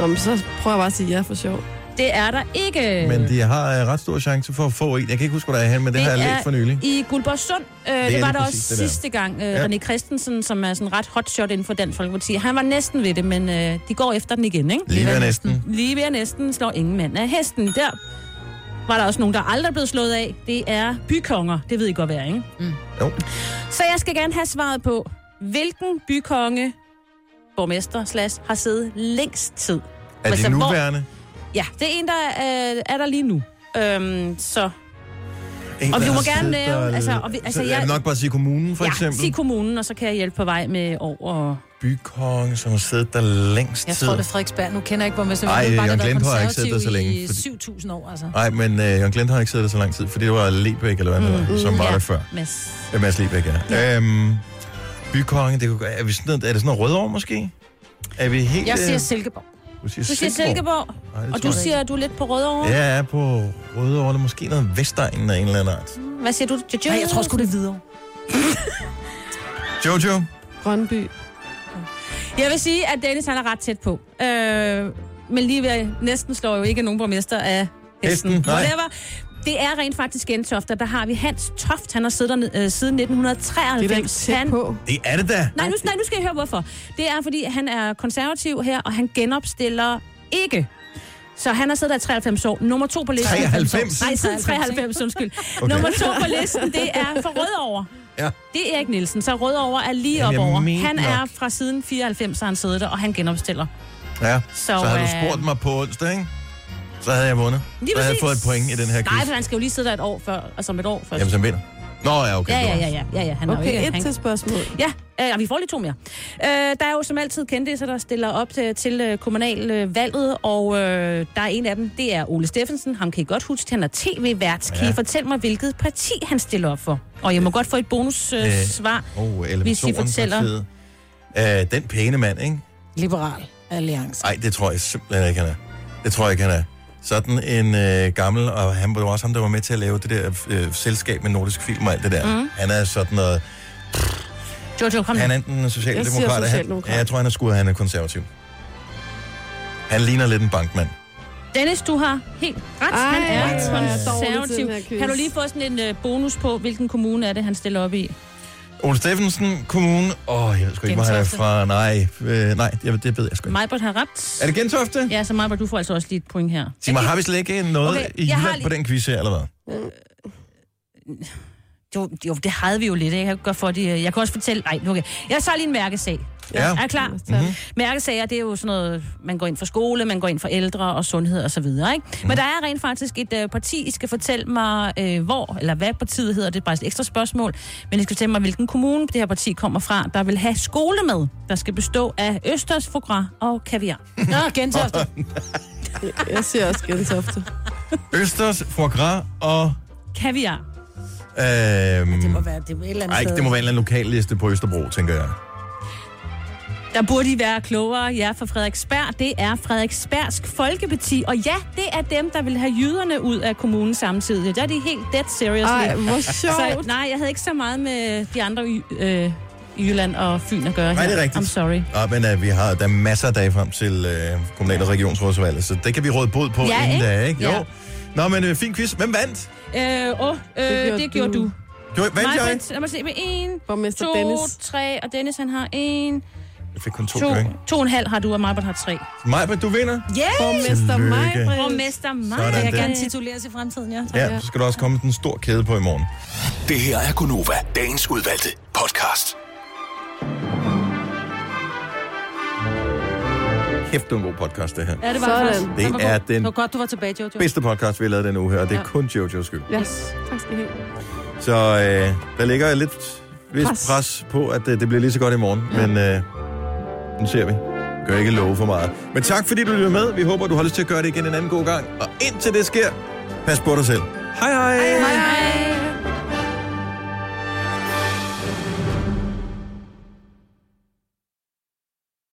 [SPEAKER 2] Nå, men så prøver jeg bare at sige ja for sjov.
[SPEAKER 4] Det er der ikke.
[SPEAKER 1] men de har øh, ret stor chance for at få en. Jeg kan ikke huske, hvor der er hen, men det, det har jeg læst for nylig.
[SPEAKER 4] I Guldborg Sund. Øh, det,
[SPEAKER 1] lige
[SPEAKER 4] det var der
[SPEAKER 1] præcis
[SPEAKER 4] også
[SPEAKER 1] det der.
[SPEAKER 4] sidste gang. Øh,
[SPEAKER 1] Ja.
[SPEAKER 4] ja. René Christensen, som er sådan ret hotshot inden for Dansk Folkeparti. Han var næsten ved det, men øh, de går efter den igen, ikke?
[SPEAKER 1] Lige ved at næsten.
[SPEAKER 4] Lige ved at næsten slår ingen mand af hesten. Der var der også nogen, der aldrig er blevet slået af. Det er bykonger. Det ved I godt, hvad er, ikke? Mm.
[SPEAKER 1] Jo.
[SPEAKER 4] Så jeg skal gerne have svaret på, hvilken bykonge, borgmester, slash, har siddet længst tid?
[SPEAKER 1] Er
[SPEAKER 4] Altså,
[SPEAKER 1] det
[SPEAKER 4] hvor-
[SPEAKER 1] nuværende?
[SPEAKER 4] Ja, det er en, der øh, er der lige nu. Øhm, så
[SPEAKER 1] En,
[SPEAKER 4] Og vi
[SPEAKER 1] der
[SPEAKER 4] må
[SPEAKER 1] har
[SPEAKER 4] gerne
[SPEAKER 1] siddet
[SPEAKER 4] lave-
[SPEAKER 1] og-
[SPEAKER 4] altså, og vi- altså,
[SPEAKER 1] så, jeg...
[SPEAKER 4] jeg-
[SPEAKER 1] vil nok bare sige kommunen, for
[SPEAKER 4] ja,
[SPEAKER 1] eksempel.
[SPEAKER 4] sig kommunen, og så kan jeg hjælpe på vej med over...
[SPEAKER 1] Bykongen, som har siddet der længst
[SPEAKER 5] Jeg
[SPEAKER 1] tid.
[SPEAKER 5] tror, det er Frederiksberg. Nu kender jeg ikke, hvor man
[SPEAKER 1] Ej,
[SPEAKER 5] har
[SPEAKER 1] Jørgen
[SPEAKER 5] været
[SPEAKER 1] Glenthøj har ikke siddet der så
[SPEAKER 5] konservativ
[SPEAKER 1] længe,
[SPEAKER 5] i
[SPEAKER 1] fordi-
[SPEAKER 5] 7.000 år, altså.
[SPEAKER 1] Nej, men øh, Jørgen Glendt har ikke siddet der så lang tid, for det var Lebæk, eller hvad mm,
[SPEAKER 4] Mm,
[SPEAKER 1] mm, som var
[SPEAKER 4] ja,
[SPEAKER 1] der før.
[SPEAKER 4] Mads.
[SPEAKER 1] Ja, Mads Lebæk, ja. ja. Øhm, bykongen, det kunne, gøre- er, vi sådan noget, er det sådan noget Rødovre måske? Er vi helt...
[SPEAKER 5] Jeg siger
[SPEAKER 1] øh,
[SPEAKER 5] Silkeborg.
[SPEAKER 1] Du siger
[SPEAKER 4] Du siger Silkeborg,
[SPEAKER 1] Nej, det
[SPEAKER 4] og
[SPEAKER 1] tror jeg
[SPEAKER 4] du siger, at du er lidt på Rødovre.
[SPEAKER 1] Ja, jeg er på Rødovre, eller måske noget Vestegnen af en eller anden art.
[SPEAKER 4] Hvad siger du? Jojo?
[SPEAKER 5] Nej, jeg tror sgu, det er videre.
[SPEAKER 1] Jojo?
[SPEAKER 2] Grønby.
[SPEAKER 4] Jeg vil sige, at Dennis han er ret tæt på. Øh, men lige ved at- næsten slår jo ikke nogen borgmester af hesten.
[SPEAKER 1] Hesten, nej.
[SPEAKER 4] Whatever. Det er rent faktisk Gentofte. Der har vi Hans Toft. Han har siddet der øh, siden
[SPEAKER 2] Det er
[SPEAKER 4] 1993.
[SPEAKER 2] da ikke tæt
[SPEAKER 4] Han-
[SPEAKER 2] på.
[SPEAKER 1] Det er det da!
[SPEAKER 4] Nej nu, nej, nu skal jeg høre hvorfor. Det er, fordi han er konservativ her, og han genopstiller ikke. Så han har siddet der i 93 år. Nummer to på listen...
[SPEAKER 1] 93?
[SPEAKER 4] Nej, siden 93, undskyld.
[SPEAKER 1] Okay.
[SPEAKER 4] Okay. Nummer to på listen, det er for Rødovre.
[SPEAKER 1] Ja.
[SPEAKER 4] Det er Erik Nielsen, så Rødovre er lige
[SPEAKER 1] Jamen,
[SPEAKER 4] op
[SPEAKER 1] jeg
[SPEAKER 4] over.
[SPEAKER 1] mente
[SPEAKER 4] Han er
[SPEAKER 1] nok.
[SPEAKER 4] fra siden 94, så han sidder der, og han genopstiller.
[SPEAKER 1] Ja, så,
[SPEAKER 4] Så,
[SPEAKER 1] så havde du
[SPEAKER 4] øh,
[SPEAKER 1] spurgt mig på onsdag, ikke? Så havde jeg vundet.
[SPEAKER 4] Lige
[SPEAKER 1] så havde jeg
[SPEAKER 4] præcis.
[SPEAKER 1] fået et point i den her
[SPEAKER 4] Nej,
[SPEAKER 1] quiz.
[SPEAKER 4] for han skal jo lige sidde der et år før, altså om et år først.
[SPEAKER 1] Jamen, som vinder. Nå, ja, okay.
[SPEAKER 4] ja,
[SPEAKER 1] det
[SPEAKER 4] ja,
[SPEAKER 1] var-
[SPEAKER 4] ja, ja, ja, ja, han er jo ikke...
[SPEAKER 2] Okay, et
[SPEAKER 4] han-
[SPEAKER 2] til spørgsmål.
[SPEAKER 4] Ja, øh, og vi får lige to mere. Øh, der er jo som altid kendte, så der stiller op til, til øh, kommunalvalget, og øh, der er en af dem, det er Ole Steffensen. Ham kan I godt huske, han er tv-vært. Kan
[SPEAKER 1] Ja.
[SPEAKER 4] I fortælle mig, hvilket parti han stiller op for? Og jeg må godt få et bonussvar. Øh,
[SPEAKER 1] Øh,
[SPEAKER 4] svar.
[SPEAKER 1] Oh,
[SPEAKER 4] Hvis I
[SPEAKER 1] elevatoren
[SPEAKER 4] fortæller-
[SPEAKER 1] fortæller... Øh, den pæne mand, ikke?
[SPEAKER 5] Liberal Alliance.
[SPEAKER 1] Nej, det tror jeg simpelthen ikke, han er. Det tror jeg ikke, han er. Sådan en øh, gammel, og han var jo også ham, der var med til at lave det der øh, selskab med nordisk film og alt det der.
[SPEAKER 4] Mhm.
[SPEAKER 1] Mm. Han er sådan noget...
[SPEAKER 4] Jojo, kom nu.
[SPEAKER 1] Han er enten
[SPEAKER 2] Jeg siger
[SPEAKER 1] socialdemokrat, eller han,
[SPEAKER 2] socialdemokrat.
[SPEAKER 1] ja, jeg tror, han er skud, han er konservativ. Han ligner lidt en bankmand.
[SPEAKER 5] Dennis, du har helt ret. Ej, han
[SPEAKER 2] Ej, hvor er
[SPEAKER 5] er
[SPEAKER 2] jeg dårlig til
[SPEAKER 5] konservativ.
[SPEAKER 2] den her quiz.
[SPEAKER 5] Kan du lige få sådan en øh, bonus på, hvilken kommune er det, han stiller op i?
[SPEAKER 1] Ole Steffensen Kommune. Åh, oh, jeg ved sgu ikke, hvor han er
[SPEAKER 5] Gentofte.
[SPEAKER 1] fra. Nej, øh, nej jeg, det ved jeg sgu ikke.
[SPEAKER 5] Majbert har ret.
[SPEAKER 1] Er det Gentofte?
[SPEAKER 5] Ja, så Majbert, du får altså også lige et point her.
[SPEAKER 1] Sig mig, har vi slet ikke noget okay,
[SPEAKER 5] Okay,
[SPEAKER 1] i
[SPEAKER 5] jeg har
[SPEAKER 1] Jylland lige...
[SPEAKER 5] lige-
[SPEAKER 1] på den quiz her, eller hvad?
[SPEAKER 5] Jo, jo, det havde vi jo lidt, ikke? Jeg kan, godt for
[SPEAKER 4] øh,
[SPEAKER 5] det. jeg kan også fortælle... Nej, okay. Jeg tager lige en mærkesag.
[SPEAKER 1] Ja.
[SPEAKER 5] Er I klar? Mm-hmm. Mærkesager, det er jo sådan noget, man går ind for skole, man går ind for ældre og sundhed og så videre, ikke? Men der er rent faktisk et øh, parti, I skal fortælle mig, øh, hvor, eller hvad partiet hedder, det er bare et ekstra spørgsmål, men I skal fortælle mig, hvilken kommune det her parti kommer fra, der vil have skole med, der skal bestå af østers, foie gras og kaviar. Nå, gentofte.
[SPEAKER 2] Jeg siger også Gentofte.
[SPEAKER 1] Østers, foie gras og...
[SPEAKER 5] kaviar.
[SPEAKER 1] Øhm, det må
[SPEAKER 3] være, det er et eller
[SPEAKER 1] Ej, det må være en eller anden lokalliste på Østerbro, tænker jeg.
[SPEAKER 5] Der burde I være klogere, jer fra Frederiksberg. Det er Frederiksbergsk Folkeparti. Og ja, det er dem, der vil have jyderne ud af kommunen samtidig. Der er de helt dead serious.
[SPEAKER 2] Ej, hvor sjovt.
[SPEAKER 5] Så, Altså, nej, jeg havde ikke så meget med de andre y- øh, i Jylland og Fyn at gøre
[SPEAKER 1] Nej,
[SPEAKER 5] her.
[SPEAKER 1] det er rigtigt.
[SPEAKER 5] I'm sorry.
[SPEAKER 1] Ja, men uh, vi har der er masser af dage frem til øh, kommunal- og regionsrådsvalget, så det kan vi råde bod på
[SPEAKER 5] Ja,
[SPEAKER 1] inden
[SPEAKER 5] ikke?
[SPEAKER 1] da, ikke? Jo.
[SPEAKER 5] Ja.
[SPEAKER 1] Nå, men øh, fin quiz. Hvem vandt?
[SPEAKER 5] Øh, åh, øh, det, gjorde det gjorde du.
[SPEAKER 1] Gjorde, vandt
[SPEAKER 5] Mig,
[SPEAKER 1] jeg?
[SPEAKER 5] Britt, Lad mig se med en,
[SPEAKER 2] Borgmester
[SPEAKER 5] to,
[SPEAKER 2] Dennis.
[SPEAKER 5] tre, og Dennis han har en,
[SPEAKER 1] Jeg fik kun to,
[SPEAKER 5] to,
[SPEAKER 1] gange.
[SPEAKER 5] to og en halv har du, og Majbert har tre.
[SPEAKER 1] Maj, men du vinder.
[SPEAKER 5] Yeah!
[SPEAKER 1] Borgmester Tillykke. Maj-Britt.
[SPEAKER 5] Borgmester Maj.
[SPEAKER 1] Sådan
[SPEAKER 5] Jeg
[SPEAKER 1] der.
[SPEAKER 5] gerne tituleres i fremtiden, ja. Tak.
[SPEAKER 1] Ja, så skal du også komme med den store kæde på i morgen.
[SPEAKER 6] Det her er Gunova, dagens udvalgte podcast.
[SPEAKER 1] Kæft, det er en god podcast, det her.
[SPEAKER 3] Ja, det var
[SPEAKER 2] Sådan.
[SPEAKER 3] Sådan.
[SPEAKER 1] Det er den-
[SPEAKER 3] Det var godt, du var tilbage, Jojo.
[SPEAKER 1] Bedste podcast, vi har lavet den uge her, og det er
[SPEAKER 3] Ja.
[SPEAKER 1] kun Jojos skyld.
[SPEAKER 2] Yes. Tak skal I have.
[SPEAKER 1] Så øh, der ligger lidt vist pres.
[SPEAKER 2] Pres.
[SPEAKER 1] pres på, at øh, det bliver lige så godt i morgen. Ja. Men øh, nu ser vi. Gør ikke love for meget. Men tak fordi du lyttede med. Vi håber, du har lyst til at gøre det igen en anden god gang. Og indtil det sker, pas på dig selv. Hej hej! hej, hej.
[SPEAKER 5] Hej.